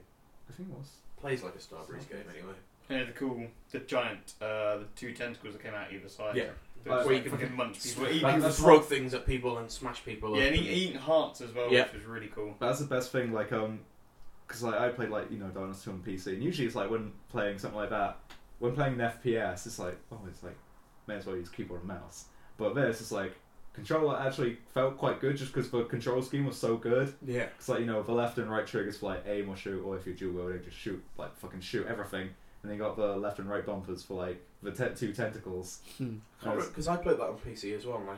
Speaker 2: I think it was.
Speaker 3: Plays like a Starbreeze game anyway.
Speaker 4: Yeah, the cool, the giant, uh, the two tentacles that came out either side.
Speaker 3: Yeah.
Speaker 4: That was
Speaker 2: Where
Speaker 4: like
Speaker 3: you can
Speaker 4: fucking munch people.
Speaker 3: You
Speaker 2: That-
Speaker 3: can
Speaker 2: that's
Speaker 3: throw
Speaker 2: what-
Speaker 3: things at people and smash people.
Speaker 4: yeah,
Speaker 3: up
Speaker 4: and he eating hearts as well,
Speaker 3: Yeah.
Speaker 4: which was really cool.
Speaker 2: That's the best thing, like, um, because like, I played, like, you know, Darkness 2 on PC, and usually it's like when playing something like that, when playing an FPS, it's like, oh, it's like, may as well use keyboard and mouse. But this is like, controller actually felt quite good just because the control scheme was so good.
Speaker 3: yeah.
Speaker 2: It's like, you know, the left and right triggers for like aim or shoot, or if you're dual wielding, just shoot, like, fucking shoot everything. And then you got the left and right bumpers for like the te- two tentacles. And it's-
Speaker 3: Because I played that on PC as well, and I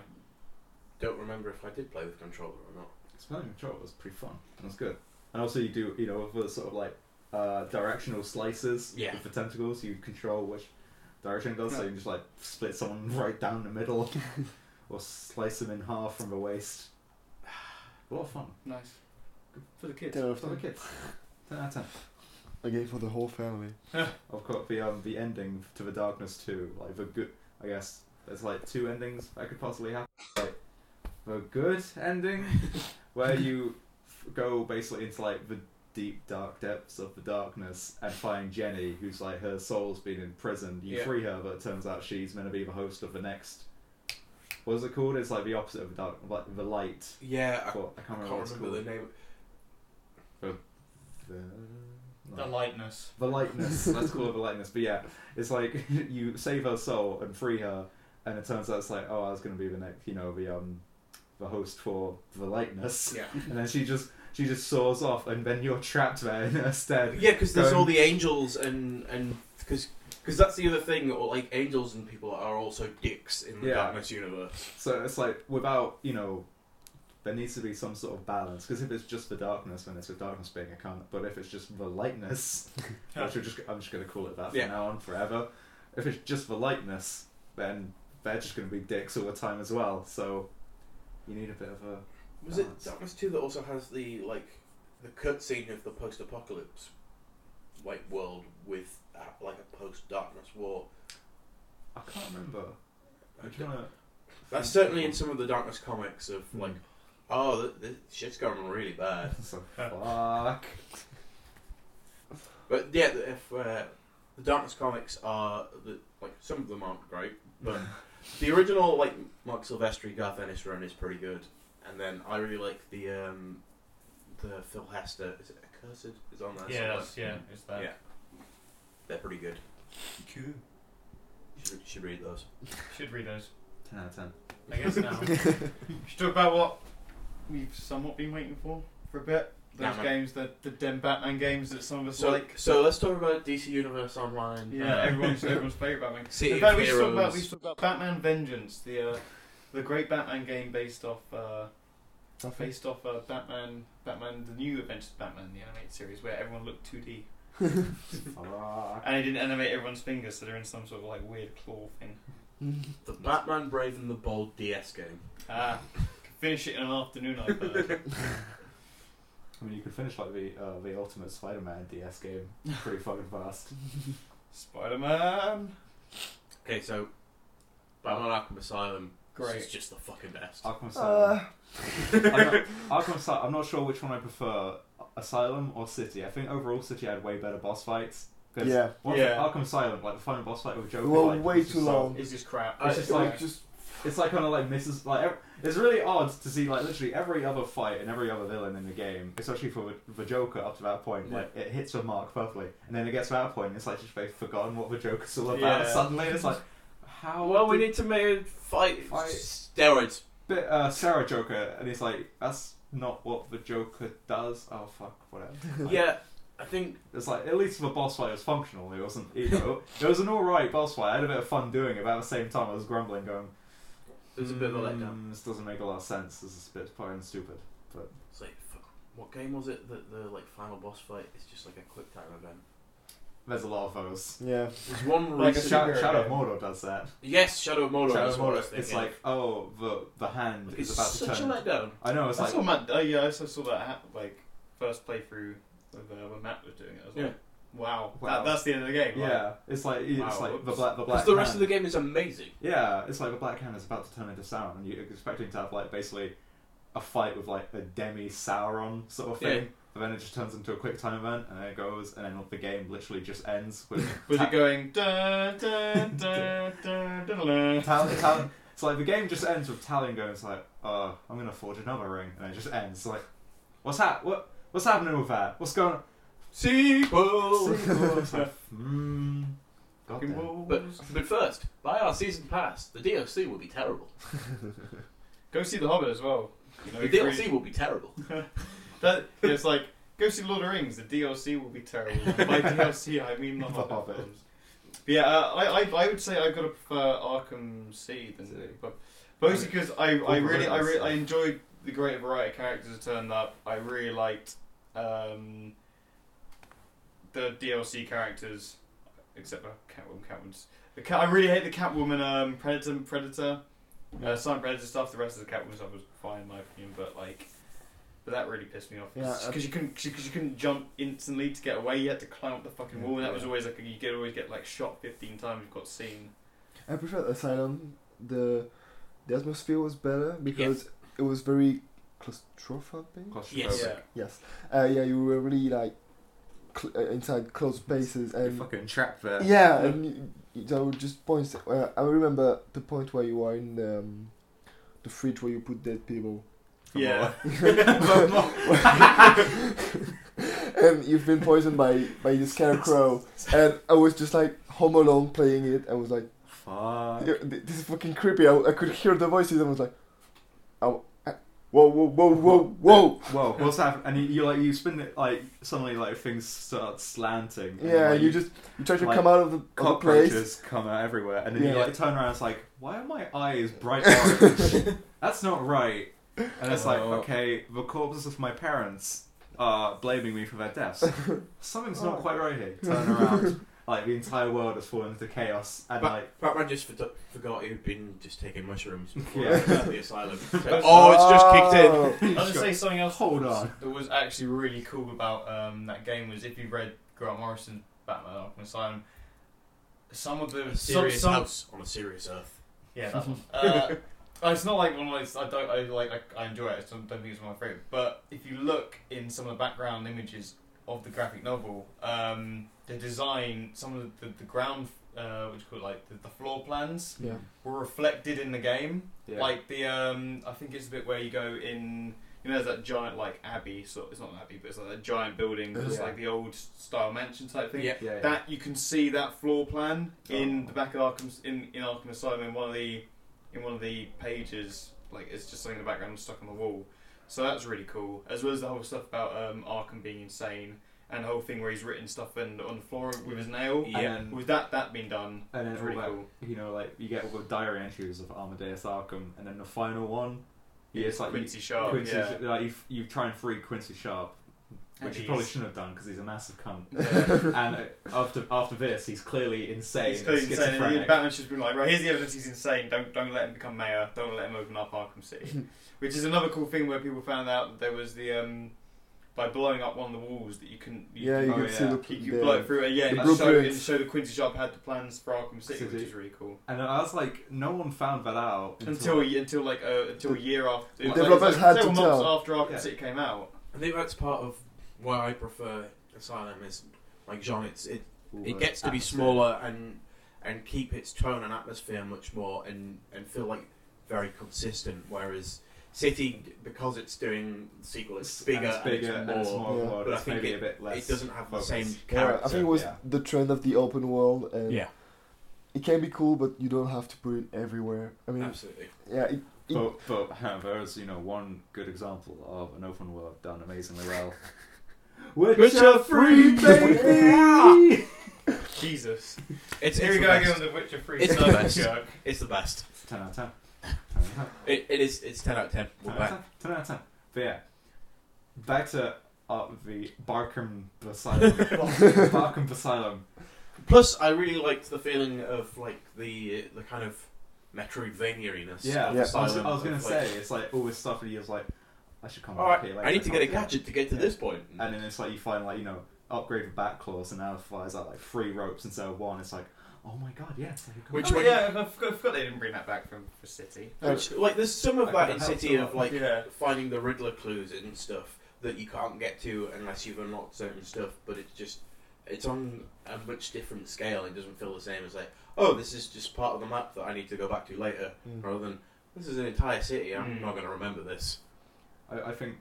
Speaker 3: don't remember if I did play with controller or not.
Speaker 2: Spelling control was pretty fun. and It was good. And also, you do you know with the sort of like uh, directional slices
Speaker 3: Yeah.
Speaker 2: with the tentacles, you control which direction it goes. So you can just like split someone right down the middle, or slice them in half from the waist. A lot of fun
Speaker 4: Nice. For the kids.
Speaker 5: Ten out of
Speaker 2: for the
Speaker 5: ten.
Speaker 2: kids. Ten out of ten.
Speaker 5: A game for the whole family.
Speaker 2: I've got the um, the ending to the darkness too. Like the good, I guess there's like two endings that could possibly happen. Like the good ending, where you f- go basically into like the deep dark depths of the darkness and find Jenny, who's like her soul's been imprisoned. You
Speaker 3: Yeah.
Speaker 2: free her, but it turns out she's meant to be the host of the next. What is it called? It's like the opposite of the dark, like the light.
Speaker 3: Yeah, I, I
Speaker 2: Well, I can't
Speaker 3: can't
Speaker 2: remember what it's
Speaker 3: remember the
Speaker 2: called.
Speaker 3: name.
Speaker 2: The-
Speaker 4: The
Speaker 2: no.
Speaker 4: lightness.
Speaker 2: The lightness. Let's call it the lightness. But yeah, it's like you save her soul and free her, and it turns out it's like, oh, I was going to be the next, you know, the um, the host for the lightness,
Speaker 3: Yeah,
Speaker 2: and then she just she just soars off, and then you're trapped there in her stead.
Speaker 3: yeah, because there's
Speaker 2: Going-
Speaker 3: all the angels and and because because that's the other thing. Or like angels and people are also dicks in the
Speaker 2: Yeah.
Speaker 3: darkness universe.
Speaker 2: So it's like without you know, there needs to be some sort of balance because if it's just the darkness, then it's the darkness being a cunt. But if it's just the lightness, which we're just I'm just going to call it that from
Speaker 3: Yeah.
Speaker 2: now on forever. If it's just the lightness, then they're just going to be dicks all the time as well. So you need a bit of a
Speaker 3: Was it
Speaker 2: Balance.
Speaker 3: Darkness Two that also has the like the cutscene of the post-apocalypse like world with uh, like a post-darkness war?
Speaker 2: I can't remember. I'm
Speaker 3: Okay.
Speaker 2: trying to.
Speaker 3: That's certainly in some of the darkness comics of
Speaker 4: Hmm.
Speaker 3: like, oh, th- this shit's going really bad.
Speaker 2: So fuck.
Speaker 3: But yeah, if uh, the darkness comics are the, like some of them aren't great, but the original like Mark Silvestri Garth Ennis run is pretty good, and then I really like the um, the Phil Hester. Is it Accursed? Is on there?
Speaker 4: Yeah,
Speaker 3: somewhere.
Speaker 4: that's, yeah, it's that.
Speaker 3: Yeah. They're pretty good.
Speaker 4: Cool.
Speaker 3: You should, you should read those.
Speaker 4: Should read those.
Speaker 2: Ten out of ten.
Speaker 4: I guess now. we should talk about what we've somewhat been waiting for for a bit. Those
Speaker 3: Batman.
Speaker 4: games, the, the dem Batman games that some of us
Speaker 3: So,
Speaker 4: like.
Speaker 3: so let's talk about DC Universe Online.
Speaker 4: Yeah,
Speaker 2: Uh,
Speaker 4: everyone's everyone's favourite Batman.
Speaker 3: City
Speaker 4: In
Speaker 3: of
Speaker 4: fact, we should talk about we
Speaker 3: Heroes.
Speaker 4: should talk about Batman Vengeance, the uh, the great Batman game based off uh, based off uh, Batman Batman the new Adventures of Batman the animated series where everyone looked 2D
Speaker 2: Fuck.
Speaker 4: and they didn't animate everyone's fingers, so they're in some sort of like weird claw thing.
Speaker 3: The Batman Brave and the Bold DS game.
Speaker 4: Ah, could finish it in an afternoon. I've heard.
Speaker 2: I mean, you could finish like the uh, the Ultimate Spider-Man DS game pretty fucking fast.
Speaker 4: Spider Man,
Speaker 3: Okay, so Batman Arkham Asylum. It's
Speaker 4: great.
Speaker 3: just the fucking best.
Speaker 2: Arkham Asylum.
Speaker 5: Uh,
Speaker 2: I'm not, Arkham Asylum. I'm not sure which one I prefer, Asylum or City. I think overall City had way better boss fights. 'Cause
Speaker 5: yeah.
Speaker 2: One
Speaker 4: Yeah.
Speaker 2: Arkham Asylum, like the final boss fight with Joker,
Speaker 5: Well,
Speaker 2: like,
Speaker 5: way
Speaker 2: it's just
Speaker 5: too
Speaker 2: so-
Speaker 5: long.
Speaker 4: It's just crap.
Speaker 2: It's Uh, just
Speaker 5: It was
Speaker 2: like-
Speaker 5: just
Speaker 2: it's like kind of like misses. Like ev- it's really odd to see like literally every other fight and every other villain in the game, especially for the Joker up to that point. Like it hits the mark perfectly, and then it gets to that point, and it's like just they've forgotten what the Joker's all about.
Speaker 4: Yeah.
Speaker 2: Suddenly, it's like how
Speaker 3: Oh, well, we
Speaker 2: did-
Speaker 3: need to make fight,
Speaker 2: Fight.
Speaker 3: steroids.
Speaker 2: bit uh, Sarah Joker, and it's like that's not what the Joker does. Oh fuck, whatever. Like,
Speaker 3: Yeah, I think
Speaker 2: It's like at least the boss fight was functional. It wasn't, you know, it was an all right boss fight. I had a bit of fun doing it, but at the same time, I was grumbling, going,
Speaker 3: there's a bit of a letdown.
Speaker 2: "Mm, This doesn't make a lot of sense. This is a bit fucking stupid."
Speaker 3: It's like, fuck, what game was it that the like final boss fight is just like a quick time event?
Speaker 2: There's a lot of those.
Speaker 5: Yeah.
Speaker 3: There's one
Speaker 2: Like a
Speaker 3: recent.
Speaker 2: Shadow, Shadow of Mordor does that.
Speaker 3: yes, Shadow of Mordor.
Speaker 2: Shadow
Speaker 3: is
Speaker 2: of
Speaker 3: what I was
Speaker 2: Mordor. It's
Speaker 3: thinking.
Speaker 2: like, oh, the the hand
Speaker 3: Look,
Speaker 2: is
Speaker 3: it's
Speaker 2: about to
Speaker 3: such
Speaker 2: turn.
Speaker 3: a letdown.
Speaker 2: I know. It's
Speaker 4: I
Speaker 2: like
Speaker 4: saw Matt. Oh yeah, I also saw that hap- like first playthrough of uh, when Matt was doing it. I was like, wow,
Speaker 2: Wow.
Speaker 4: That, that's the end of the game. right?
Speaker 2: yeah. It's like it's
Speaker 4: Wow,
Speaker 2: like the
Speaker 4: oops.
Speaker 2: black the
Speaker 3: Because
Speaker 2: black.
Speaker 3: the rest of
Speaker 2: hand.
Speaker 3: the game is amazing.
Speaker 2: Yeah, it's like the Black Hand is about to turn into Sauron, and you're expecting to have like basically a fight with like a demi Sauron sort of thing.
Speaker 3: Yeah.
Speaker 2: But then it just turns into a quick time event, and then it goes, and then the game literally just ends with
Speaker 4: Was
Speaker 2: ta-
Speaker 4: it going da da da da da da?
Speaker 2: Tal- Tal- It's like the game just ends with Talion going, "It's like, oh, I'm gonna forge another ring," and it just ends. It's like, what's that? What what's happening with that? What's going? on?
Speaker 3: Sequel.
Speaker 2: It's like, hmm.
Speaker 4: Oh, Fucking
Speaker 2: Goddamn.
Speaker 4: walls.
Speaker 3: But but first, buy our season pass. The DLC will be terrible.
Speaker 4: Go see The Hobbit as well. You know,
Speaker 3: The
Speaker 4: it's really-
Speaker 3: DLC will be terrible.
Speaker 4: That yeah, it's like go see Lord of the Rings. The DLC will be terrible. By DLC, I mean the
Speaker 2: The
Speaker 4: Hobbit.
Speaker 2: Hobbit.
Speaker 4: films. But yeah, uh, I, I I would say I gotta prefer Arkham City than
Speaker 2: City.
Speaker 4: but mostly because I, I really I, re-
Speaker 2: Wolverine's-
Speaker 4: I enjoyed the great variety of characters that turned up. I really liked um, the DLC characters, except for Catwoman. Catwoman's. The cat, I really hate the Catwoman um, Predator Predator. Uh, some Predator stuff. The rest of the Catwoman stuff was fine in my opinion, but like. But that really pissed me off because
Speaker 5: Yeah, uh,
Speaker 4: you couldn't because you couldn't jump instantly to get away. You had to climb up the fucking
Speaker 2: Yeah,
Speaker 4: wall, and that was
Speaker 2: yeah.
Speaker 4: always like you could always get like shot fifteen times. You got seen.
Speaker 5: I prefer Asylum. The the atmosphere was better because it was very claustrophobic.
Speaker 2: Claustrophobic.
Speaker 4: Yeah.
Speaker 5: Yes. Uh, yeah, you were really like cl- uh, inside closed spaces
Speaker 2: You're
Speaker 5: and
Speaker 2: fucking trapped there.
Speaker 5: yeah, and you, you- there were just points. Uh, I remember the point where you are in the, um, the fridge where you put dead people.
Speaker 4: Yeah.
Speaker 5: and you've been poisoned by by the scarecrow, and I was just like home alone playing it. I was like,
Speaker 2: Fuck.
Speaker 5: "Yeah, th- this is fucking creepy. I, I could hear the voices. and I was like, oh, I, whoa, whoa, whoa, whoa, whoa.
Speaker 2: Whoa, what's happening? And you, you like you spin it like suddenly like things start slanting. and,
Speaker 5: Yeah,
Speaker 2: like,
Speaker 5: you just you try to
Speaker 2: like,
Speaker 5: come out of the, of the place.
Speaker 2: cockroaches come out everywhere, and then you
Speaker 5: Yeah.
Speaker 2: like turn around. It's like, why are my eyes bright orange? That's not right. And it's like,
Speaker 4: Oh.
Speaker 2: okay, the corpses of my parents are blaming me for their deaths. Something's not
Speaker 5: Oh.
Speaker 2: quite right here. Turn around. Like the entire world has fallen into chaos, and
Speaker 3: But-
Speaker 2: like
Speaker 3: Batman just fordo- forgot he'd been just taking mushrooms before
Speaker 2: Yeah.
Speaker 3: he went to the asylum. So-
Speaker 1: Oh, it's just kicked in.
Speaker 5: Oh.
Speaker 4: I'll just say something else.
Speaker 2: Hold
Speaker 4: that was-
Speaker 2: on.
Speaker 4: That was actually really cool about um, that game was if you read Grant Morrison's Batman Arkham Asylum, some of the
Speaker 3: a serious
Speaker 4: some, some,
Speaker 3: house on a serious earth.
Speaker 4: yeah, that one. Uh, it's not like one of those. I don't. I like. I, I enjoy it. I don't think it's one of my favorite. But if you look in some of the background images of the graphic novel, um, the design, some of the, the ground, uh, what do you call it, like the, the floor plans,
Speaker 5: Yeah.
Speaker 4: were reflected in the game.
Speaker 2: yeah.
Speaker 4: Like the um, I think it's the bit where you go in. You know, there's that giant like abbey. So it's not an abbey, but it's like that giant building. It's
Speaker 2: Yeah.
Speaker 4: like the old style mansion type thing.
Speaker 3: Yeah.
Speaker 2: yeah, yeah.
Speaker 4: That you can see that floor plan in
Speaker 2: Oh.
Speaker 4: the back of Arkham's in, in Arkham Asylum in one of the in one of the pages. Like it's just something in the background stuck on the wall. So that's really cool. As well as the whole stuff about um, Arkham being insane and the whole thing where he's written stuff and on the floor with his nail.
Speaker 2: And
Speaker 3: Yeah.
Speaker 2: then-
Speaker 4: With that that being done,
Speaker 2: And then
Speaker 4: It's
Speaker 2: all
Speaker 4: really
Speaker 2: that,
Speaker 4: cool.
Speaker 2: you know, like you get all the diary entries of Amadeus Arkham, and then the final one, yeah, it's like
Speaker 4: Quincy
Speaker 2: you,
Speaker 4: Sharp,
Speaker 2: Quincy,
Speaker 4: yeah.
Speaker 2: like you, you try and free Quincy Sharp,
Speaker 4: And
Speaker 2: which you probably
Speaker 4: he's-
Speaker 2: shouldn't have done because he's a massive cunt.
Speaker 5: Oh.
Speaker 4: Yeah.
Speaker 2: and uh, after after this, he's clearly insane,
Speaker 4: He's clearly
Speaker 2: and
Speaker 4: insane.
Speaker 2: schizophrenic.
Speaker 4: And Batman should be like, right, here's the evidence he's insane. Don't don't let him become mayor. Don't let him open up Arkham City. Which is another cool thing where people found out that there was the um, by blowing up one of the walls that you couldn't. You
Speaker 5: Yeah, you
Speaker 2: Oh,
Speaker 5: can
Speaker 2: yeah.
Speaker 5: see the,
Speaker 4: could, you
Speaker 5: the-
Speaker 4: could blow it through, and yeah,
Speaker 5: the
Speaker 4: and show, and
Speaker 5: blueprints.
Speaker 4: show the Quincy Sharp had the plans for Arkham City,
Speaker 2: City.
Speaker 4: which is really cool.
Speaker 2: And uh, I was like, no one found that out
Speaker 4: Until a ye- until like uh, until a year after,
Speaker 5: the
Speaker 4: like,
Speaker 5: developers
Speaker 4: like,
Speaker 5: had
Speaker 4: several
Speaker 5: to
Speaker 4: months
Speaker 5: tell.
Speaker 4: after Arkham
Speaker 2: Yeah.
Speaker 4: City came out.
Speaker 3: I think that's part of why I prefer Asylum is like Jean. It's it,
Speaker 2: Ooh,
Speaker 3: it gets to be
Speaker 2: atmosphere.
Speaker 3: smaller and and keep its tone and atmosphere much more and and feel like very consistent. Whereas City, because it's doing the sequel, it's bigger,
Speaker 2: and it's bigger,
Speaker 3: and
Speaker 2: and
Speaker 3: it's more.
Speaker 2: smaller
Speaker 5: Yeah.
Speaker 2: world,
Speaker 3: But I
Speaker 2: it's
Speaker 3: think
Speaker 2: maybe a bit less.
Speaker 3: It doesn't have the
Speaker 2: focused.
Speaker 3: same
Speaker 5: Yeah,
Speaker 3: character.
Speaker 5: I think it was
Speaker 2: yeah.
Speaker 5: the trend of the open world, and
Speaker 3: yeah,
Speaker 5: it can be cool, but you don't have to put it everywhere. I mean,
Speaker 3: absolutely.
Speaker 5: yeah, it,
Speaker 2: But, but however, as you know, one good example of an open world done amazingly well.
Speaker 1: Witcher free,
Speaker 2: baby!
Speaker 4: Jesus,
Speaker 3: It's
Speaker 4: here
Speaker 3: it's the
Speaker 4: we go
Speaker 3: best.
Speaker 4: again with the Witcher Free.
Speaker 3: It's the
Speaker 4: Cyberpunk.
Speaker 3: best. It's the best.
Speaker 2: 10 out of 10. 10 out of 10.
Speaker 3: It, it is. It's ten out of ten. We're
Speaker 2: 10
Speaker 3: back.
Speaker 2: out of 10. 10 out of 10. But yeah, back to up the Barkham Asylum. Barkham Asylum.
Speaker 3: Plus, I really liked the feeling of like the the kind of Metroidvania-ness.
Speaker 2: Yeah,
Speaker 3: of
Speaker 2: I
Speaker 5: Yeah.
Speaker 2: was,
Speaker 3: Asylum,
Speaker 2: I was gonna
Speaker 3: of,
Speaker 2: say
Speaker 3: like,
Speaker 2: it's like all this stuff, and you're just like, I should come
Speaker 3: All
Speaker 2: back
Speaker 3: right,
Speaker 2: here. Later.
Speaker 3: I need to get a
Speaker 2: can't I?"
Speaker 3: gadget to get to
Speaker 2: Yeah.
Speaker 3: this point.
Speaker 2: And then it's like you find like you know upgrade the back claws, and now it flies out like three ropes instead of one. It's like, oh my god, yes. I could come
Speaker 3: Which
Speaker 2: back.
Speaker 4: oh,
Speaker 3: one-
Speaker 4: yeah, I forgot, I forgot they didn't bring that back from the city.
Speaker 3: Which, like, there's some of
Speaker 2: I
Speaker 3: that
Speaker 2: could
Speaker 3: in
Speaker 2: help
Speaker 3: City
Speaker 2: them
Speaker 3: of
Speaker 2: out.
Speaker 3: like
Speaker 4: Yeah.
Speaker 3: finding the Riddler clues and stuff that you can't get to unless you've unlocked certain stuff. But it's just it's on a much different scale. It doesn't feel the same as like, oh, this is just part of the map that I need to go back to later,
Speaker 5: Mm.
Speaker 3: rather than this is an entire city. I'm
Speaker 4: Mm.
Speaker 3: not going to remember this.
Speaker 2: I, I think,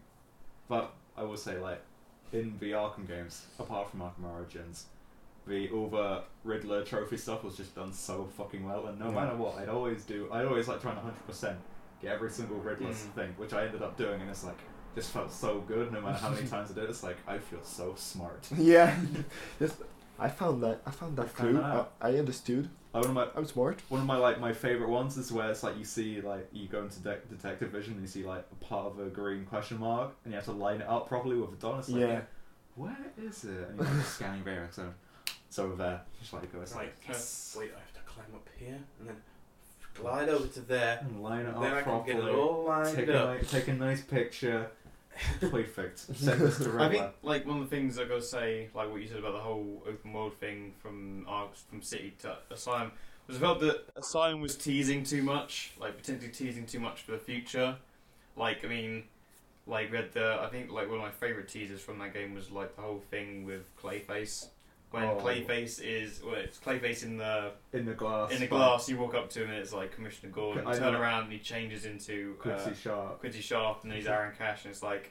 Speaker 2: but I will say like in the Arkham games, apart from Arkham Origins, the all the Riddler trophy stuff was just done so fucking well, and no
Speaker 5: Yeah.
Speaker 2: matter what, I'd always do. I'd always like trying hundred percent get every single Riddler
Speaker 4: Mm.
Speaker 2: thing, which I ended up doing, and it's like just felt so good. No matter how many times I did, it, it's like I feel so smart.
Speaker 5: yeah. yes, I found that. I found that
Speaker 2: I found
Speaker 5: clue.
Speaker 2: that out.
Speaker 5: I, I understood.
Speaker 2: I Uh, one of my
Speaker 5: I'm smart.
Speaker 2: one of my like my favorite ones is where it's like you see like you go into de- detective vision and you see like a part of a green question mark and you have to line it up properly with a dot. It's like,
Speaker 5: Yeah.
Speaker 2: where is it? And you're like scanning there. It's over, it's over there. Just like go. It's
Speaker 3: It's
Speaker 2: like
Speaker 3: like, yes, wait, I have to climb up here and then glide over to there.
Speaker 2: and line it up
Speaker 3: Then I can
Speaker 2: Mm, properly.
Speaker 3: get it all
Speaker 2: take,
Speaker 3: lined
Speaker 2: a
Speaker 3: up.
Speaker 2: ni- take a nice picture. Perfect. Send this to Riddler.
Speaker 4: I think like one of the things I gotta say, like what you said about the whole open world thing from Arc from City to Asylum, was I felt that Asylum was teasing too much, like potentially teasing too much for the future. Like I mean, like we had the I think like one of my favorite teasers from that game was like the whole thing with Clayface. When
Speaker 2: Oh.
Speaker 4: Clayface is well, it's Clayface in the
Speaker 2: in the glass.
Speaker 4: in the
Speaker 2: but
Speaker 4: glass. You walk up to him and it's like Commissioner Gordon.
Speaker 2: I
Speaker 4: turn
Speaker 2: know.
Speaker 4: around and he changes into uh,
Speaker 2: Quincy Sharp.
Speaker 4: Quincy Shaft and he's Aaron Cash, and it's like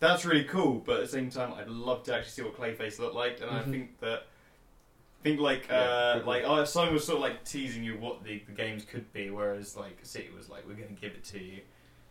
Speaker 4: that's really cool. But at the same time, I'd love to actually see what Clayface looked like, and I
Speaker 5: Mhm.
Speaker 4: think that think like
Speaker 2: Yeah,
Speaker 4: uh,
Speaker 2: good
Speaker 4: like oh, Simon was sort of like teasing you what the, the games could be, whereas like City was like we're gonna give it to you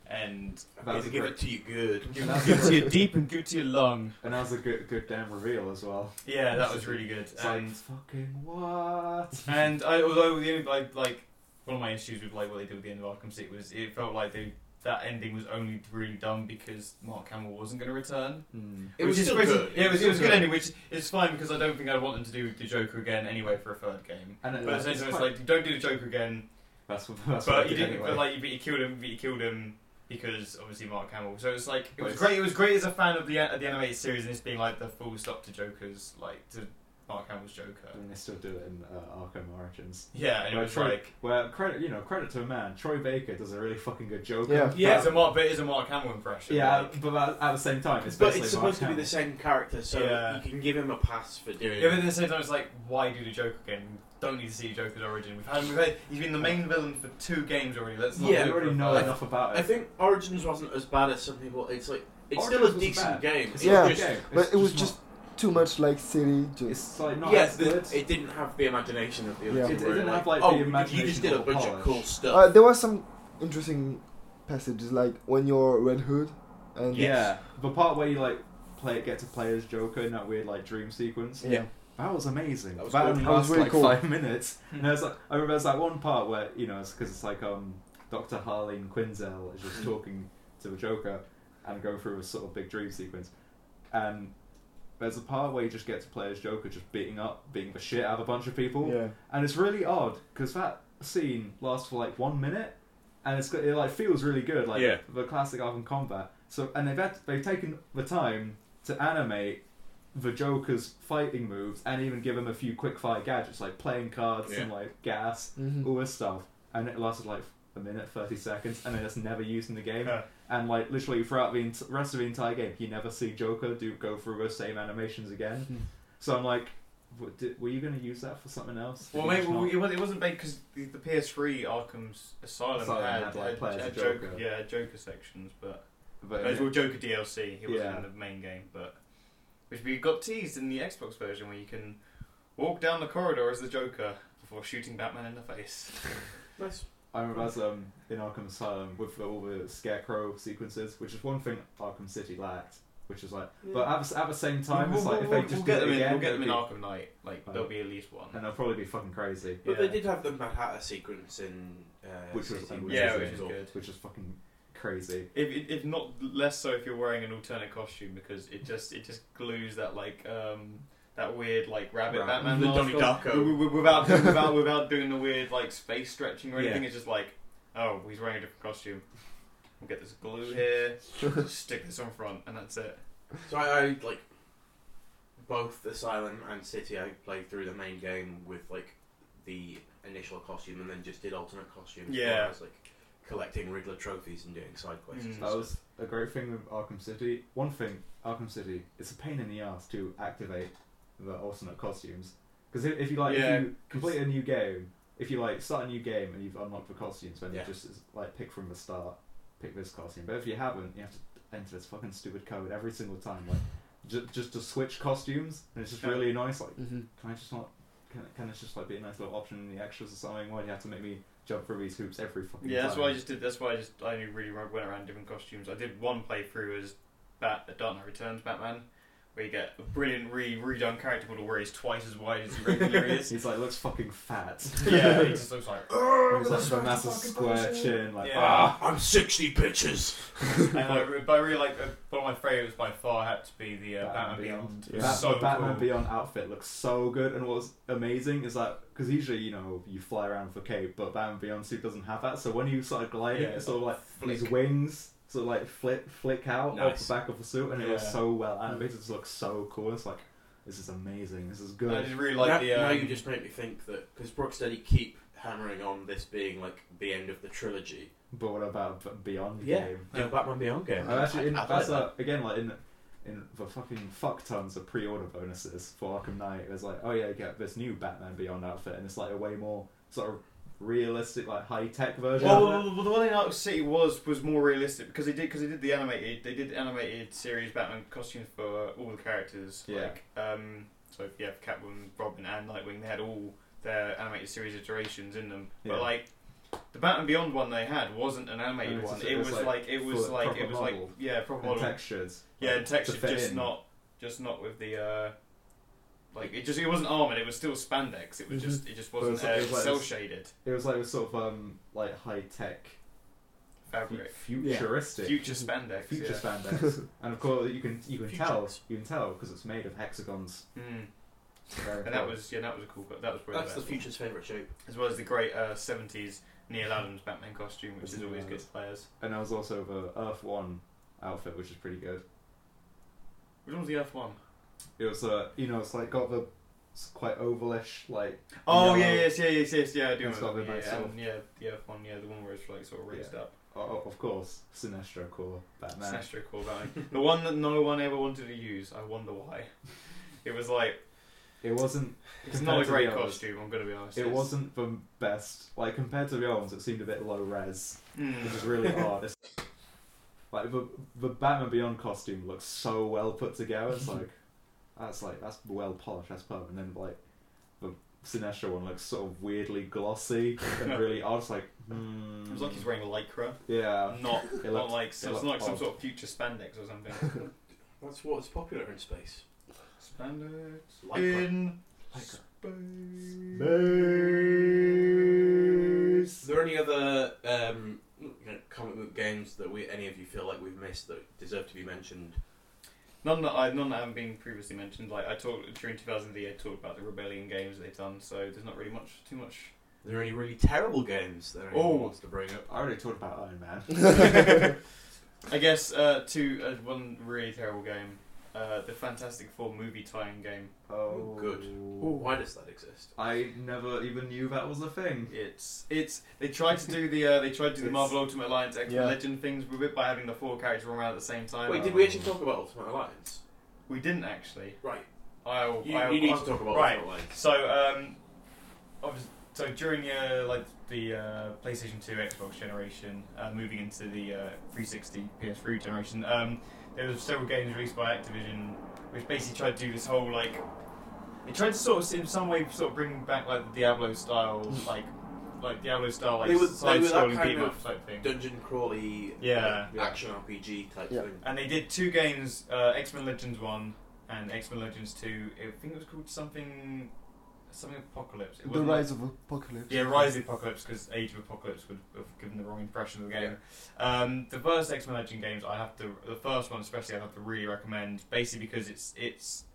Speaker 4: and
Speaker 3: I'm
Speaker 2: That
Speaker 3: going
Speaker 2: was
Speaker 3: to
Speaker 2: a
Speaker 3: give
Speaker 2: great-
Speaker 3: it to you good.
Speaker 4: give it to you deep and give it to your lung.
Speaker 2: And that was a good, good damn reveal as well.
Speaker 4: Yeah, that was really good.
Speaker 2: It's like
Speaker 4: And
Speaker 2: fucking what?
Speaker 4: And I, although the only, like, like one of my issues with like what they did with the end of Arkham City was it felt like they, that ending was only really done because Mark Hamill wasn't going to return.
Speaker 2: Mm.
Speaker 3: It was
Speaker 4: which is
Speaker 3: still
Speaker 4: pretty-
Speaker 3: good.
Speaker 4: Yeah, it was, it was a
Speaker 3: still
Speaker 4: good ending, which is fine because I don't think I'd want them to do the Joker again anyway for a third game.
Speaker 2: And it-
Speaker 4: But at the same time, it's like you don't do the Joker again,
Speaker 2: That's what, that's what I
Speaker 4: but you
Speaker 2: did
Speaker 4: didn't.
Speaker 2: anyway.
Speaker 4: But like you, but you killed him, but you killed him because obviously Mark Hamill. So it's like it
Speaker 2: But
Speaker 4: was
Speaker 2: it's-
Speaker 4: great. It was great as a fan of the of the animated series and it's being like the full stop to Joker's like to Mark Hamill's Joker.
Speaker 2: and they still do it in uh, Arkham Origins.
Speaker 4: Yeah, and it
Speaker 2: Where
Speaker 4: was
Speaker 2: Troy-
Speaker 4: like.
Speaker 2: where credit, you know, credit to a man. Troy Baker does a really fucking good Joker.
Speaker 5: Yeah.
Speaker 4: Yeah, it's a
Speaker 2: but,
Speaker 4: Mark, but it is a Mark Hamill impression.
Speaker 2: yeah,
Speaker 4: like-
Speaker 2: but at, at the same time, it's
Speaker 3: But
Speaker 2: basically
Speaker 3: it's supposed to
Speaker 2: Mark
Speaker 3: be the
Speaker 2: Hamill.
Speaker 3: same character, so
Speaker 4: Yeah.
Speaker 3: you can give him a pass for doing
Speaker 4: yeah, but
Speaker 3: it.
Speaker 4: at the same time, it's like, why do the Joker again? We don't need to see Joker's origin. We've had, we've had he's been the main villain for two games already. Let's not
Speaker 3: Yeah,
Speaker 4: do
Speaker 2: we
Speaker 4: it
Speaker 2: already
Speaker 4: for a
Speaker 2: know
Speaker 4: third.
Speaker 2: enough about it.
Speaker 3: I think Origins wasn't as bad as some people. It's like it's
Speaker 2: Origins
Speaker 3: still a
Speaker 2: wasn't
Speaker 3: decent
Speaker 2: bad.
Speaker 3: game.
Speaker 2: It's
Speaker 3: It's
Speaker 5: Yeah.
Speaker 2: a good
Speaker 3: just,
Speaker 2: game.
Speaker 5: But
Speaker 2: It's
Speaker 5: it was
Speaker 2: just
Speaker 5: just too much like city.
Speaker 2: not-
Speaker 5: Just
Speaker 2: it's like not
Speaker 3: yeah,
Speaker 2: as
Speaker 3: the-
Speaker 2: good.
Speaker 3: it didn't have the imagination of the other
Speaker 5: Yeah.
Speaker 3: two.
Speaker 5: It-
Speaker 2: it
Speaker 3: where
Speaker 2: didn't have, like,
Speaker 3: oh,
Speaker 2: the
Speaker 3: you- you just did a
Speaker 2: imagination
Speaker 3: bunch of
Speaker 2: polish.
Speaker 3: cool stuff.
Speaker 5: uh, there were some interesting passages like when you're Red Hood and
Speaker 2: Yeah, the part where you like play it, get to play as Joker in that weird like dream sequence.
Speaker 5: yeah.
Speaker 2: That was amazing.
Speaker 3: That was
Speaker 2: That,
Speaker 3: cool.
Speaker 2: only
Speaker 5: That was
Speaker 2: lasts
Speaker 5: really
Speaker 2: like
Speaker 5: cool. Hmm.
Speaker 2: five minutes. And I was like, I remember there's that one part where you know, it's because it's like um, Dr. Harleen Quinzel is
Speaker 5: Hmm.
Speaker 2: just talking to the Joker and going through a sort of big dream sequence, and there's a part where you just get to play as Joker, just beating up, beating the shit out of a bunch of people,
Speaker 5: yeah.
Speaker 2: and it's really odd because that scene lasts for like one minute, and it's got- it like feels really good, like
Speaker 3: Yeah.
Speaker 2: the classic Arkham combat. So and they've had, they've taken the time to animate the Joker's fighting moves and even give him a few quick fire gadgets like playing cards and like gas,
Speaker 5: Mhm.
Speaker 2: all this stuff, and it lasted like a minute thirty seconds, and then it's never used in the game.
Speaker 4: Yeah.
Speaker 2: And like literally throughout the ent- rest of the entire game, you never see Joker do go through those same animations again.
Speaker 5: Hmm.
Speaker 2: So I'm like. What, did, were you going to use that for something else?
Speaker 4: Well,
Speaker 2: Did you
Speaker 4: maybe
Speaker 2: just not-
Speaker 4: well, it was- it wasn't made because the, the PS3 Arkham's Asylum,
Speaker 2: Asylum
Speaker 4: had,
Speaker 2: had, like,
Speaker 4: had-
Speaker 2: players
Speaker 4: had
Speaker 2: of
Speaker 4: Joker.
Speaker 2: Joker.
Speaker 4: yeah, Joker sections, but
Speaker 2: But
Speaker 4: it was all Joker DLC. He wasn't
Speaker 2: Yeah.
Speaker 4: in the main game, but which we got teased in the Xbox version where you can walk down the corridor as the Joker before shooting Batman in the face.
Speaker 3: Nice.
Speaker 2: I remember as um, in Arkham Asylum with all the scarecrow sequences, which is one thing Arkham City lacked, which is like. But at the, at the same time, it's like if they
Speaker 4: we'll,
Speaker 2: just
Speaker 4: we'll
Speaker 2: did
Speaker 4: get
Speaker 2: it
Speaker 4: them in,
Speaker 2: again,
Speaker 4: we'll get them
Speaker 2: it'd
Speaker 4: in
Speaker 2: be-
Speaker 4: Arkham Knight. Like
Speaker 2: Right.
Speaker 4: there'll be at least one.
Speaker 2: and they'll probably be fucking crazy,
Speaker 3: But they
Speaker 4: Yeah.
Speaker 3: did have the Mad Hatter sequence in uh,
Speaker 2: Which was
Speaker 3: City,
Speaker 2: unreal.
Speaker 4: yeah,
Speaker 2: is
Speaker 4: which
Speaker 2: it?
Speaker 4: is good.
Speaker 2: which is fucking crazy.
Speaker 4: If, if- if not less so if you're wearing an alternate costume because it just it just glues that like um that weird like rabbit
Speaker 2: Right.
Speaker 4: Batman
Speaker 3: The
Speaker 4: mask
Speaker 3: Donnie
Speaker 4: on.
Speaker 3: Darko.
Speaker 4: W- w- without without without doing the weird like space stretching or
Speaker 2: Yeah.
Speaker 4: anything. It's just like oh he's wearing a different costume. We'll get this glue here, stick this on front, and that's it.
Speaker 3: So I, I like both Asylum and City. I played through the main game with like the initial costume, and then just did alternate costumes. while
Speaker 4: Yeah.
Speaker 3: I was like collecting Riddler trophies and doing side quests.
Speaker 4: Mm.
Speaker 3: and
Speaker 2: That
Speaker 3: stuff.
Speaker 2: was a great thing with Arkham City. One thing, Arkham City, it's a pain in the ass to activate the alternate costumes. Because if, if you like,
Speaker 4: Yeah.
Speaker 2: if you complete a new game, if you like start a new game and you've unlocked the costumes, then
Speaker 3: Yeah.
Speaker 2: you just like pick from the start, pick this costume. But if you haven't, you have to enter this fucking stupid code every single time, like just just to switch costumes, and it's just
Speaker 4: Yeah.
Speaker 2: really annoying. It's like,
Speaker 5: Mm-hmm.
Speaker 2: can I just not? Can, can this just like be a nice little option in the extras or something? Why do you have to make me jump through these hoops every fucking
Speaker 4: Yeah,
Speaker 2: time?
Speaker 4: that's why I just did. That's why I just I only really went around different costumes. I did one playthrough as Bat, the Dark Knight Returns Batman, where you get a brilliant re redone character model where he's twice as wide as he regularly is.
Speaker 2: He's like, looks fucking fat.
Speaker 4: yeah, he just looks like.
Speaker 2: He's like got a massive square chin, like
Speaker 4: Yeah.
Speaker 2: ah.
Speaker 3: I'm sixty bitches.
Speaker 4: And I, re- but I really like. Uh, one of my favourites by far had to be the uh, Batman,
Speaker 2: Batman
Speaker 4: Beyond. It was
Speaker 2: Bat-
Speaker 4: so
Speaker 2: the Batman
Speaker 4: cool.
Speaker 2: Beyond outfit looks so good, and what's amazing is that because usually you know you fly around with a cape, but Batman Beyond suit doesn't have that. So when you start gliding,
Speaker 4: Yeah,
Speaker 2: it's sort of like
Speaker 4: flick.
Speaker 2: his wings sort of like flick flick out off
Speaker 4: Nice.
Speaker 2: the back of the suit, and it looks
Speaker 4: Yeah.
Speaker 2: so well animated. It just looks so cool. It's like this is amazing. This is good.
Speaker 4: I just really like
Speaker 3: now,
Speaker 4: the. Um,
Speaker 3: now you just make me think that because Brocksteady keep hammering on this being like the end of the trilogy.
Speaker 2: But what about B- Beyond
Speaker 3: Yeah.
Speaker 2: game?
Speaker 3: Do a Batman Beyond game.
Speaker 2: Uh, actually, in,
Speaker 3: I- I
Speaker 2: that's
Speaker 3: like
Speaker 2: uh, again like in in the fucking fuck tons of pre-order bonuses for Arkham Knight. It was like, oh yeah, get this new Batman Beyond outfit, and it's like a way more sort of realistic, like high tech version.
Speaker 4: Well,
Speaker 2: of it.
Speaker 4: well, well, the one in Arkham City was was more realistic because they did because they did the animated they did animated series Batman costumes for all the characters.
Speaker 2: Yeah.
Speaker 4: Like, um, so yeah, for Catwoman, Robin, and Nightwing, they had all their animated series iterations in them.
Speaker 2: Yeah.
Speaker 4: But like the Batman Beyond one they had wasn't an animated
Speaker 2: It was
Speaker 4: one.
Speaker 2: just-
Speaker 4: It
Speaker 2: it
Speaker 4: was
Speaker 2: was, like,
Speaker 4: like it was
Speaker 2: full-
Speaker 4: like
Speaker 2: proper
Speaker 4: it was
Speaker 2: model.
Speaker 4: like yeah, proper
Speaker 2: and
Speaker 4: model.
Speaker 2: textures.
Speaker 4: yeah,
Speaker 2: like,
Speaker 4: and
Speaker 2: to
Speaker 4: textures
Speaker 2: fit
Speaker 4: just
Speaker 2: in.
Speaker 4: not just not with the. Uh, like it just it wasn't armored, it was still spandex. It was just it just
Speaker 2: But it
Speaker 4: wasn't
Speaker 2: was Mhm. like- it was like-
Speaker 4: cell shaded
Speaker 2: It was like a sort of um like high tech,
Speaker 4: fabric.
Speaker 2: futuristic.
Speaker 4: Future spandex.
Speaker 2: Future
Speaker 4: yeah.
Speaker 2: spandex, and of course you can you can tell
Speaker 3: Futures.
Speaker 2: you can tell because it's made of hexagons.
Speaker 4: Mm.
Speaker 2: Very
Speaker 4: And that
Speaker 2: cool.
Speaker 4: was yeah, that was a cool. co- That was probably
Speaker 3: That's the
Speaker 4: best one.
Speaker 3: future's favourite shape.
Speaker 4: As well as the great uh, '70s Neil Adams Batman costume, which is
Speaker 2: Isn't
Speaker 4: always
Speaker 2: it
Speaker 4: good
Speaker 2: nice?
Speaker 4: to players.
Speaker 2: and that was also the Earth One outfit, which is pretty good.
Speaker 4: Which one was the Earth one?
Speaker 2: It was uh, you know, it's like got the it's quite ovalish, like
Speaker 4: Oh
Speaker 2: yellow-
Speaker 4: yeah, yes, yeah, yes, yes, yeah, I do
Speaker 2: It's
Speaker 4: remember.
Speaker 2: got the
Speaker 4: that,
Speaker 2: nice
Speaker 4: Yeah,
Speaker 2: sort
Speaker 4: and, yeah, the Earth one, yeah, the one where it's like sort of raised up.
Speaker 2: Oh, of course, Sinestro core Batman.
Speaker 4: Sinestro cool Batman. the one that no one ever wanted to use. I wonder why. It was like
Speaker 2: It wasn't.
Speaker 4: it's
Speaker 2: compared
Speaker 4: not a
Speaker 2: to
Speaker 4: great
Speaker 2: the others,
Speaker 4: costume. I'm gonna be honest.
Speaker 2: It
Speaker 4: It's-
Speaker 2: wasn't the best. Like compared to the other ones, it seemed a bit low res,
Speaker 4: Mm.
Speaker 2: which is really odd. It's, like the the Batman Beyond costume looks so well put together. It's like that's like that's well polished. That's perfect. And then like the Sinestro one looks sort of weirdly glossy and really odd. It's like hmm.
Speaker 4: It was like he's wearing lycra,
Speaker 2: yeah.
Speaker 4: not
Speaker 2: Oh. It
Speaker 4: not
Speaker 2: looked-
Speaker 4: like so
Speaker 2: it
Speaker 4: it's not like
Speaker 2: looked
Speaker 4: some
Speaker 2: odd.
Speaker 4: sort of future spandex or something.
Speaker 3: That's what's popular in space.
Speaker 4: spandex
Speaker 3: Lycra.
Speaker 4: in
Speaker 3: Lycra.
Speaker 4: space.
Speaker 3: Is there any other um, you know, comic book games that we any of you feel like we've missed that deserve to be mentioned?
Speaker 4: None that I none that haven't been previously mentioned. Like I talked during 2008, I talked about the rebellion games they've done. So there's not really much too much.
Speaker 3: Are there any really terrible games that anyone
Speaker 4: Oh.
Speaker 3: wants to bring up?
Speaker 2: I already talked about Iron Man.
Speaker 4: I guess uh, two uh, one really terrible game, uh, the Fantastic Four movie tie-in game.
Speaker 2: Oh,
Speaker 3: good. Why does that exist?
Speaker 2: I never even knew that was a thing.
Speaker 4: It's it's they tried to do the uh, they tried to do the
Speaker 2: It's-
Speaker 4: Marvel Ultimate Alliance X Men
Speaker 5: Yeah.
Speaker 4: Legend things with it by having the four characters run around at the same time.
Speaker 3: Wait, did we actually talk about Ultimate Alliance?
Speaker 4: We didn't actually.
Speaker 3: Right.
Speaker 4: I'll,
Speaker 3: You,
Speaker 4: I'll,
Speaker 3: you need
Speaker 4: I'll-
Speaker 3: to talk about
Speaker 4: right.
Speaker 3: Ultimate Alliance.
Speaker 4: So, um, obviously, so during uh, like the uh, PlayStation Two, Xbox generation, uh, moving into the uh, 360, PS3 generation, um, there was several games released by Activision, which basically tried to do this whole like, they tried to sort of in some way sort of bring back like the Diablo style, like like Diablo style, like
Speaker 3: They were- they were that
Speaker 4: side-scrolling
Speaker 3: kind
Speaker 4: beat 'em up
Speaker 3: of
Speaker 4: type thing.
Speaker 3: Dungeon crawly,
Speaker 4: Yeah.
Speaker 3: like,
Speaker 2: Yeah.
Speaker 3: action RPG type
Speaker 5: Yeah.
Speaker 3: thing.
Speaker 4: And they did two games, uh, X Men Legends One and X Men Legends Two. I think it was called something something apocalypse. It
Speaker 5: the
Speaker 4: wasn't like-
Speaker 5: Rise of Apocalypse.
Speaker 4: Yeah, Rise of the Apocalypse, because Age of Apocalypse would have given the wrong impression of the game. Um, the first X Men Legend games, I have to the first one especially, I have to really recommend, basically because it's it's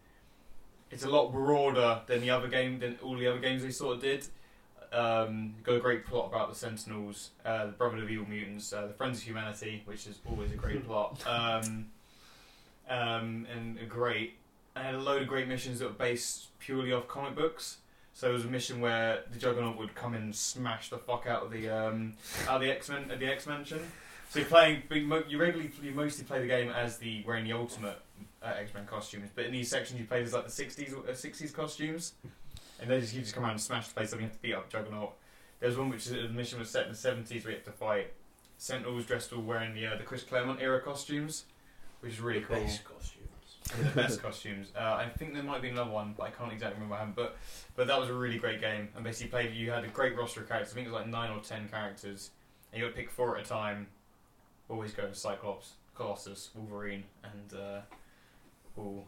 Speaker 4: it's a lot broader than the other game than all the other games they sort of did. Um, got a great plot about the Sentinels, uh, the Brotherhood of Evil Mutants, uh, the Friends of Humanity, which is always a great plot, um, um, and a great. I had a load of great missions that were based purely off comic books. So it was a mission where the Juggernaut would come and smash the fuck out of the um, out of the X Men at the X Mansion. So you're playing, but you mo- you regularly you mostly play the game as the wearing the ultimate uh, X Men costumes, but in these sections you play as like the '60s uh, '60s costumes, and they just you just come around and smash the place up. and You have to beat up Juggernaut. There's one which is a mission was set in the '70s where you have to fight Sentinels dressed all wearing the uh, the Chris Claremont era costumes, which is really cool.
Speaker 3: Base costumes.
Speaker 4: Yeah, the best costumes. Uh, I think there might be another one, but I can't exactly remember. what happened. But but that was a really great game, and basically played. You had a great roster of characters. I think it was like nine or ten characters, and you got to pick four at a time. Always go with Cyclops, Colossus, Wolverine, and uh, ooh,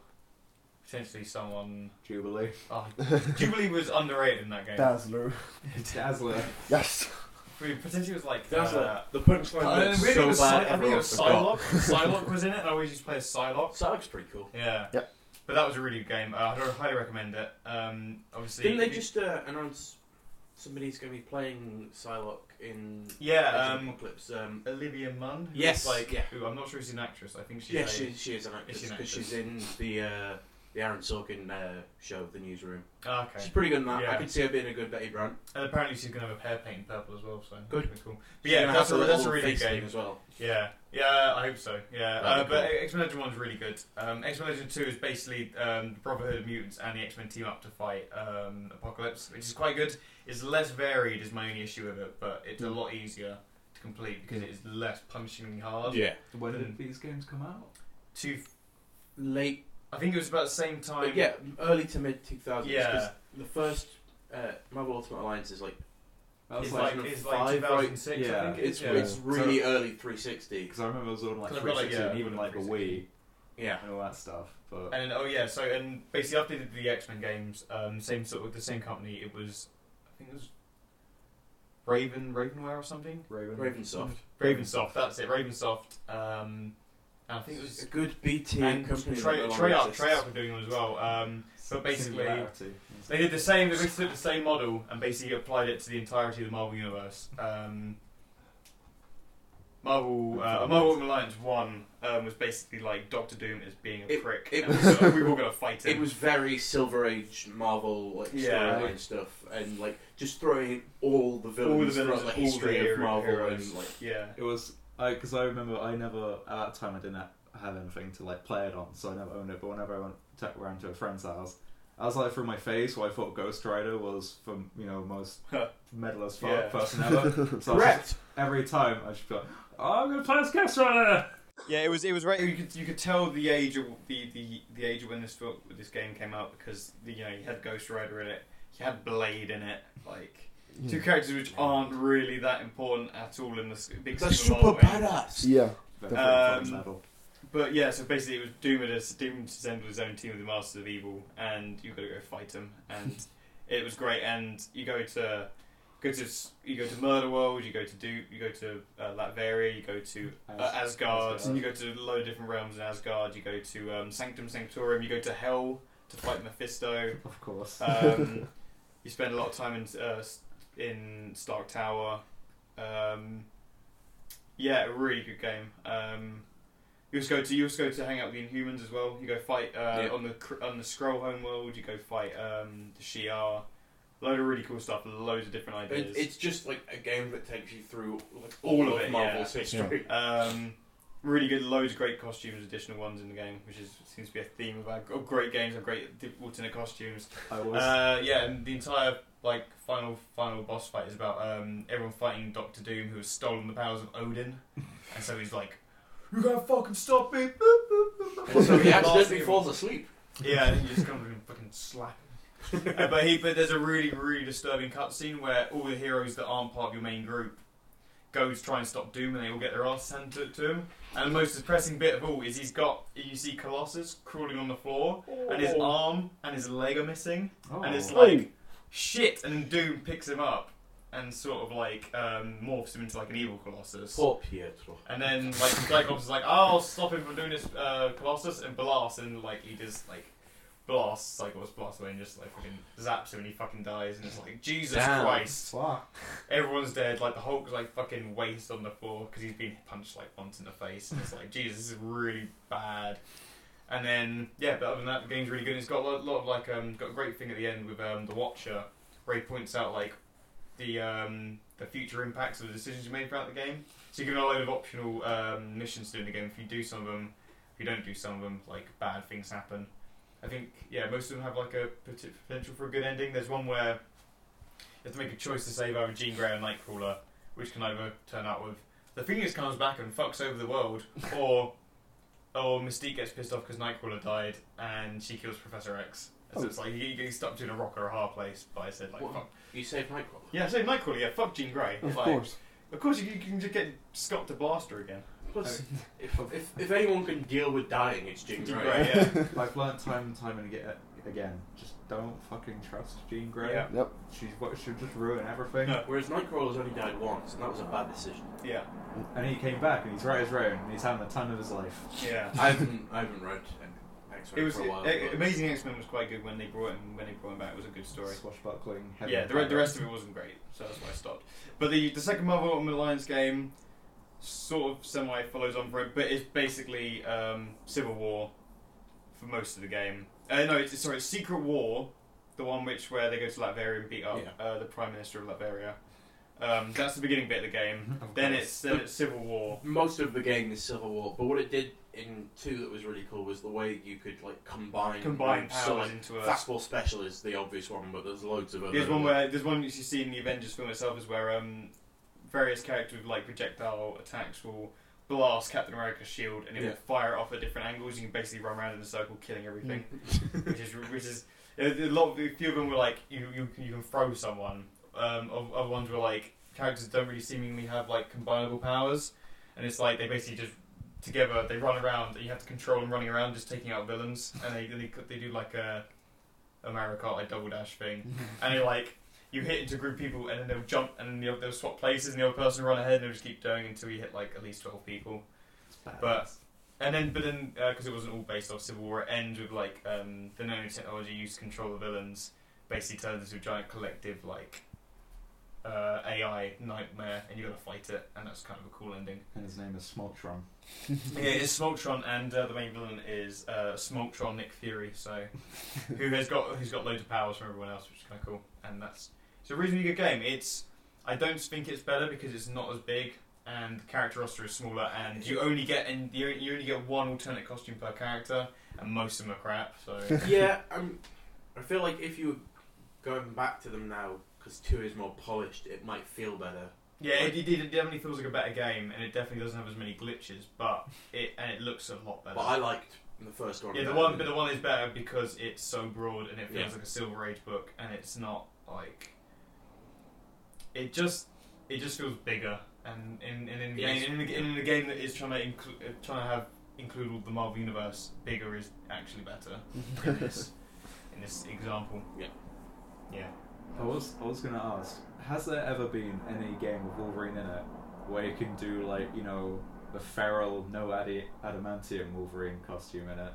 Speaker 4: potentially someone.
Speaker 2: Jubilee.
Speaker 4: Oh, Jubilee was underrated in that game.
Speaker 5: Dazzler.
Speaker 2: Dazzler.
Speaker 5: Yes.
Speaker 4: Potentially it was like
Speaker 3: That's
Speaker 4: uh,
Speaker 3: like the punchline.
Speaker 4: I,
Speaker 3: that's
Speaker 4: really
Speaker 3: so
Speaker 4: it was Psy-
Speaker 3: bad.
Speaker 4: I think it
Speaker 3: everyone
Speaker 4: was
Speaker 3: forgot.
Speaker 4: Psylocke. Psylocke was in it, and I always used to play as Psylocke.
Speaker 3: Psylocke's pretty cool.
Speaker 4: Yeah.
Speaker 5: Yep.
Speaker 4: But that was a really good game. Uh, I'd highly recommend it. Um, obviously.
Speaker 3: Didn't they just uh, announce somebody's going to be playing Psylocke in
Speaker 4: Yeah.
Speaker 3: Age of
Speaker 4: Um,
Speaker 3: Apocalypse? Um,
Speaker 4: Olivia Munn. who's
Speaker 3: Yes,
Speaker 4: Like,
Speaker 3: yeah.
Speaker 4: who- I'm not sure she's an actress. I think she's.
Speaker 3: yeah,
Speaker 4: a-
Speaker 3: she, she is an actress
Speaker 4: is an
Speaker 3: because
Speaker 4: actress.
Speaker 3: she's in the uh, the Aaron Sorkin uh, show, The Newsroom.
Speaker 4: Ah, okay.
Speaker 3: She's pretty good in that. I
Speaker 4: Yeah.
Speaker 3: could see her being a good Betty Brant.
Speaker 4: And apparently she's gonna have a hair paint in purple as well. So
Speaker 3: Good.
Speaker 4: that'd be cool. But
Speaker 3: She's
Speaker 4: yeah,
Speaker 3: gonna
Speaker 4: that's a
Speaker 3: have the
Speaker 4: that's a
Speaker 3: little
Speaker 4: really
Speaker 3: face
Speaker 4: good
Speaker 3: thing
Speaker 4: game.
Speaker 3: as well.
Speaker 4: Yeah, yeah, I hope so. Yeah,
Speaker 3: That'd
Speaker 4: uh,
Speaker 3: be
Speaker 4: but
Speaker 3: cool.
Speaker 4: X Men Legend One's really good. Um, X Men Legend Two is basically um, the Brotherhood of Mutants and the X Men team up to fight um, Apocalypse, which is quite good. It's less varied, is my only issue with it, but it's a
Speaker 3: Mm.
Speaker 4: lot easier to complete because it is less punishingly hard.
Speaker 3: Yeah,
Speaker 2: When
Speaker 4: Mm.
Speaker 2: did these games come out?
Speaker 4: Two,
Speaker 3: late,
Speaker 4: I think it was about the same time.
Speaker 3: but yeah, early to mid two thousands.
Speaker 4: Yeah.
Speaker 3: the first uh, Marvel Ultimate Alliance is like
Speaker 2: That was
Speaker 4: it's
Speaker 2: like
Speaker 4: like,
Speaker 2: because
Speaker 4: it's like
Speaker 3: 2005, right?
Speaker 4: 2006.
Speaker 2: Yeah.
Speaker 4: I think
Speaker 3: it's
Speaker 4: yeah.
Speaker 3: it's really early three sixty.
Speaker 2: I remember it was on like
Speaker 4: 'Cause I've got, like,
Speaker 2: 360 and
Speaker 4: yeah,
Speaker 2: even like the Wii
Speaker 4: 360.
Speaker 3: Yeah,
Speaker 2: and all that stuff. But
Speaker 4: And then, oh yeah, so and basically after they did the X Men games, um, same sort of the same company. It was, I think it was Raven Ravenware or something.
Speaker 2: Raven.
Speaker 3: Ravensoft.
Speaker 4: Ravensoft, that's it. Ravensoft. Um, and I think it
Speaker 3: a
Speaker 4: was
Speaker 3: good B tier
Speaker 4: and
Speaker 3: company.
Speaker 4: Trey-
Speaker 3: that no
Speaker 4: Treyarch.
Speaker 3: longer exists.
Speaker 4: Treyarch were doing one as well. Um, but basically,
Speaker 2: Singularity.
Speaker 4: they did the same. They basically took the same model and basically applied it to the entirety of the Marvel universe. Um, Marvel, uh, Marvel Ultimate Alliance One um, was basically like Doctor Doom as being a
Speaker 3: It-
Speaker 4: prick.
Speaker 3: it
Speaker 4: and
Speaker 3: was-
Speaker 4: so we were all gonna fight him.
Speaker 3: It was very Silver Age Marvel like
Speaker 4: Yeah.
Speaker 3: storyline stuff, and like just throwing in all the villains,
Speaker 4: all the villains,
Speaker 3: throughout the
Speaker 4: all
Speaker 3: history
Speaker 4: the
Speaker 3: of Marvel,
Speaker 4: heroes.
Speaker 3: and like
Speaker 4: yeah.
Speaker 2: It was because I remember I never at that time I didn't ha- have anything to like play it on, so I never owned it. But whenever I went to, around to a friend's house, I was like through my phase where I thought Ghost Rider was from you know most medalist fu-
Speaker 4: Yeah.
Speaker 2: person ever. So I was just-
Speaker 3: correct.
Speaker 2: every time I should be like, oh, I'm gonna play as Ghost Rider.
Speaker 6: Yeah, it was it was right.
Speaker 4: You could you could tell the age of the, the, the age of when this book, this game came out because you know you had Ghost Rider in it, you had Blade in it, like two characters which aren't really that important at all in the s- big
Speaker 3: They're
Speaker 4: scheme of
Speaker 3: super
Speaker 4: Marvel.
Speaker 3: badass.
Speaker 5: Yeah.
Speaker 2: Very
Speaker 4: Um,
Speaker 2: fucking medal.
Speaker 4: But yeah, so basically it was Doom had a Doom assembled his own team of the Masters of Evil, and you got to go fight him, and it was great. And you go to go to s- you go to Murder World, you go to do you go to uh, Latveria, you go to uh, Asgard,
Speaker 2: Asgard.
Speaker 4: you go to a load of different realms in Asgard, you go to um, Sanctum Sanctorum, you go to Hell to fight Mephisto.
Speaker 2: Of course.
Speaker 4: Um, you spend a lot of time in uh, s- in Stark Tower. Um, yeah, a really good game. Um, you also go to you also go to hang out with the Inhumans as well. You go fight uh,
Speaker 3: Yeah.
Speaker 4: on the cr- on the Scroll Homeworld. You go fight um, the Shi'ar. Load of really cool stuff. Loads of different
Speaker 3: It,
Speaker 4: ideas.
Speaker 3: it's just like a game that takes you through like
Speaker 4: All
Speaker 3: all,
Speaker 4: of
Speaker 3: of,
Speaker 4: it,
Speaker 3: Marvel's history.
Speaker 4: Um, really good, loads of great costumes, additional ones in the game, which is seems to be a theme of our of great games and great di- alternate costumes.
Speaker 2: I was.
Speaker 4: Uh, yeah, and the entire like final final boss fight is about um, everyone fighting Doctor Doom, who has stolen the powers of Odin, and so he's like, "You gotta fucking stop me!" Boop, boop, boop, boop.
Speaker 3: so he
Speaker 4: Last
Speaker 3: accidentally
Speaker 4: thing-
Speaker 3: falls asleep.
Speaker 4: yeah, and you just come and fucking slap. him. Uh, but he, but there's a really, really disturbing cutscene where all the heroes that aren't part of your main group go to try and stop Doom, and they all get their ass handed to, to him. And the most depressing bit of all is he's got you see Colossus crawling on the floor, and his arm and his leg are missing,
Speaker 2: oh.
Speaker 4: and it's like shit, and then Doom picks him up and sort of like um, morphs him into like an evil Colossus.
Speaker 3: Poor Pietro.
Speaker 4: And then like Black Ops is like, oh, I'll stop him from doing this uh, Colossus and blast, and like he just like blasts Cyclops blasts away and just like fucking zaps him and he fucking dies and it's like Jesus
Speaker 3: Damn.
Speaker 4: Christ,
Speaker 2: Fuck.
Speaker 4: everyone's dead. Like the Hulk's like fucking waist on the floor because he's been punched like once in the face and it's like Jesus, this is really bad. And then yeah, but other than that, the game's really good. It's got a lot, lot of like um got a great thing at the end with um the Watcher where he points out like the um the future impacts of the decisions you made throughout the game. So you're given a load of optional um, missions to do in the game. If you do some of them, if you don't do some of them, like bad things happen. I think yeah, most of them have like a pot- potential for a good ending. There's one where you have to make a choice to save either Jean Grey or Nightcrawler, which can either turn out with the Phoenix comes back and fucks over the world, or or Mystique gets pissed off because Nightcrawler died and she kills Professor X. So
Speaker 5: Oh.
Speaker 4: it's like you get stuck between a rock or a hard place. But I said like
Speaker 3: What?
Speaker 4: fuck.
Speaker 3: You saved Nightcrawler.
Speaker 4: Yeah, so Nightcrawler, yeah, fuck Jean Grey.
Speaker 5: Of
Speaker 4: Like,
Speaker 5: course.
Speaker 4: Of course, you, you can just get Scott to Blaster again.
Speaker 3: Plus, if, if, if anyone can deal with dying, it's Jim
Speaker 4: Jean
Speaker 3: Grey.
Speaker 4: Grey, yeah.
Speaker 2: I've learned time and time and aga- again, just don't fucking trust Jean Grey.
Speaker 4: Yeah.
Speaker 5: Yep.
Speaker 2: She's what she'll just ruin everything.
Speaker 4: No.
Speaker 3: Whereas Nightcrawler's only died once, and that was a bad decision.
Speaker 4: Yeah,
Speaker 2: And he came back and he's right as rain and he's having the time of his life.
Speaker 4: yeah.
Speaker 3: I haven't, I haven't read X
Speaker 4: It
Speaker 3: Men
Speaker 4: was
Speaker 3: for a while.
Speaker 4: A-
Speaker 3: but-
Speaker 4: Amazing X Men was quite good when they brought him when they brought him back. It was a good story.
Speaker 2: Swashbuckling. heavy
Speaker 4: Yeah, the, re- the
Speaker 2: metal.
Speaker 4: rest of it wasn't great, so that's why I stopped. But the the second Marvel Ultimate Alliance game sort of semi follows on from it, but it's basically um, Civil War for most of the game. Uh, no, it's, sorry, it's Secret War, the one which where they go to Latveria and beat up
Speaker 3: Yeah.
Speaker 4: uh, the Prime Minister of Latveria. Um, that's the beginning bit of the game.
Speaker 2: Of
Speaker 4: then
Speaker 2: course.
Speaker 4: it's then it's Civil War.
Speaker 3: most of the game is Civil War, but what it did in two that was really cool was the way you could like combine
Speaker 4: Combined
Speaker 3: moves. So,
Speaker 4: powers
Speaker 3: like,
Speaker 4: into a
Speaker 3: Fastball Special is the obvious one, but there's loads of other.
Speaker 4: There's one where there's one which you see in the Avengers film itself is where um, various characters with like projectile attacks will blast Captain America's shield and it
Speaker 3: Yeah.
Speaker 4: will fire it off at different angles. You can basically run around in a circle killing everything, which is which is a a lot. Of, a few of them were like you you, you can throw someone. Um, oth- other ones were like characters don't really seemingly have like combinable powers, and it's like they basically just together they run around. You have to control them running around, just taking out villains, and they they, they do like a America like double dash thing, and they like. You hit into a group of people, and then they'll jump, and then they'll, they'll swap places, and the other person will run ahead, and they'll just keep going until you hit like at least twelve people.
Speaker 2: It's bad.
Speaker 4: But and then, but then, because it wasn't all based off Civil War, it ends with like um, the nanotechnology used to control the villains basically turns into a giant collective like uh, AI nightmare, and you got to fight it, and that's kind of a cool ending.
Speaker 2: And his name is Smoltron.
Speaker 4: yeah, it's Smoltron, and uh, the main villain is uh, Smoltron Nick Fury, so who has got who's got loads of powers from everyone else, which is kind of cool, and that's it's a reasonably good game. It's I don't think it's better because it's not as big. And the character roster is smaller, and you only get and you you only get one alternate costume per character, and most of them are crap. So
Speaker 3: yeah, I'm, I feel like if you were going back to them now because two is more polished, it might feel better.
Speaker 4: Yeah, it, it, it definitely feels like a better game, and it definitely doesn't have as many glitches, but it and it looks a lot better.
Speaker 3: But I liked the first one.
Speaker 4: yeah, the
Speaker 3: better.
Speaker 4: one, but the one is better because it's so broad and it feels
Speaker 3: Yeah.
Speaker 4: like a Silver Age book, and it's not like it just it just feels bigger, and in and in the
Speaker 3: Yes.
Speaker 4: game, and in, the, in the game that is trying to include uh, trying to have include all the Marvel universe, bigger is actually better in this in this example.
Speaker 3: Yeah.
Speaker 4: yeah.
Speaker 2: I was I was gonna ask, has there ever been any game with Wolverine in it where you can do like you know the feral no adi- adamantium Wolverine costume in it?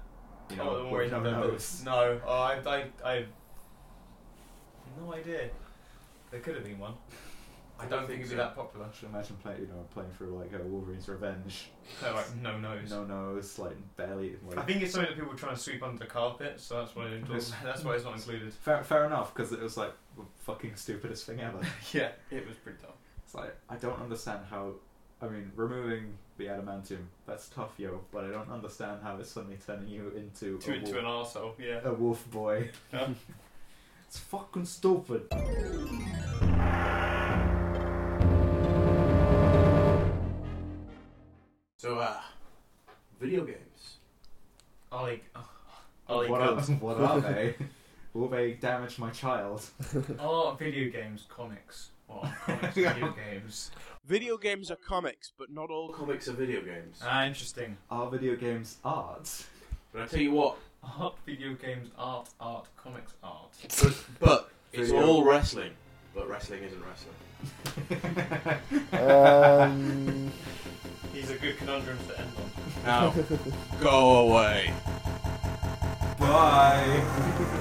Speaker 2: You know,
Speaker 4: Oh, the
Speaker 2: with
Speaker 4: Warriors
Speaker 2: no
Speaker 4: have their-
Speaker 2: nose.
Speaker 4: No, oh, I, I, I, no idea. There could have been one. I don't think it'd be that popular.
Speaker 2: I should imagine playing you know playing through like a Wolverine's Revenge,
Speaker 4: No, like no nose.
Speaker 2: no nose, like barely.
Speaker 4: I
Speaker 2: Like,
Speaker 4: think it's something that people are trying to sweep under the carpet, so that's why they don't- that's why it's not included.
Speaker 2: fair, fair enough because it was like the fucking stupidest thing ever.
Speaker 4: yeah, it was pretty tough.
Speaker 2: It's like I don't understand how. I mean, removing the adamantium that's tough, yo. But I don't understand how it's suddenly turning you into
Speaker 4: To,
Speaker 2: a,
Speaker 4: to an
Speaker 2: wolf,
Speaker 4: arsehole, yeah.
Speaker 2: a wolf boy.
Speaker 4: Yeah.
Speaker 2: it's fucking stupid.
Speaker 3: So, uh, video games.
Speaker 4: I'll like, I'll
Speaker 2: what, are,
Speaker 4: like,
Speaker 2: what are they? Will they eh, damage my child?
Speaker 4: oh, video games, comics. Oh, comics, video games.
Speaker 1: Video games are comics, but not
Speaker 3: All
Speaker 1: all.
Speaker 3: comics are video games.
Speaker 4: Ah, interesting.
Speaker 2: Are video games art?
Speaker 3: But I tell you what,
Speaker 4: Art, video games, art, art, comics, art.
Speaker 3: but It's
Speaker 5: video.
Speaker 3: all wrestling, but wrestling isn't wrestling.
Speaker 5: Um,
Speaker 4: These are good conundrums to end on.
Speaker 3: Now, go away.
Speaker 2: Bye.